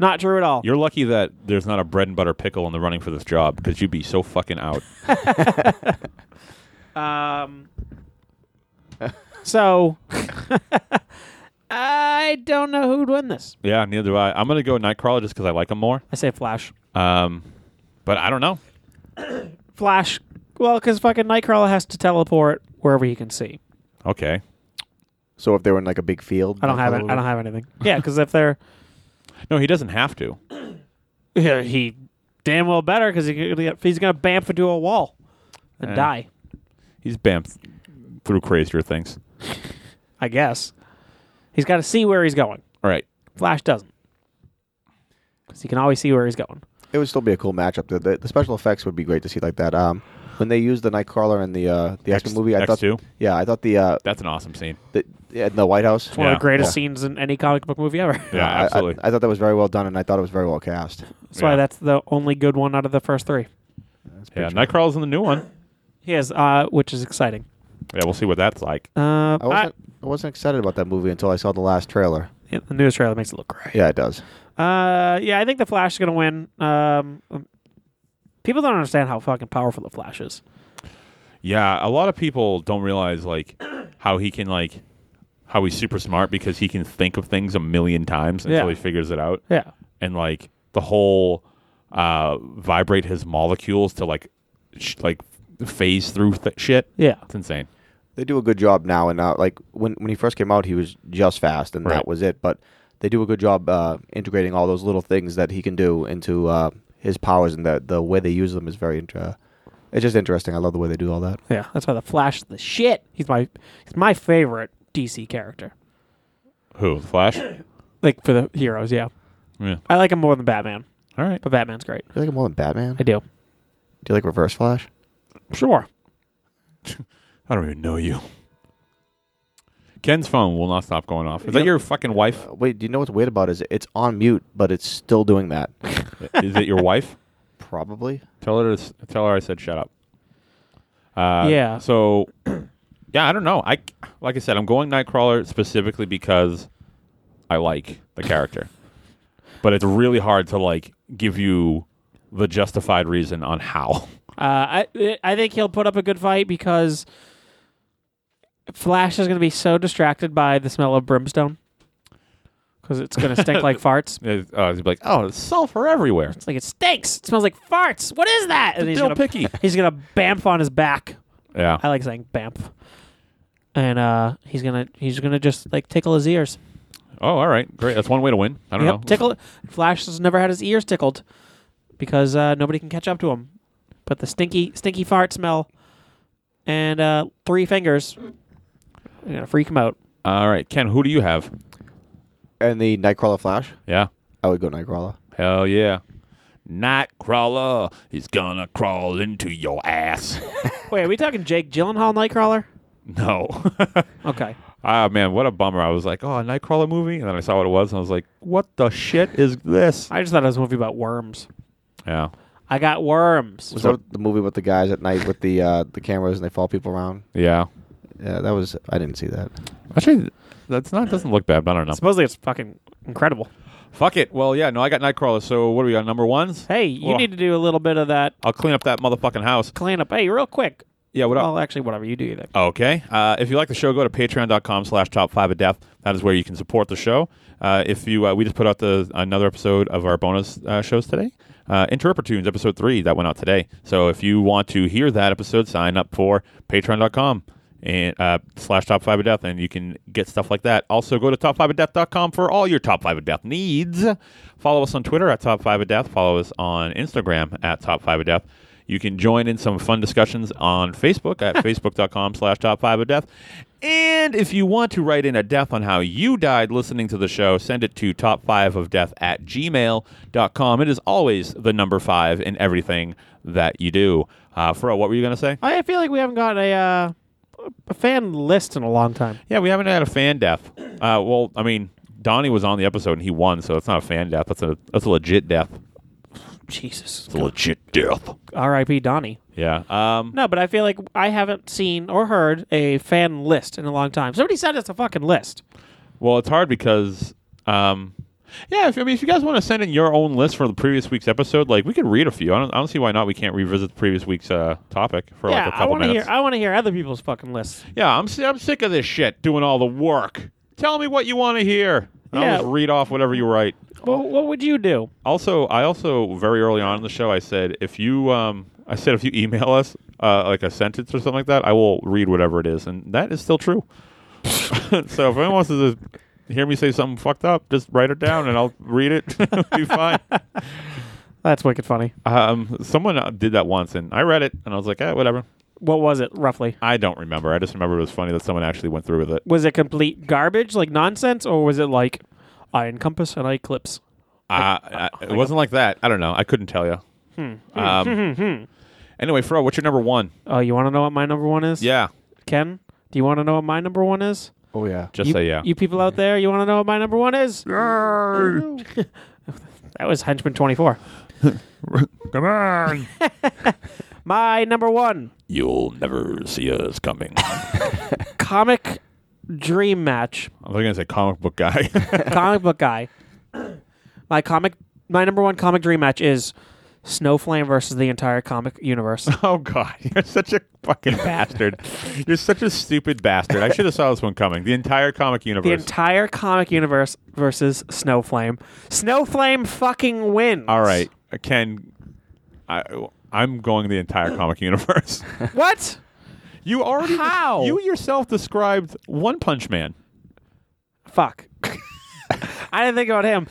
[SPEAKER 4] Not true at all.
[SPEAKER 2] You're lucky that there's not a bread and butter pickle in the running for this job because you'd be so fucking out.
[SPEAKER 4] *laughs* Um, so *laughs* I don't know who'd win this.
[SPEAKER 2] yeah, neither do I. I'm gonna go Nightcrawler just because I like him more.
[SPEAKER 4] I say Flash.
[SPEAKER 2] Um, but I don't know.
[SPEAKER 4] Flash. Well, because fucking Nightcrawler has to teleport wherever he can see.
[SPEAKER 2] Okay.
[SPEAKER 5] So if they were in like a big field,
[SPEAKER 4] I don't have it. I don't have anything. *laughs* Yeah, because if they're
[SPEAKER 2] No, he doesn't have to.
[SPEAKER 4] yeah, he damn well better because he, could get- he's gonna bamf into a wall and
[SPEAKER 2] Yeah.
[SPEAKER 4] die.
[SPEAKER 2] He's bamf through crazier things.
[SPEAKER 4] I guess he's got to see where he's going.
[SPEAKER 2] All right.
[SPEAKER 4] Flash doesn't because he can always see where he's going.
[SPEAKER 5] It would still be a cool matchup. The, the, the special effects would be great to see like that. Um, when they used the Nightcrawler in the uh, the X Men movie, I
[SPEAKER 2] X2?
[SPEAKER 5] thought yeah, I thought the uh,
[SPEAKER 2] That's an awesome scene.
[SPEAKER 5] the yeah, in the White House.
[SPEAKER 4] One of
[SPEAKER 2] Yeah.
[SPEAKER 4] the greatest scenes in any comic book movie ever.
[SPEAKER 2] Yeah,
[SPEAKER 5] I- I-
[SPEAKER 2] absolutely.
[SPEAKER 5] I, thought that was very well done, and I thought it was very well cast.
[SPEAKER 4] That's why
[SPEAKER 2] Yeah.
[SPEAKER 4] that's the only good one out of the first three.
[SPEAKER 2] yeah, Nightcrawler's in the new one.
[SPEAKER 4] Yes, uh, which is exciting.
[SPEAKER 2] Yeah, we'll see what that's like.
[SPEAKER 4] Uh,
[SPEAKER 5] I wasn't I, wasn't excited about that movie until I saw the last trailer.
[SPEAKER 4] I- the news trailer makes it look great.
[SPEAKER 5] Yeah, it does.
[SPEAKER 4] Uh, yeah, I think the Flash is gonna win. Um, um, people don't understand how fucking powerful the Flash is.
[SPEAKER 2] Yeah, a lot of people don't realize like how he can like how he's super smart because he can think of things a million times until
[SPEAKER 4] Yeah.
[SPEAKER 2] he figures it out.
[SPEAKER 4] Yeah,
[SPEAKER 2] And like the whole uh vibrate his molecules to like sh- like phase through th- shit.
[SPEAKER 4] yeah,
[SPEAKER 2] It's insane.
[SPEAKER 5] They do a good job now, and now like when when he first came out, he was just fast, and
[SPEAKER 2] Right.
[SPEAKER 5] that was it. But they do a good job uh, integrating all those little things that he can do into uh, his powers, and the the way they use them is very. Inter- it's just interesting. I love the way they do all that.
[SPEAKER 4] yeah. That's why the Flash is the shit. He's my he's my favorite DC character.
[SPEAKER 2] Who? The Flash?
[SPEAKER 4] Like for the heroes, yeah.
[SPEAKER 2] yeah.
[SPEAKER 4] I like him more than Batman,
[SPEAKER 2] All right.
[SPEAKER 4] but Batman's great.
[SPEAKER 5] Do you like him more than Batman?
[SPEAKER 4] I do.
[SPEAKER 5] Do you like Reverse Flash?
[SPEAKER 4] Sure.
[SPEAKER 2] I don't even know you. Ken's phone will not stop going off. Is that your fucking
[SPEAKER 4] *laughs*
[SPEAKER 2] wife?
[SPEAKER 5] Uh, Wait, do you know what's weird about it? Is it's on mute, but it's still doing that.
[SPEAKER 2] Is it your wife?
[SPEAKER 5] *laughs* Probably.
[SPEAKER 2] Tell her. To, s- tell her I said shut up. Uh,
[SPEAKER 4] Yeah.
[SPEAKER 2] So, *clears throat* yeah, I don't know. I like I said, I'm going Nightcrawler specifically because I like the character, *laughs* but it's really hard to like give you the justified reason on how. *laughs*
[SPEAKER 4] Uh, I I think he'll put up a good fight because Flash is going to be so distracted by the smell of brimstone because it's going to *laughs* stink like farts.
[SPEAKER 2] Uh, uh, you'd be like, oh, there's sulfur everywhere.
[SPEAKER 4] It's like it stinks. It smells like farts. What is that? And he's
[SPEAKER 2] Dill
[SPEAKER 4] gonna, *laughs*
[SPEAKER 2] picky.
[SPEAKER 4] he's gonna bamf on his back.
[SPEAKER 2] Yeah.
[SPEAKER 4] I like saying bamf. And uh, he's gonna he's gonna just like tickle his ears.
[SPEAKER 2] Oh, all right, great. That's one way to win. I don't
[SPEAKER 4] Yep,
[SPEAKER 2] know.
[SPEAKER 4] tickle. Flash has never had his ears tickled because uh, nobody can catch up to him. But the stinky stinky fart smell and uh, three fingers, are gonna freak him out.
[SPEAKER 2] All right, Ken. Who do you have?
[SPEAKER 5] And the Nightcrawler Flash?
[SPEAKER 2] Yeah.
[SPEAKER 5] I would go Nightcrawler.
[SPEAKER 2] Hell yeah. Nightcrawler is gonna crawl into your ass. *laughs*
[SPEAKER 4] Wait, are we talking Jake Gyllenhaal Nightcrawler?
[SPEAKER 2] no. *laughs*
[SPEAKER 4] Okay,
[SPEAKER 2] Ah man, what a bummer! I was like, "Oh, a Nightcrawler movie," and then I saw what it was, and I was like, "What the shit is this?"
[SPEAKER 4] I just thought it was a movie about worms.
[SPEAKER 2] Yeah,
[SPEAKER 4] I got worms.
[SPEAKER 5] Was that the movie with the guys at night with the uh, the cameras and they follow people around?
[SPEAKER 2] yeah.
[SPEAKER 5] Yeah, that was. I didn't see that.
[SPEAKER 2] Actually, that's not doesn't look bad. But I don't know.
[SPEAKER 4] Supposedly it's fucking incredible.
[SPEAKER 2] Fuck it. Well, yeah, no, I got Nightcrawler. So what do we got? Number ones?
[SPEAKER 4] Hey, you
[SPEAKER 2] Well,
[SPEAKER 4] need to do a little bit of that
[SPEAKER 2] I'll clean up that motherfucking house.
[SPEAKER 4] cleanup. Hey, real quick,
[SPEAKER 2] Yeah, what up?
[SPEAKER 4] Well, actually, whatever you do, either.
[SPEAKER 2] Okay. Uh, if you like the show, go to patreon.com slash top five of death. That is where you can support the show. Uh, if you, uh, we just put out the another episode of our bonus uh, shows today, uh, Interpretunes episode three that went out today. So if you want to hear that episode, sign up for patreon.com and uh, slash top five of death, and you can get stuff like that. Also, go to top five of death.com for all your top five of death needs. Follow us on Twitter at top five of death. Follow us on Instagram at top five of death. You can join in some fun discussions on Facebook *laughs* at facebook.com slash top five of death. And if you want to write in a death on how you died listening to the show, send it to top five of death at gmail.com. It is always the number five in everything that you do. Uh, Fro, what were you going to say?
[SPEAKER 4] I feel like we haven't gotten a uh, a fan list in a long time.
[SPEAKER 2] Yeah, we haven't had a fan death. Uh, well, I mean, Donnie was on the episode and he won, so it's not a fan death. That's a, that's a legit death.
[SPEAKER 4] Jesus.
[SPEAKER 2] It's a legit death.
[SPEAKER 4] R.I.P. Donnie.
[SPEAKER 2] Yeah. Um,
[SPEAKER 4] No, but I feel like I haven't seen or heard a fan list in a long time. Somebody sent us a fucking list.
[SPEAKER 2] Well, it's hard because, um, yeah. If, I mean, if you guys want to send in your own list for the previous week's episode, like we could read a few. I don't, I don't see why not. We can't revisit the previous week's uh, topic for
[SPEAKER 4] yeah,
[SPEAKER 2] like a
[SPEAKER 4] I
[SPEAKER 2] couple
[SPEAKER 4] want to hear.
[SPEAKER 2] minutes.
[SPEAKER 4] I want to hear other people's fucking lists.
[SPEAKER 2] yeah, I'm si- I'm sick of this shit doing all the work. Tell me what you want to hear. And I'll
[SPEAKER 4] Yeah.
[SPEAKER 2] just read off whatever you write.
[SPEAKER 4] Well, what would you do?
[SPEAKER 2] Also, I also very early on in the show I said if you um I said if you email us uh, like a sentence or something like that, I will read whatever it is, and that is still true. *laughs* so if anyone wants to hear me say something fucked up, just write it down and I'll read it. *laughs* It'll Be fine.
[SPEAKER 4] That's wicked funny.
[SPEAKER 2] Um, someone uh, did that once, and I read it, and I was like, eh, whatever.
[SPEAKER 4] What was it roughly?
[SPEAKER 2] I don't remember. I just remember it was funny that someone actually went through with it.
[SPEAKER 4] Was it complete garbage, like nonsense, or was it like I encompass and I eclipse?
[SPEAKER 2] Uh, I, Hmm. it wasn't like that. I don't know. I couldn't tell you. Um, anyway, Fro, what's your number one?
[SPEAKER 4] Oh, you want to know what my number one is?
[SPEAKER 2] Yeah,
[SPEAKER 4] Ken, do you want to know what my number one is?
[SPEAKER 5] Oh yeah.
[SPEAKER 2] just
[SPEAKER 4] you,
[SPEAKER 2] say yeah.
[SPEAKER 4] You people out there, you want to know what my number one is? that was Henchman 24.
[SPEAKER 2] Come on.
[SPEAKER 4] My number one
[SPEAKER 2] *laughs* You'll never see us coming. *laughs* I
[SPEAKER 4] comic dream match,
[SPEAKER 2] was going to say comic book guy. *laughs*
[SPEAKER 4] *laughs* comic book guy. My comic, my number one comic dream match is Snowflame versus the entire comic universe.
[SPEAKER 2] oh, God. *laughs* You're such a fucking bastard. You're such a stupid bastard. I should have saw this one coming. The entire comic universe.
[SPEAKER 4] the entire comic universe versus Snowflame. Snowflame fucking wins.
[SPEAKER 2] All right. Ken, I, I'm going the entire comic
[SPEAKER 4] *laughs*
[SPEAKER 2] universe.
[SPEAKER 4] What?
[SPEAKER 2] you already.
[SPEAKER 4] How?
[SPEAKER 2] You yourself described One Punch Man. *laughs*
[SPEAKER 4] Fuck. *laughs* I didn't think about him.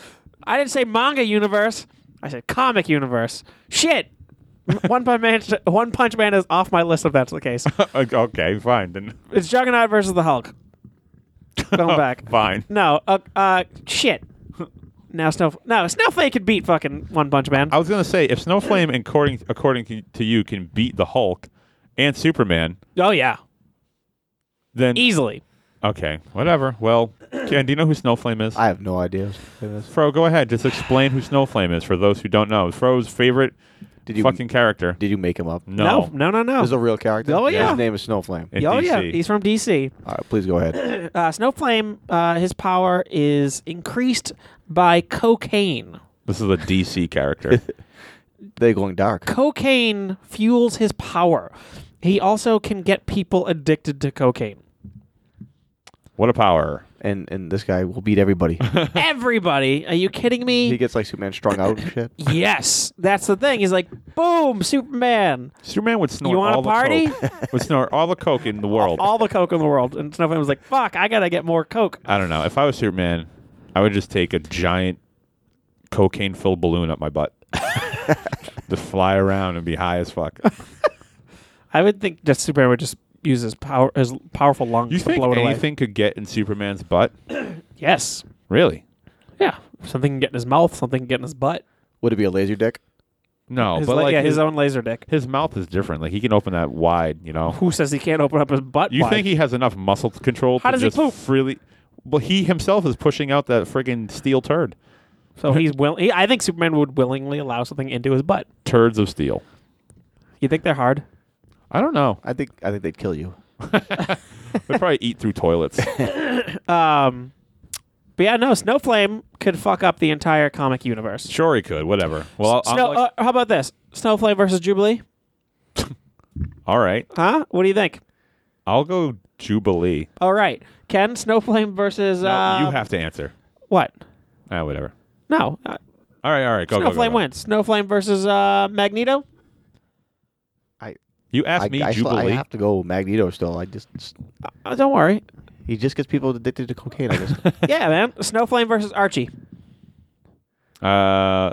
[SPEAKER 4] I didn't say manga universe. I said comic universe. Shit. *laughs* One Punch Man. One Punch Man is off my list if that's
[SPEAKER 2] *laughs*
[SPEAKER 4] the case.
[SPEAKER 2] Uh, okay, fine. Then.
[SPEAKER 4] It's Juggernaut versus the Hulk.
[SPEAKER 2] Oh,
[SPEAKER 4] Going back.
[SPEAKER 2] Fine.
[SPEAKER 4] No. Uh, uh. Shit. Now Snow. No. Snowflake could beat fucking One Punch Man.
[SPEAKER 2] I was gonna say if Snowflame, according according to- to you, can beat the Hulk and Superman,
[SPEAKER 4] Oh yeah.
[SPEAKER 2] then
[SPEAKER 4] Easily.
[SPEAKER 2] Okay, whatever. Well, Ken, do you know who Snowflame is?
[SPEAKER 5] I have no idea. It is.
[SPEAKER 2] Fro, go ahead. Just explain who Snowflame is for those who don't know. Fro's favorite
[SPEAKER 5] Did you
[SPEAKER 2] fucking character.
[SPEAKER 5] did you make him up?
[SPEAKER 2] no.
[SPEAKER 4] No. No. No.
[SPEAKER 5] This is a real character.
[SPEAKER 4] Oh, yeah.
[SPEAKER 5] His name is Snowflame.
[SPEAKER 2] In
[SPEAKER 4] oh yeah.
[SPEAKER 2] DC.
[SPEAKER 4] He's from DC.
[SPEAKER 5] All right, please go ahead.
[SPEAKER 4] Uh, Snowflame. Uh, his power is increased by cocaine.
[SPEAKER 2] this is a DC
[SPEAKER 4] *laughs*
[SPEAKER 2] character.
[SPEAKER 5] They going dark.
[SPEAKER 4] cocaine fuels his power. He also can get people addicted to cocaine.
[SPEAKER 2] *laughs* what a power.
[SPEAKER 5] And and this guy will
[SPEAKER 4] *laughs*
[SPEAKER 5] beat everybody.
[SPEAKER 4] Everybody, are you kidding
[SPEAKER 5] he
[SPEAKER 4] me?
[SPEAKER 5] gets like Superman strung out and shit.
[SPEAKER 4] yes, that's the thing. He's like, boom, Superman,
[SPEAKER 2] Superman would snort
[SPEAKER 4] You want a
[SPEAKER 2] all the
[SPEAKER 4] party?
[SPEAKER 2] coke.
[SPEAKER 4] *laughs*
[SPEAKER 2] would snort all the coke in the world.
[SPEAKER 4] all the coke in the world. And Snowflake was like, fuck, I gotta get more coke.
[SPEAKER 2] I don't know. If I was Superman, I would just take a giant cocaine filled balloon up my
[SPEAKER 4] *laughs*
[SPEAKER 2] butt. just fly around and be high as
[SPEAKER 4] *laughs*
[SPEAKER 2] fuck.
[SPEAKER 4] I would think that Superman would just use his power, his powerful lungs
[SPEAKER 2] You
[SPEAKER 4] to
[SPEAKER 2] think
[SPEAKER 4] blow it away.
[SPEAKER 2] anything could get in Superman's butt?
[SPEAKER 4] Yes,
[SPEAKER 2] Really?
[SPEAKER 4] yeah, something can get in his mouth, something can get in his butt.
[SPEAKER 5] Would it be a laser dick?
[SPEAKER 2] No,
[SPEAKER 4] his
[SPEAKER 2] Oh, but
[SPEAKER 4] la-
[SPEAKER 2] like
[SPEAKER 4] yeah,
[SPEAKER 2] his,
[SPEAKER 4] his own laser dick.
[SPEAKER 2] his mouth is different. Like he can open that wide, you know. *laughs*
[SPEAKER 4] Who says he can't open up his butt?
[SPEAKER 2] You
[SPEAKER 4] wide?
[SPEAKER 2] think he has enough muscle t- control
[SPEAKER 4] How
[SPEAKER 2] to
[SPEAKER 4] does he
[SPEAKER 2] just
[SPEAKER 4] poop?
[SPEAKER 2] freely? Well, he himself is pushing out that friggin' steel turd,
[SPEAKER 4] so? He's will. He, I think Superman would willingly allow something into his butt.
[SPEAKER 2] turds of steel.
[SPEAKER 4] You think they're hard?
[SPEAKER 2] I don't know.
[SPEAKER 5] I think I think they'd kill you.
[SPEAKER 2] They probably eat through *laughs* toilets.
[SPEAKER 4] Um, but yeah, no, Snowflame could fuck up the entire comic universe. uh,
[SPEAKER 2] sure, he could. Whatever. Well, I'll,
[SPEAKER 4] Snow,
[SPEAKER 2] I'm like,
[SPEAKER 4] uh, how about this? Snowflame versus Jubilee.
[SPEAKER 2] All right.
[SPEAKER 4] Huh? What do you think?
[SPEAKER 2] I'll go Jubilee.
[SPEAKER 4] All right. Ken, Snowflame versus. uh,
[SPEAKER 2] you have to answer.
[SPEAKER 4] What?
[SPEAKER 2] Ah, whatever.
[SPEAKER 4] No. Uh,
[SPEAKER 2] All right, all right. Go, go, go,
[SPEAKER 4] Snowflame
[SPEAKER 2] go.
[SPEAKER 4] wins. Snowflame versus uh, Magneto?
[SPEAKER 2] You asked
[SPEAKER 5] I,
[SPEAKER 2] me
[SPEAKER 5] I, sl- I
[SPEAKER 2] Jubilee.
[SPEAKER 5] have to go Magneto still. I just
[SPEAKER 4] Uh,
[SPEAKER 2] *laughs*
[SPEAKER 4] don't worry.
[SPEAKER 5] he just gets people addicted to cocaine.
[SPEAKER 4] *laughs*
[SPEAKER 5] I guess.
[SPEAKER 4] yeah, man. Snowflame versus Archie.
[SPEAKER 2] uh,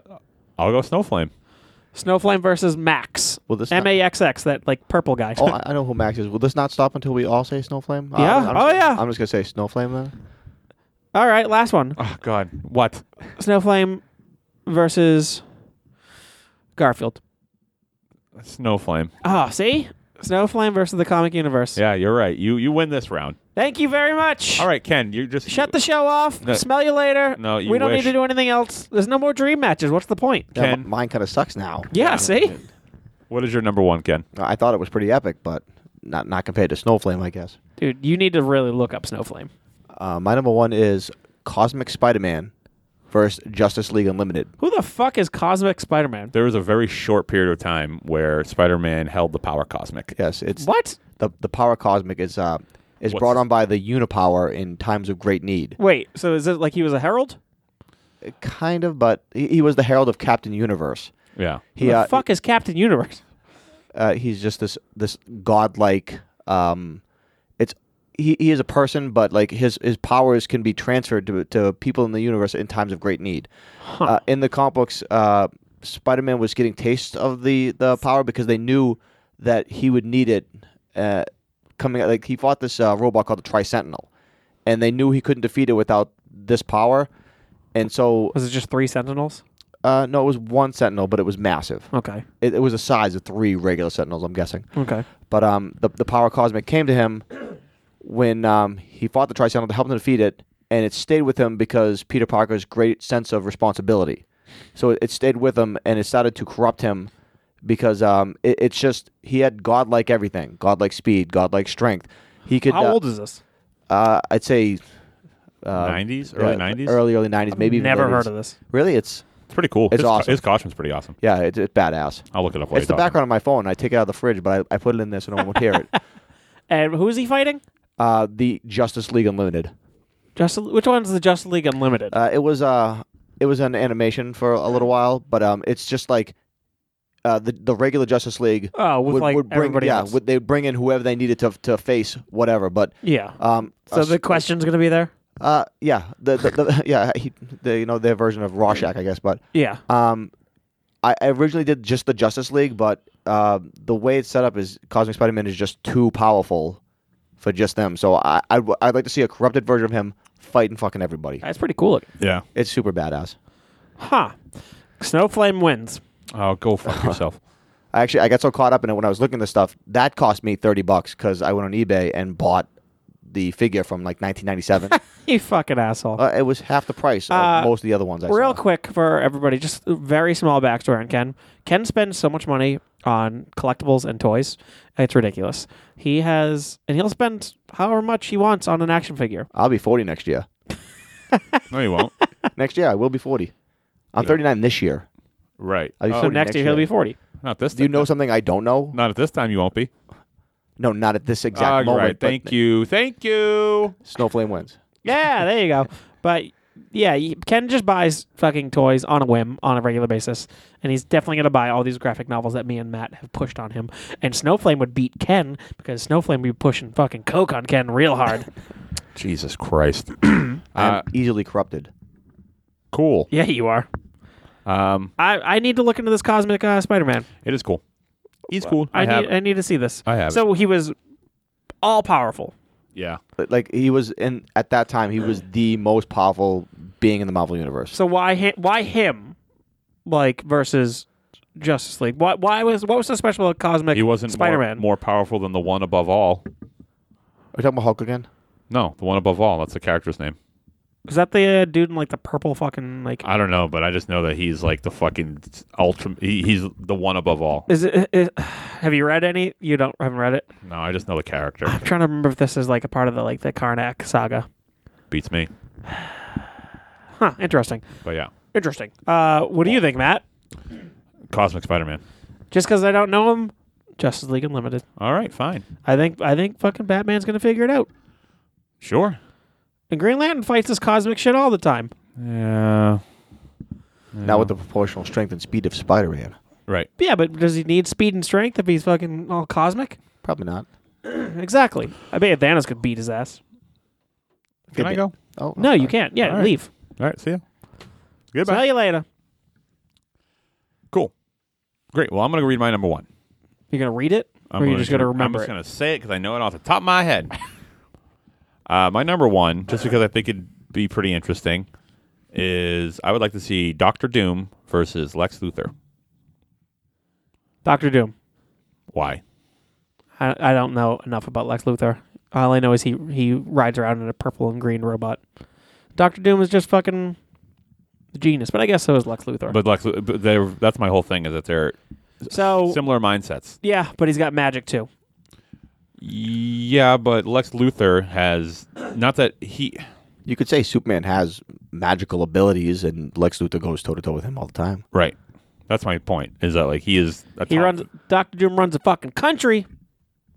[SPEAKER 2] I'll go Snowflame.
[SPEAKER 4] Snowflame versus Max.
[SPEAKER 5] Will this
[SPEAKER 4] M
[SPEAKER 5] not-
[SPEAKER 4] A X X, that like purple guy.
[SPEAKER 5] oh,
[SPEAKER 2] uh,
[SPEAKER 5] I I know who Max is. Will this not stop until we all say Snowflame? Uh,
[SPEAKER 4] Yeah.
[SPEAKER 5] I'm just-
[SPEAKER 4] Oh, yeah.
[SPEAKER 5] I'm just gonna say Snowflame then.
[SPEAKER 4] *laughs* All right, last one.
[SPEAKER 2] Oh God, what?
[SPEAKER 4] Snowflame versus Garfield.
[SPEAKER 2] Snowflame.
[SPEAKER 4] Oh, see? Snowflame versus the comic universe.
[SPEAKER 2] Yeah, you're right. You you win this round.
[SPEAKER 4] Thank you very much.
[SPEAKER 2] All right, Ken. You just
[SPEAKER 4] Shut the show off.
[SPEAKER 2] No.
[SPEAKER 4] Smell you later.
[SPEAKER 2] No, you
[SPEAKER 4] we don't
[SPEAKER 2] wish.
[SPEAKER 4] need to do anything else. There's no more dream matches. What's the point?
[SPEAKER 5] Yeah,
[SPEAKER 2] Ken.
[SPEAKER 5] m- mine kind of sucks now.
[SPEAKER 4] Yeah, see?
[SPEAKER 2] What is your number one, Ken?
[SPEAKER 5] I thought it was pretty epic, but not not compared to Snowflame, I guess.
[SPEAKER 4] Dude, you need to really look up Snowflame.
[SPEAKER 5] Uh, my number one is Cosmic Spider-Man versus Justice League Unlimited.
[SPEAKER 4] Who the fuck is Cosmic Spider Man?
[SPEAKER 2] There was a very short period of time where Spider-Man held the power cosmic.
[SPEAKER 5] Yes, it's
[SPEAKER 4] What?
[SPEAKER 5] the the power cosmic is uh is
[SPEAKER 2] What's-
[SPEAKER 5] brought on by the unipower in times of great need.
[SPEAKER 4] Wait, so is it like he was a herald?
[SPEAKER 5] Kind of, but he, he was the herald of Captain Universe.
[SPEAKER 2] Yeah.
[SPEAKER 5] He
[SPEAKER 4] Who
[SPEAKER 5] uh,
[SPEAKER 4] the fuck is Captain Universe?
[SPEAKER 5] uh, he's just this this godlike. Um, it's he, he is a person, but like his his powers can be transferred to to people in the universe in times of great need. Uh, in the comic books, uh, Spider Man was getting taste of the the power because they knew that he would need it. Uh, coming out, like he fought this uh, robot called the Tri Sentinel, and they knew he couldn't defeat it without this power. And so,
[SPEAKER 4] Was it just three Sentinels?
[SPEAKER 5] uh, no, it was one Sentinel, but it was massive.
[SPEAKER 4] Okay.
[SPEAKER 5] It, it was the size of three regular Sentinels, I'm guessing.
[SPEAKER 4] Okay.
[SPEAKER 5] But um, the, the power cosmic came to him when um, he fought the Tricentinal to help him defeat it, and it stayed with him because Peter Parker's great sense of responsibility. So it, it stayed with him, and it started to corrupt him because um, it, it's just he had godlike everything, godlike speed, godlike strength. He could.
[SPEAKER 4] How
[SPEAKER 5] uh,
[SPEAKER 4] old is this?
[SPEAKER 5] Uh, I'd say. Uh,
[SPEAKER 2] 90s, early
[SPEAKER 5] uh,
[SPEAKER 2] 90s.
[SPEAKER 5] early early 90s, maybe even
[SPEAKER 4] Never
[SPEAKER 5] 80s.
[SPEAKER 4] heard of this.
[SPEAKER 5] Really, it's
[SPEAKER 2] It's pretty cool.
[SPEAKER 5] It's
[SPEAKER 2] his, co-
[SPEAKER 5] awesome.
[SPEAKER 2] His costume's pretty awesome.
[SPEAKER 5] yeah, it's, it's badass.
[SPEAKER 2] I'll look it up. while
[SPEAKER 5] It's the
[SPEAKER 2] you're talking.
[SPEAKER 5] background of my phone. I take it out of the fridge, but I, I put it in there so no one would hear it.
[SPEAKER 4] And who is he fighting?
[SPEAKER 5] Uh, the Justice League Unlimited.
[SPEAKER 4] Just which one's the Justice League Unlimited?
[SPEAKER 5] Uh, it was uh it was an animation for a little while, but um, it's just like uh, the the regular Justice League
[SPEAKER 4] oh, with
[SPEAKER 5] would,
[SPEAKER 4] like
[SPEAKER 5] would bring
[SPEAKER 4] everybody
[SPEAKER 5] yeah,
[SPEAKER 4] else.
[SPEAKER 5] would they bring in whoever they needed to to face whatever, but
[SPEAKER 4] yeah.
[SPEAKER 5] um,
[SPEAKER 4] so
[SPEAKER 5] us-
[SPEAKER 4] the question's gonna be there.
[SPEAKER 5] uh, yeah, the, the, the *laughs* yeah, he, the, you know their version of Rorschach, I guess, but
[SPEAKER 4] Yeah.
[SPEAKER 5] um, I, I originally did just the Justice League, but uh, the way it's set up is Cosmic Spider Man is just too powerful for just them. So I I'd, I'd like to see a corrupted version of him fighting fucking everybody.
[SPEAKER 4] That's pretty cool. Looking.
[SPEAKER 2] Yeah.
[SPEAKER 5] It's super badass.
[SPEAKER 4] Huh. Snowflame wins.
[SPEAKER 2] Oh, go
[SPEAKER 5] *laughs*
[SPEAKER 2] fuck yourself.
[SPEAKER 5] I actually I got so caught up in it when I was looking at this stuff that cost me thirty bucks because I went on eBay and bought the figure from
[SPEAKER 4] *laughs*
[SPEAKER 5] like 1997.
[SPEAKER 4] You fucking asshole.
[SPEAKER 5] uh, it was half the price of
[SPEAKER 4] Uh,
[SPEAKER 5] most of the other ones. I
[SPEAKER 4] Real
[SPEAKER 5] saw.
[SPEAKER 4] quick for everybody, just a very small backstory on Ken. Ken spends so much money on collectibles and toys. It's ridiculous. He has, and he'll spend however much he wants on an action figure.
[SPEAKER 5] I'll be forty
[SPEAKER 4] *laughs*
[SPEAKER 5] next year.
[SPEAKER 2] no, you
[SPEAKER 5] *laughs*
[SPEAKER 2] won't.
[SPEAKER 5] next year I will be forty. I'm 39 this year.
[SPEAKER 2] Right.
[SPEAKER 5] Are you
[SPEAKER 2] Oh,
[SPEAKER 5] sure?
[SPEAKER 4] Next,
[SPEAKER 5] Next
[SPEAKER 4] year, he'll
[SPEAKER 5] year.
[SPEAKER 4] be 40.
[SPEAKER 2] not this.
[SPEAKER 5] Do you
[SPEAKER 2] time.
[SPEAKER 5] know something I don't know?
[SPEAKER 2] *laughs* Not at this time. You won't be.
[SPEAKER 5] No, not at this exact
[SPEAKER 2] All
[SPEAKER 5] moment.
[SPEAKER 2] Ah, right. Thank you. Thank you.
[SPEAKER 5] Snowflame wins.
[SPEAKER 4] Yeah, there you *laughs* go. But yeah, y- Ken just buys fucking toys on a whim on a regular basis, and he's definitely gonna buy all these graphic novels that me and Matt have pushed on him. And Snowflame would beat Ken because Snowflame would be pushing fucking coke on Ken real *laughs* hard.
[SPEAKER 2] Jesus Christ. *clears throat*
[SPEAKER 5] I'm
[SPEAKER 2] Uh,
[SPEAKER 5] easily corrupted.
[SPEAKER 2] cool.
[SPEAKER 4] yeah, you are.
[SPEAKER 2] Um,
[SPEAKER 4] I, I need to look into this cosmic uh, Spider-Man.
[SPEAKER 2] it is cool. He's cool.
[SPEAKER 4] I,
[SPEAKER 2] have.
[SPEAKER 4] need I need to see this.
[SPEAKER 2] I have
[SPEAKER 4] So he was all powerful.
[SPEAKER 2] yeah.
[SPEAKER 5] But, Like he was in at that time, he was the most powerful being in the Marvel universe.
[SPEAKER 4] So why hi- why him? Like versus Justice League. Why why was what was so special about cosmic
[SPEAKER 2] He wasn't more-
[SPEAKER 4] Spider-Man?
[SPEAKER 2] more powerful than the one above all.
[SPEAKER 5] Are we talking about Hulk again?
[SPEAKER 2] No, the one above all. That's the character's name.
[SPEAKER 4] Is that the uh, dude in like the purple fucking like?
[SPEAKER 2] I don't know, but I just know that he's like the fucking ultra. He, he's the one above all.
[SPEAKER 4] Is it? Is, have you read any? You don't haven't read it.
[SPEAKER 2] No, I just know the character.
[SPEAKER 4] I'm trying to remember if this is like a part of the like the Karnak saga.
[SPEAKER 2] Beats me.
[SPEAKER 4] Huh. Interesting.
[SPEAKER 2] But yeah,
[SPEAKER 4] Interesting. Uh, what do you think, Matt?
[SPEAKER 2] Cosmic Spider Man.
[SPEAKER 4] Just because I don't know him Justice League Unlimited.
[SPEAKER 2] All right, fine.
[SPEAKER 4] I think I think fucking Batman's gonna figure it out.
[SPEAKER 2] Sure.
[SPEAKER 4] And Green Lantern fights this cosmic shit all the time.
[SPEAKER 2] Yeah.
[SPEAKER 5] Not with the proportional strength and speed of Spider-Man.
[SPEAKER 2] Right.
[SPEAKER 4] Yeah, but does he need speed and strength if he's fucking all cosmic?
[SPEAKER 5] Probably not.
[SPEAKER 4] Exactly. I bet Thanos could beat his ass.
[SPEAKER 2] Can I go? All
[SPEAKER 5] Oh
[SPEAKER 4] No, you can't. Yeah,
[SPEAKER 2] All right.
[SPEAKER 4] leave.
[SPEAKER 2] right. See ya. Goodbye.
[SPEAKER 4] Tell you later.
[SPEAKER 2] Cool. Great. Well, I'm gonna read my number one.
[SPEAKER 4] You're gonna read it,
[SPEAKER 2] I'm
[SPEAKER 4] or you're just gonna
[SPEAKER 2] I'm
[SPEAKER 4] remember
[SPEAKER 2] just
[SPEAKER 4] it.
[SPEAKER 2] gonna say it because I know it off the top of my *laughs* head. uh, my number one, just because I think it'd be pretty interesting, is I would like to see Doctor Doom versus Lex Luthor.
[SPEAKER 4] Doctor Doom.
[SPEAKER 2] Why?
[SPEAKER 4] I, I don't know enough about Lex Luthor. All I know is he he rides around in a purple and green robot. Doctor Doom is just fucking genius, but I guess so is Lex Luthor.
[SPEAKER 2] But Lex, Lu- but they're, that's my whole thing is that they're
[SPEAKER 4] so
[SPEAKER 2] similar mindsets.
[SPEAKER 4] yeah, but he's got magic too.
[SPEAKER 2] Yeah, but Lex Luthor has not that he.
[SPEAKER 5] You could say Superman has magical abilities, and Lex Luthor goes toe to toe with him all the time.
[SPEAKER 2] Right. That's my point. Is that like he is? A
[SPEAKER 4] He
[SPEAKER 2] top-
[SPEAKER 4] runs Doctor Doom runs a fucking country.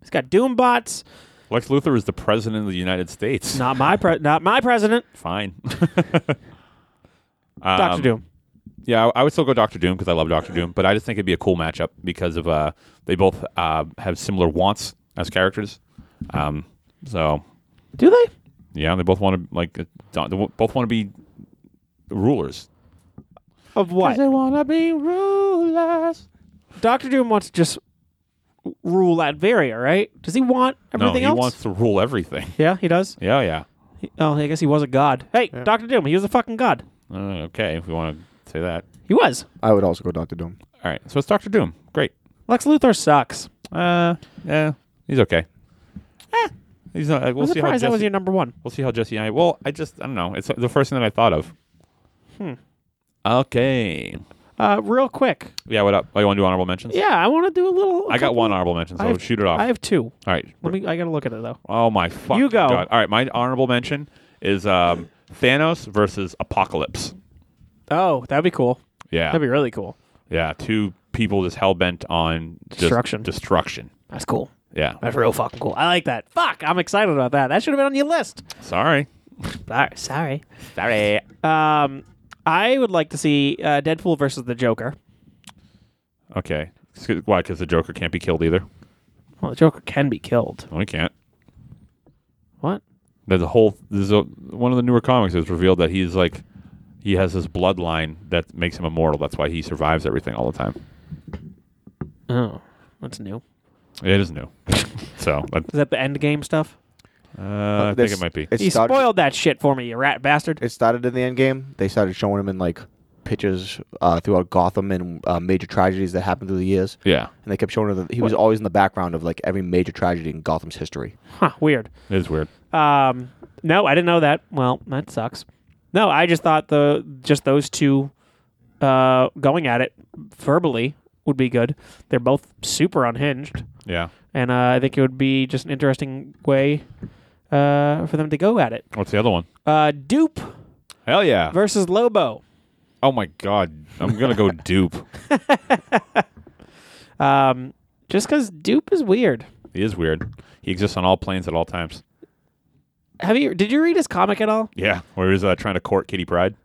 [SPEAKER 4] He's got Doom bots.
[SPEAKER 2] Lex Luthor is the president of the United States.
[SPEAKER 4] Not my pre- not my president.
[SPEAKER 2] Fine. *laughs* Um,
[SPEAKER 4] Doctor Doom.
[SPEAKER 2] Yeah, I, I would still go Doctor Doom because I love Doctor Doom, but I just think it'd be a cool matchup because of uh, they both uh, have similar wants as characters. Um, so
[SPEAKER 4] Do they?
[SPEAKER 2] yeah, they both want to like uh, do- they both want to be rulers.
[SPEAKER 4] Of what?
[SPEAKER 2] want to be rulers.
[SPEAKER 4] Doctor Doom wants to just rule Latveria, right? Does he want
[SPEAKER 2] No,
[SPEAKER 4] everything
[SPEAKER 2] he
[SPEAKER 4] else?
[SPEAKER 2] wants to rule everything.
[SPEAKER 4] yeah, he does.
[SPEAKER 2] *laughs* Yeah, yeah.
[SPEAKER 4] He- oh, I guess he was a god. Hey, Doctor Doom, he was a fucking god.
[SPEAKER 2] Uh, okay, if we want to say that.
[SPEAKER 4] He was.
[SPEAKER 5] I would also go Doctor Doom.
[SPEAKER 2] All right, so it's Doctor Doom. Great.
[SPEAKER 4] Lex Luthor sucks.
[SPEAKER 2] Uh, yeah, he's okay. Eh, He's not. Like, we'll
[SPEAKER 4] Eh. I'm
[SPEAKER 2] see how
[SPEAKER 4] surprised that was
[SPEAKER 2] Jesse-
[SPEAKER 4] your number one.
[SPEAKER 2] We'll see how Jesse and I. Well, I just I don't know. It's the first thing that I thought of. Hmm. Okay.
[SPEAKER 4] Uh, real quick.
[SPEAKER 2] Yeah. What up? Oh, you want to do honorable mentions?
[SPEAKER 4] Yeah, I want to do a little. I
[SPEAKER 2] I got one honorable mention, so
[SPEAKER 4] I have-
[SPEAKER 2] shoot it off.
[SPEAKER 4] I have two.
[SPEAKER 2] All right.
[SPEAKER 4] Let me. I gotta look at it though.
[SPEAKER 2] Oh my fucking
[SPEAKER 4] You go.
[SPEAKER 2] God. All right. My honorable mention is um, Thanos versus Apocalypse.
[SPEAKER 4] Oh, that'd be cool.
[SPEAKER 2] Yeah.
[SPEAKER 4] That'd be really cool.
[SPEAKER 2] yeah. Two people just hell bent on just
[SPEAKER 4] Destruction. Uh,
[SPEAKER 2] Destruction.
[SPEAKER 4] That's cool.
[SPEAKER 2] Yeah.
[SPEAKER 4] That's real fucking cool. I like that. Fuck, I'm excited about that. That should have been on your list.
[SPEAKER 2] Sorry.
[SPEAKER 4] Sorry. Sorry.
[SPEAKER 2] Sorry.
[SPEAKER 4] Um, I would like to see uh, Deadpool versus the Joker.
[SPEAKER 2] Okay. Why? Because the Joker can't be killed either.
[SPEAKER 4] Well, the Joker can be killed.
[SPEAKER 2] No, he can't.
[SPEAKER 4] What?
[SPEAKER 2] There's a whole. There's a, one of the newer comics. It's revealed that he's like, he has this bloodline that makes him immortal. That's why he survives everything all the time.
[SPEAKER 4] Oh, that's new.
[SPEAKER 2] It is new, *laughs* so that,
[SPEAKER 4] Is that the end game stuff?
[SPEAKER 2] uh, I think it might be.
[SPEAKER 5] It
[SPEAKER 4] You
[SPEAKER 5] started,
[SPEAKER 4] spoiled that shit for me, you rat bastard.
[SPEAKER 5] it started in the end game. They started showing him in like pictures uh, throughout Gotham and uh, major tragedies that happened through the years.
[SPEAKER 2] Yeah,
[SPEAKER 5] And they kept showing him that he was always in the background of like every major tragedy in Gotham's history.
[SPEAKER 4] Huh, weird.
[SPEAKER 2] it is weird.
[SPEAKER 4] Um, no, I didn't know that. Well, that sucks. No, I just thought the just those two uh, going at it verbally would be good. They're both super unhinged,
[SPEAKER 2] Yeah.
[SPEAKER 4] and uh, I think it would be just an interesting way uh, for them to go at it.
[SPEAKER 2] What's the other one?
[SPEAKER 4] Uh, Dupe
[SPEAKER 2] Hell yeah!
[SPEAKER 4] versus Lobo.
[SPEAKER 2] oh my god, I'm gonna go *laughs* dupe.
[SPEAKER 4] Um, just because Dupe is weird.
[SPEAKER 2] He is weird. He exists on all planes at all times.
[SPEAKER 4] Have you? Did you read his comic at all?
[SPEAKER 2] Yeah, where he's uh, trying to court Kitty Pride.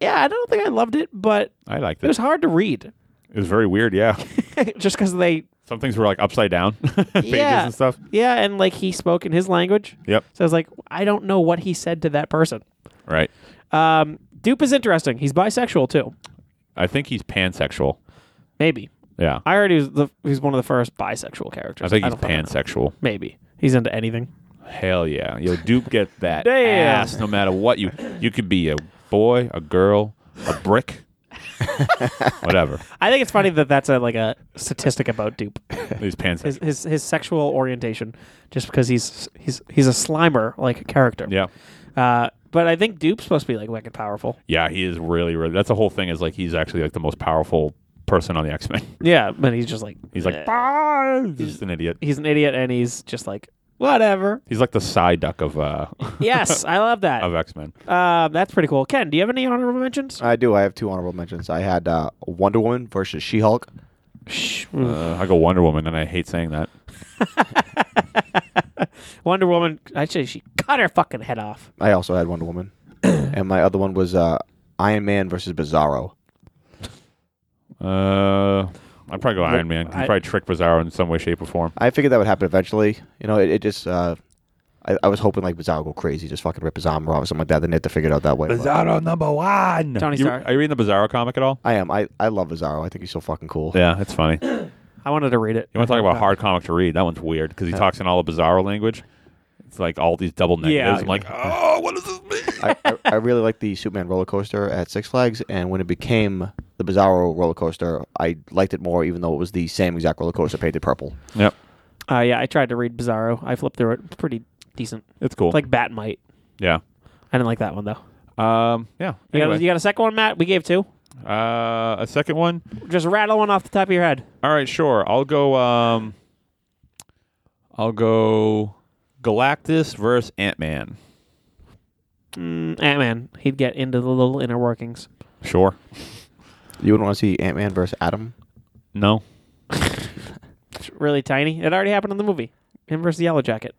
[SPEAKER 4] Yeah, I don't think I loved it, but
[SPEAKER 2] I liked
[SPEAKER 4] it was
[SPEAKER 2] it.
[SPEAKER 4] hard to read, *laughs*
[SPEAKER 2] It was very weird. Yeah, *laughs*
[SPEAKER 4] just because they.
[SPEAKER 2] some things were like upside down *laughs* pages
[SPEAKER 4] Yeah.
[SPEAKER 2] and stuff.
[SPEAKER 4] Yeah, and like he spoke in his language.
[SPEAKER 2] Yep.
[SPEAKER 4] So I was like, I don't know what he said to that person.
[SPEAKER 2] Right.
[SPEAKER 4] Um, Dupe is interesting. He's bisexual too.
[SPEAKER 2] I think he's pansexual.
[SPEAKER 4] Maybe
[SPEAKER 2] Yeah.
[SPEAKER 4] I heard he was the he's one of the first bisexual
[SPEAKER 2] I
[SPEAKER 4] characters.
[SPEAKER 2] think he's
[SPEAKER 4] don't fucking know.
[SPEAKER 2] pansexual.
[SPEAKER 4] Maybe he's into anything.
[SPEAKER 2] Hell yeah. Yo, Dupe get that
[SPEAKER 4] Damn.
[SPEAKER 2] ass no matter what you you could be a boy, a girl, a
[SPEAKER 4] *laughs*
[SPEAKER 2] brick. Whatever.
[SPEAKER 4] I think it's funny that that's a like a statistic about Dupe.
[SPEAKER 2] He's pansexual.
[SPEAKER 4] His his, his sexual orientation, just because he's he's he's a Slimer like character.
[SPEAKER 2] yeah.
[SPEAKER 4] Uh, but I think Dupe's supposed to be like wicked powerful.
[SPEAKER 2] Yeah, he is really really that's the whole thing is like he's actually like the most powerful person on the X Men.
[SPEAKER 4] Yeah, but he's just like
[SPEAKER 2] He's like
[SPEAKER 4] eh.
[SPEAKER 2] "Ah," *laughs* he's just an idiot.
[SPEAKER 4] he's an idiot and he's just like
[SPEAKER 2] *laughs*
[SPEAKER 4] whatever.
[SPEAKER 2] He's like the side duck of uh
[SPEAKER 4] yes, I love that.
[SPEAKER 2] of Uh, X Men.
[SPEAKER 4] Um, that's pretty cool. Ken, do you have any honorable mentions?
[SPEAKER 5] I do. I have two honorable mentions. I had uh, Wonder Woman versus She Hulk.
[SPEAKER 2] Uh, I go Wonder Woman, and I hate saying that.
[SPEAKER 4] *laughs* Wonder Woman. Actually, she cut her fucking head off.
[SPEAKER 5] I also had Wonder *coughs* Woman, and my other one was uh, Iron Man versus Bizarro.
[SPEAKER 2] Uh, I'd probably go Iron Man. He
[SPEAKER 4] I-
[SPEAKER 2] probably tricked Bizarro in some way, shape, or form.
[SPEAKER 5] I figured that would happen eventually. You know, it, it just uh, I, I was hoping like Bizarro would go crazy, just fucking rip his arm off or something like that. Then they had to figure it out that way. but-
[SPEAKER 2] Bizarro number one.
[SPEAKER 4] Tony
[SPEAKER 2] You-
[SPEAKER 4] Stark.
[SPEAKER 2] Are you reading the Bizarro comic at all?
[SPEAKER 5] I am. I, I love Bizarro. I think he's so fucking cool.
[SPEAKER 2] Yeah, it's funny.
[SPEAKER 4] I wanted to read it.
[SPEAKER 2] You want to
[SPEAKER 4] *laughs*
[SPEAKER 2] talk about a hard comic to read? That one's weird because he talks in all the Bizarro language. It's like all these double negatives. I'm like, *laughs* oh, what does this mean?
[SPEAKER 5] I, I, I really like the Superman roller coaster at Six Flags, and when it became the Bizarro roller coaster, I liked it more, even though it was the same exact roller coaster painted purple.
[SPEAKER 2] yep,
[SPEAKER 4] Uh, yeah, I tried to read Bizarro. I flipped through it. It's pretty decent.
[SPEAKER 2] it's cool.
[SPEAKER 4] Like Batmite.
[SPEAKER 2] yeah,
[SPEAKER 4] I didn't like that one though.
[SPEAKER 2] um, yeah.
[SPEAKER 4] You, got,
[SPEAKER 2] Anyway,
[SPEAKER 4] a, you got a second one, Matt? We gave two.
[SPEAKER 2] uh, a second one.
[SPEAKER 4] Just rattle one off the top of your head.
[SPEAKER 2] All right, sure. I'll go. Um, I'll go. Galactus versus Ant Man.
[SPEAKER 4] Mm, Ant Man. He'd get into the little inner workings.
[SPEAKER 2] Sure.
[SPEAKER 5] You wouldn't want to see Ant Man versus Adam.
[SPEAKER 2] No.
[SPEAKER 4] It's really tiny. It already happened in the movie. Him versus the Yellow Jacket.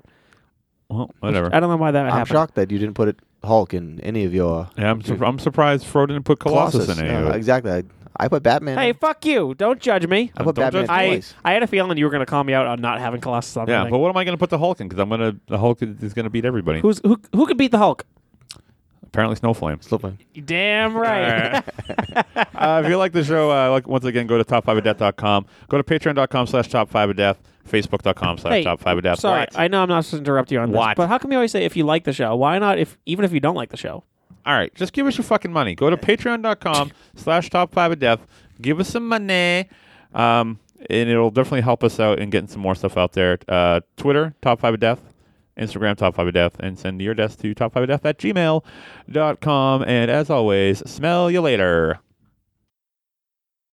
[SPEAKER 2] Well, whatever.
[SPEAKER 4] I don't know why that
[SPEAKER 5] I'm
[SPEAKER 4] happened.
[SPEAKER 5] shocked that you didn't put it Hulk in any of your
[SPEAKER 2] Yeah, I'm, sur- I'm surprised Fro didn't put Colossus, in any
[SPEAKER 5] Yeah,
[SPEAKER 2] of it.
[SPEAKER 5] exactly. I, I put Batman.
[SPEAKER 4] Hey, fuck you! Don't judge me.
[SPEAKER 5] I put
[SPEAKER 2] Don't
[SPEAKER 5] Batman
[SPEAKER 2] judge-
[SPEAKER 4] I,
[SPEAKER 5] twice.
[SPEAKER 4] I had a feeling you were going to call me out on not having Colossus on.
[SPEAKER 2] Yeah,
[SPEAKER 4] the
[SPEAKER 2] but
[SPEAKER 4] thing.
[SPEAKER 2] what am I going to put the Hulk in? Because I'm going to the Hulk is is going to beat everybody.
[SPEAKER 4] who's who? Who could beat the Hulk?
[SPEAKER 2] Apparently, Snowflame.
[SPEAKER 5] Slipping.
[SPEAKER 4] Damn right.
[SPEAKER 2] *laughs* uh, if you like the show, uh, like once again, go to top5ofdeath.com. Go to patreon.com slash top5ofdeath, facebook.com slash
[SPEAKER 4] Hey,
[SPEAKER 2] top5ofdeath.
[SPEAKER 4] Sorry,
[SPEAKER 2] What?
[SPEAKER 4] I know I'm not supposed to interrupt you on this,
[SPEAKER 2] What?
[SPEAKER 4] but how come you always say if you like the show? Why not if even if you don't like the show?
[SPEAKER 2] All right, just give us your fucking money. Go to patreon.com slash top5ofdeath. Give us some money. Um, and it'll definitely help us out in getting some more stuff out there. Uh, Twitter, top5ofdeath. Instagram, top5ofdeath. And send your death to top5ofdeath at gmail.com. And as always, smell you later.